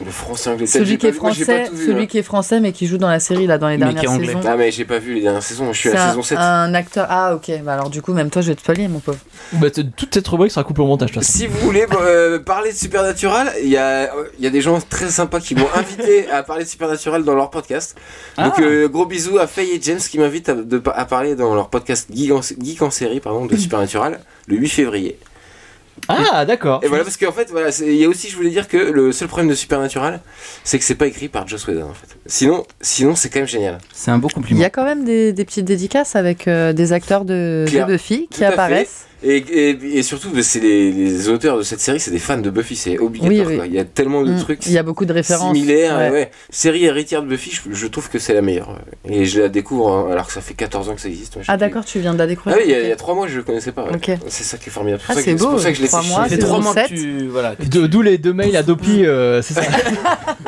Le français anglais. Peut-être j'ai
Celui qui
pas
est
vu- moi, j'ai
français,
pas tout vu,
celui
hein.
qui est français mais qui joue dans la série là dans les
Mais
dernières saisons.
Ah, mais j'ai pas vu les dernières saisons. Je suis à
C'est
la
un-
saison 7.
Un acteur. Ah ok. Bah alors du coup même toi je vais te spoiler mon pauvre.
Bah, t- toute cette rubrique sera coupée au montage. de toute façon.
Si vous voulez euh, parler de Supernatural, il y a, il y a des gens très sympas qui m'ont invité à parler de Supernatural dans leur podcast. Donc
Ah.
euh, gros bisous à Faye et James qui m'invitent à, de pa- à parler dans leur podcast Geek en, Geek en série pardon, de Supernatural le 8 février.
Ah d'accord.
Et voilà parce qu'en fait voilà, c'est- il y a aussi je voulais dire que le seul problème de Supernatural c'est que c'est pas écrit par Joss Whedon en fait. Sinon sinon c'est quand même génial.
C'est un beau
Il
compliment.
y a quand même des, des petites dédicaces avec euh, des acteurs de, de
Claire.
Buffy qui
Tout à fait.
apparaissent.
Et, et- et surtout, c'est les, les auteurs de cette série, c'est des fans de Buffy, c'est obligatoire.
Oui, oui.
quoi. Il y a tellement de
Mm.
trucs
Il y a beaucoup de références.
similaires.
Ouais.
ouais. Série héritière de Buffy, je, je trouve que c'est la meilleure. Et je la découvre hein, alors que ça fait 14 ans que ça existe. moi, je-
Ah d'accord, tu viens de la
Ah
découvrir.
oui, il y, a- il y a 3 mois, je ne connaissais pas. ouais.
Ok.
C'est ça qui est formidable. C'est pour ça
Ah,
que-
c'est
pour
beau,
ça que je l'ai
trois
fait
mois,
chier.
c'est
trois
mois que
tu. Voilà.
De- D'où les deux mails à <laughs> Dopi, euh, c'est ça.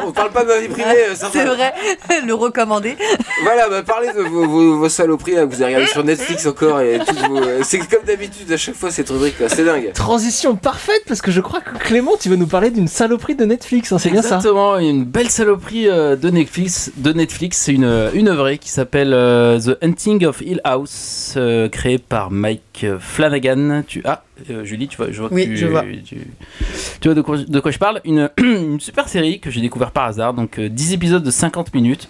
On parle pas de ma vie privée,
Ah,
euh, ça
C'est
va.
vrai,
<laughs>
le recommander.
Voilà, bah, parlez de vos, vos- vos saloperies là, que vous avez regardées sur Netflix encore. et toutes vos- euh, C'est comme d'habitude à chaque fois cette rubrique là, c'est dingue.
Transition parfaite parce que je crois que Clément, tu veux nous parler d'une saloperie de Netflix, hein, c'est bien ça
Exactement, une belle saloperie euh, de Netflix. De Netflix, c'est une euh, une œuvre qui s'appelle euh, The Hunting of Hill House, euh, créée par Mike Flanagan. Tu ah euh, Julie, tu vois, je vois. que
Oui,
tu,
je vois.
Tu, tu vois de quoi, de quoi je parle une, <clears throat> une super série que j'ai découvert par hasard, donc euh, 10 épisodes de 50 minutes.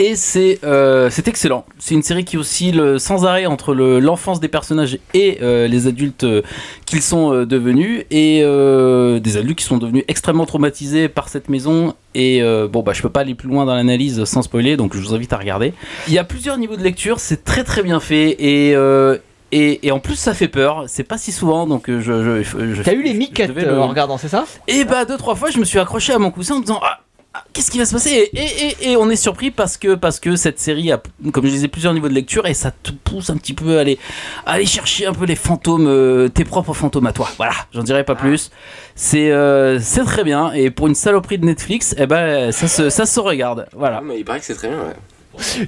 Et c'est euh, c'est excellent. C'est une série qui oscille sans arrêt entre le- l'enfance des personnages et euh, les adultes euh, qu'ils sont euh, devenus. Et euh, des adultes qui sont devenus extrêmement traumatisés par cette maison. Et euh, bon, bah, je peux pas aller plus loin dans l'analyse sans spoiler, donc je vous invite à regarder. Il y a plusieurs niveaux de lecture, c'est très très bien fait. Et. euh, et, et en plus, ça fait peur. C'est pas si souvent, donc euh, je. je, je
T'as eu les miquettes
devais le-
euh, en regardant, c'est ça
et bah deux trois fois je me suis accroché à mon coussin en me disant ah, ah, qu'est-ce qui va se passer et, et- et- et on est surpris parce que parce que cette série a comme je disais plusieurs niveaux de lecture et ça te pousse un petit peu à aller à aller chercher un peu les fantômes euh, tes propres fantômes à toi voilà j'en dirai
Ah.
pas plus c'est euh, c'est très bien et pour une saloperie de Netflix eh ben ça se ça se regarde voilà
mais il paraît que c'est très bien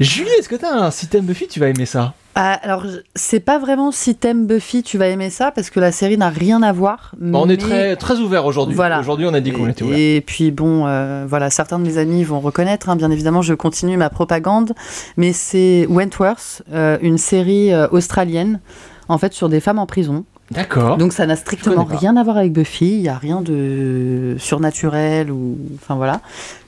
Julie, est-ce que t'as un système Buffy Tu vas aimer ça.
Ah, alors, je- c'est pas vraiment si t'aimes Buffy, tu vas aimer ça, parce que la série n'a rien à voir.
Bah, on est
mais-
très, très ouvert aujourd'hui.
Voilà.
Aujourd'hui, on a dit qu'on était ouvert.
Et puis bon, euh, voilà, certains de mes amis vont reconnaître, hein, bien évidemment, je continue ma propagande, mais c'est Wentworth, euh, une série euh, australienne, en fait, sur des femmes en prison.
D'accord.
Donc ça n'a strictement
connais pas.
rien à voir avec Buffy, il n'y a rien de surnaturel ou... Enfin voilà.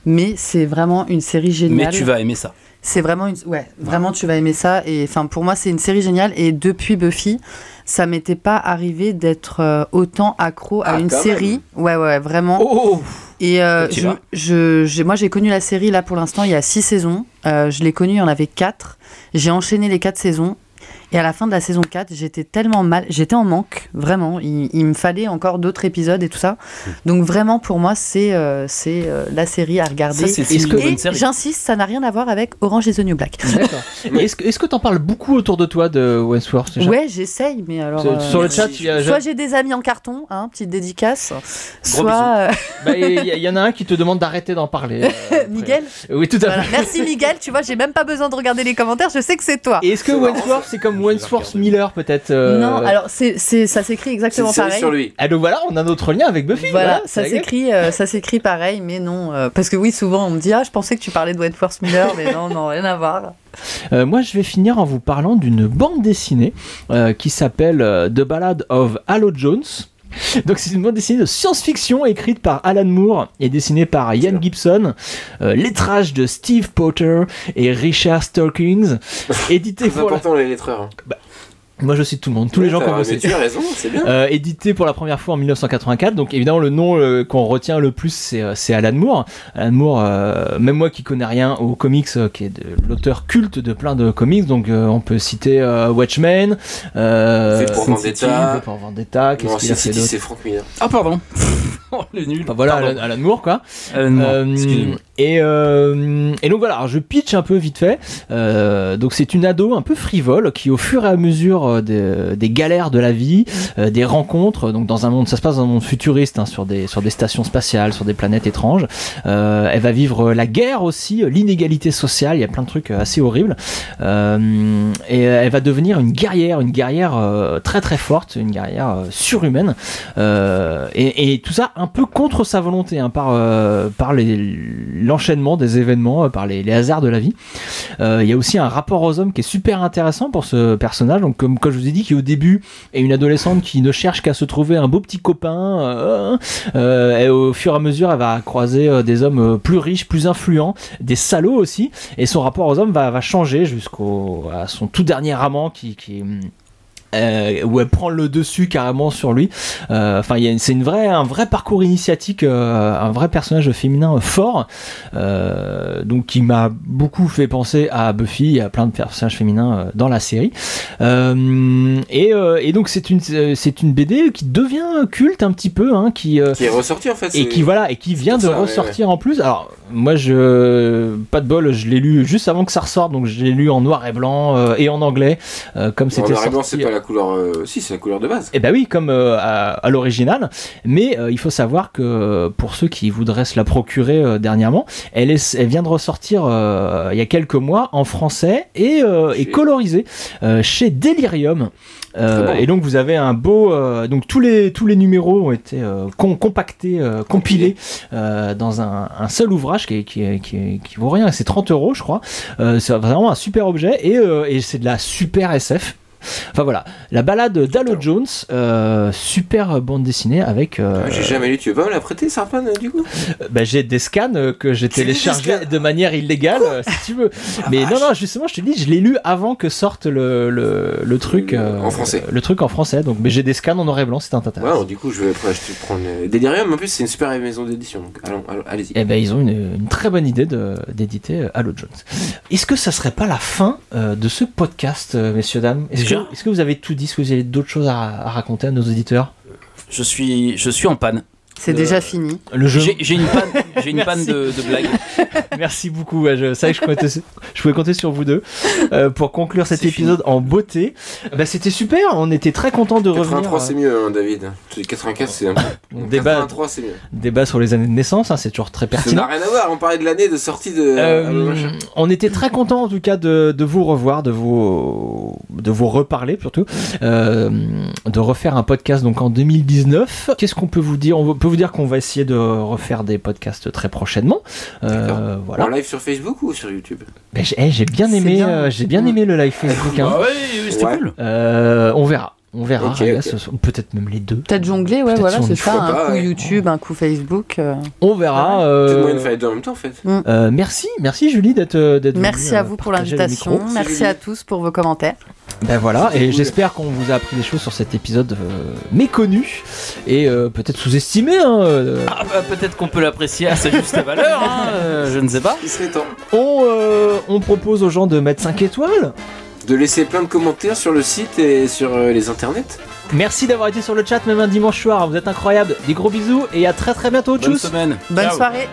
Mais c'est vraiment une série géniale.
mais tu vas aimer ça
C'est vraiment une. Ouais, vraiment, tu vas aimer ça. Et enfin, pour moi, c'est une série géniale. Et depuis Buffy, ça m'était pas arrivé d'être euh, autant accro à
Ah,
une
quand Oh,
série. Ouais, ouais, vraiment. Et euh,
Tu
je-
vas.
je- j'ai- moi, j'ai connu la série, là, pour l'instant, il y a six saisons. Euh, je l'ai connue, il y en avait quatre. J'ai enchaîné les quatre saisons. Et à la fin de la saison 4, j'étais tellement mal, j'étais en manque, vraiment. Il, il me fallait encore d'autres épisodes et tout ça.
Hmm.
Donc vraiment, pour moi, c'est euh, c'est, euh, la série à regarder.
Ça, c'est une
Et
bonne série.
j'insiste, ça n'a rien à voir avec Orange is the New Black.
Et Est-ce que est-ce que t'en parles beaucoup autour de toi de Wentworth déjà
Ouais, j'essaye, mais alors.
Sur- sur le
merci.
chat, il y a-
Soit j'ai des amis en carton, hein, petite dédicace.
Gros
soit.
Bah, Il y, a- il y en a un qui te demande d'arrêter d'en
<laughs>
parler. euh. <laughs>
Miguel
Oui, tout à
Voilà.
fait.
Merci Miguel, tu vois, j'ai même pas besoin de regarder les commentaires, je sais que c'est
Ah,
toi.
Et Est-ce que Wentworth, c'est comme Wentworth Miller peut-être euh,
Non, alors c'est c'est- ça s'écrit exactement pareil.
Ah, donc voilà, on a notre lien avec Buffy.
Voilà,
c'est
ça
la gueule.
s'écrit, euh, ça s'écrit pareil, mais non, euh, parce que oui, souvent on me dit ah, je pensais que tu parlais de Wentworth Miller, mais non, non, rien à voir.
Euh, moi, je vais finir en vous parlant d'une bande dessinée euh, qui s'appelle euh, The Ballad of Halo Jones. <laughs> Donc c'est une bande dessinée de science-fiction écrite par Alan Moore et dessinée par Ian Gibson, euh, lettrage de Steve Potter et Richard
<laughs>
Stallings, édité
C'est
pour la-
important les lettreurs.
Moi je cite tout le monde, tous
Ouais,
les gens
t'as-
qui ont
mais
bossé.
tu as raison, c'est bien.
Euh, édité pour la première fois en 1984, donc évidemment le nom euh, qu'on retient le plus c'est, euh, c'est Alan Moore. Alan Moore, euh, même moi qui connais rien aux comics, euh, qui est de- l'auteur culte de plein de comics, donc euh, on peut citer euh, Watchmen, euh,
C'est pour
Sin City,
Vendetta.
V pour Vendetta, qu'est-ce
Non,
qu'il a fait
Sin City,
d'autre
c'est Frank Miller.
ah pardon <laughs> Oh, le nul
Enfin, voilà,
Pardon.
Alan, Alan Moore, quoi. Euh,
excusez-moi.
et, euh, et donc voilà, alors je pitch un peu vite fait. Euh, donc c'est une ado un peu frivole qui, au fur et à mesure euh, des, des galères de la vie, euh, des rencontres, donc dans un monde, ça se passe dans un monde futuriste, hein, sur, des, sur des stations spatiales, sur des planètes étranges, euh, elle va vivre la guerre aussi, euh, l'inégalité sociale, il y a plein de trucs euh, assez horribles. Euh, et elle va devenir une guerrière, une guerrière euh, très très forte, une guerrière euh, surhumaine. Euh, et, et tout ça un peu contre sa volonté, hein, par, euh, par les- l'enchaînement des événements, euh, par les, les hasards de la vie. Euh, Il y a aussi un rapport aux hommes qui est super intéressant pour ce personnage. Donc, comme, comme je vous ai dit, qui au début est une adolescente qui ne cherche qu'à se trouver un beau petit copain. euh, euh, et au fur et à mesure, elle va croiser euh, des hommes euh, plus riches, plus influents, des salauds aussi. Et son rapport aux hommes va, va changer jusqu'au à son tout dernier amant qui. qui euh, où elle prend le dessus carrément sur lui. Euh, Enfin, il y a une- c'est une vraie, un vrai parcours initiatique, euh, un vrai personnage féminin fort, euh, donc qui m'a beaucoup fait penser à Buffy, et à plein de personnages féminins euh, dans la série. Euh, et, euh, et donc c'est une, euh, c'est une BD qui devient culte un petit peu, hein, qui, euh,
Qui est ressortie, en fait,
et
c'est-
qui voilà, et qui vient de
C'est pour ça, ouais,
ressortir en plus. Alors moi, je pas de bol, je l'ai lu juste avant que ça ressorte, donc je l'ai lu en noir et blanc euh, et en anglais, euh, comme
En
c'était
noir et blanc,
sorti.
c'est pas la couleur. euh, Si, c'est la couleur de base.
Eh ben oui, comme euh, à, à l'original. Mais euh, il faut savoir que euh, pour ceux qui voudraient se la procurer euh, dernièrement, elle, est, elle vient de ressortir euh, il y a quelques mois en français et, euh, et colorisée euh, chez Delirium. Euh, Et donc vous avez un beau euh, donc tous les tous les numéros ont été euh, com- compactés euh, compilés euh, dans un, un seul ouvrage qui est- qui, est- qui, est- qui vaut rien c'est 30 euros je crois Euh, c'est vraiment un super objet et, euh, et c'est de la super SF Enfin voilà, la balade d'Alo Jones, euh, super bande dessinée avec. euh,
J'ai jamais lu. Tu veux pas me la prêter, Sarpan, euh, du coup
euh, bah, j'ai des scans euh, que j'ai téléchargés de manière illégale, euh, si tu veux. Mais non, non, justement, je te dis, je l'ai lu avant que sorte le, le, le truc. en français. Le truc en français, donc, mais j'ai des scans en noir et blanc, c'est un tata.
Ouais, alors, du coup, je vais je vais prendre euh, Delirium. En plus, c'est une super maison d'édition. Donc, allons, allons- allez-y.
Eh ben, ils ont une, une très bonne idée de- d'éditer euh, Halo Jones. Est-ce que ça serait pas la fin euh, de ce podcast, euh, messieurs, dames Est-ce que,
Déjà
est-ce que vous avez tout dit Est-ce que vous avez d'autres choses à, à raconter à nos auditeurs
Je suis, je suis en panne.
C'est déjà
fini.
Le jeu.
J'ai j'ai une panne, j'ai
<laughs>
une panne
Merci.
de, de blagues.
Merci beaucoup. ouais, je savais que je, comptais- je pouvais compter sur vous deux euh, pour conclure cet épisode en beauté. Bah, c'était super. On était très contents de revenir.
83,
euh,
c'est mieux, hein, David. 84, c'est.
On <laughs> débat.
83, c'est mieux.
Débat sur les années de naissance, hein, c'est toujours très
Ça n'a
pertinent.
rien à voir. On parlait de l'année de sortie de.
Euh,
Allô, machin.
on était très contents en tout cas de, de vous revoir, de vous, de vous reparler surtout, euh, de refaire un podcast donc en 2019. Qu'est-ce qu'on peut vous dire On peut vous dire qu'on va essayer de refaire des podcasts très prochainement. Euh, voilà.
En live sur Facebook ou sur YouTube
Ben, j'ai eh, j'ai bien aimé,
bien.
euh, j'ai bien aimé le live Facebook. hein.
Bah ouais, oui, c'était Ouais. cool.
Euh, on verra, on verra.
Ok,
Regarde,
ok.
ce sont- Peut-être même les deux.
Peut-être jongler, ouais,
Peut-être
voilà,
si on
c'est
y
ça.
croit
Un
pas,
coup
ouais.
YouTube, un coup Facebook. euh.
On verra.
Peut-être
euh,
moyen de faire les deux en même temps, en fait.
euh, merci, merci Julie d'être d'être
Merci
venue,
à
euh,
vous pour
partager le
l'invitation.
micro.
Merci à tous pour vos commentaires.
Ben voilà,
C'était
et
cool.
j'espère qu'on vous a appris des choses sur cet épisode euh, méconnu et euh, peut-être sous-estimé. hein, euh.
Ah bah, peut-être qu'on peut l'apprécier à sa juste valeur. hein, euh, je ne sais pas.
Il serait temps.
On, euh, on propose aux gens de mettre 5 étoiles.
De laisser plein de commentaires sur le site et sur euh, les internets.
Merci d'avoir été sur le chat même un dimanche soir, vous êtes incroyables. Des gros bisous et à très très bientôt.
Bonne
Tchuss.
semaine.
Bonne soirée.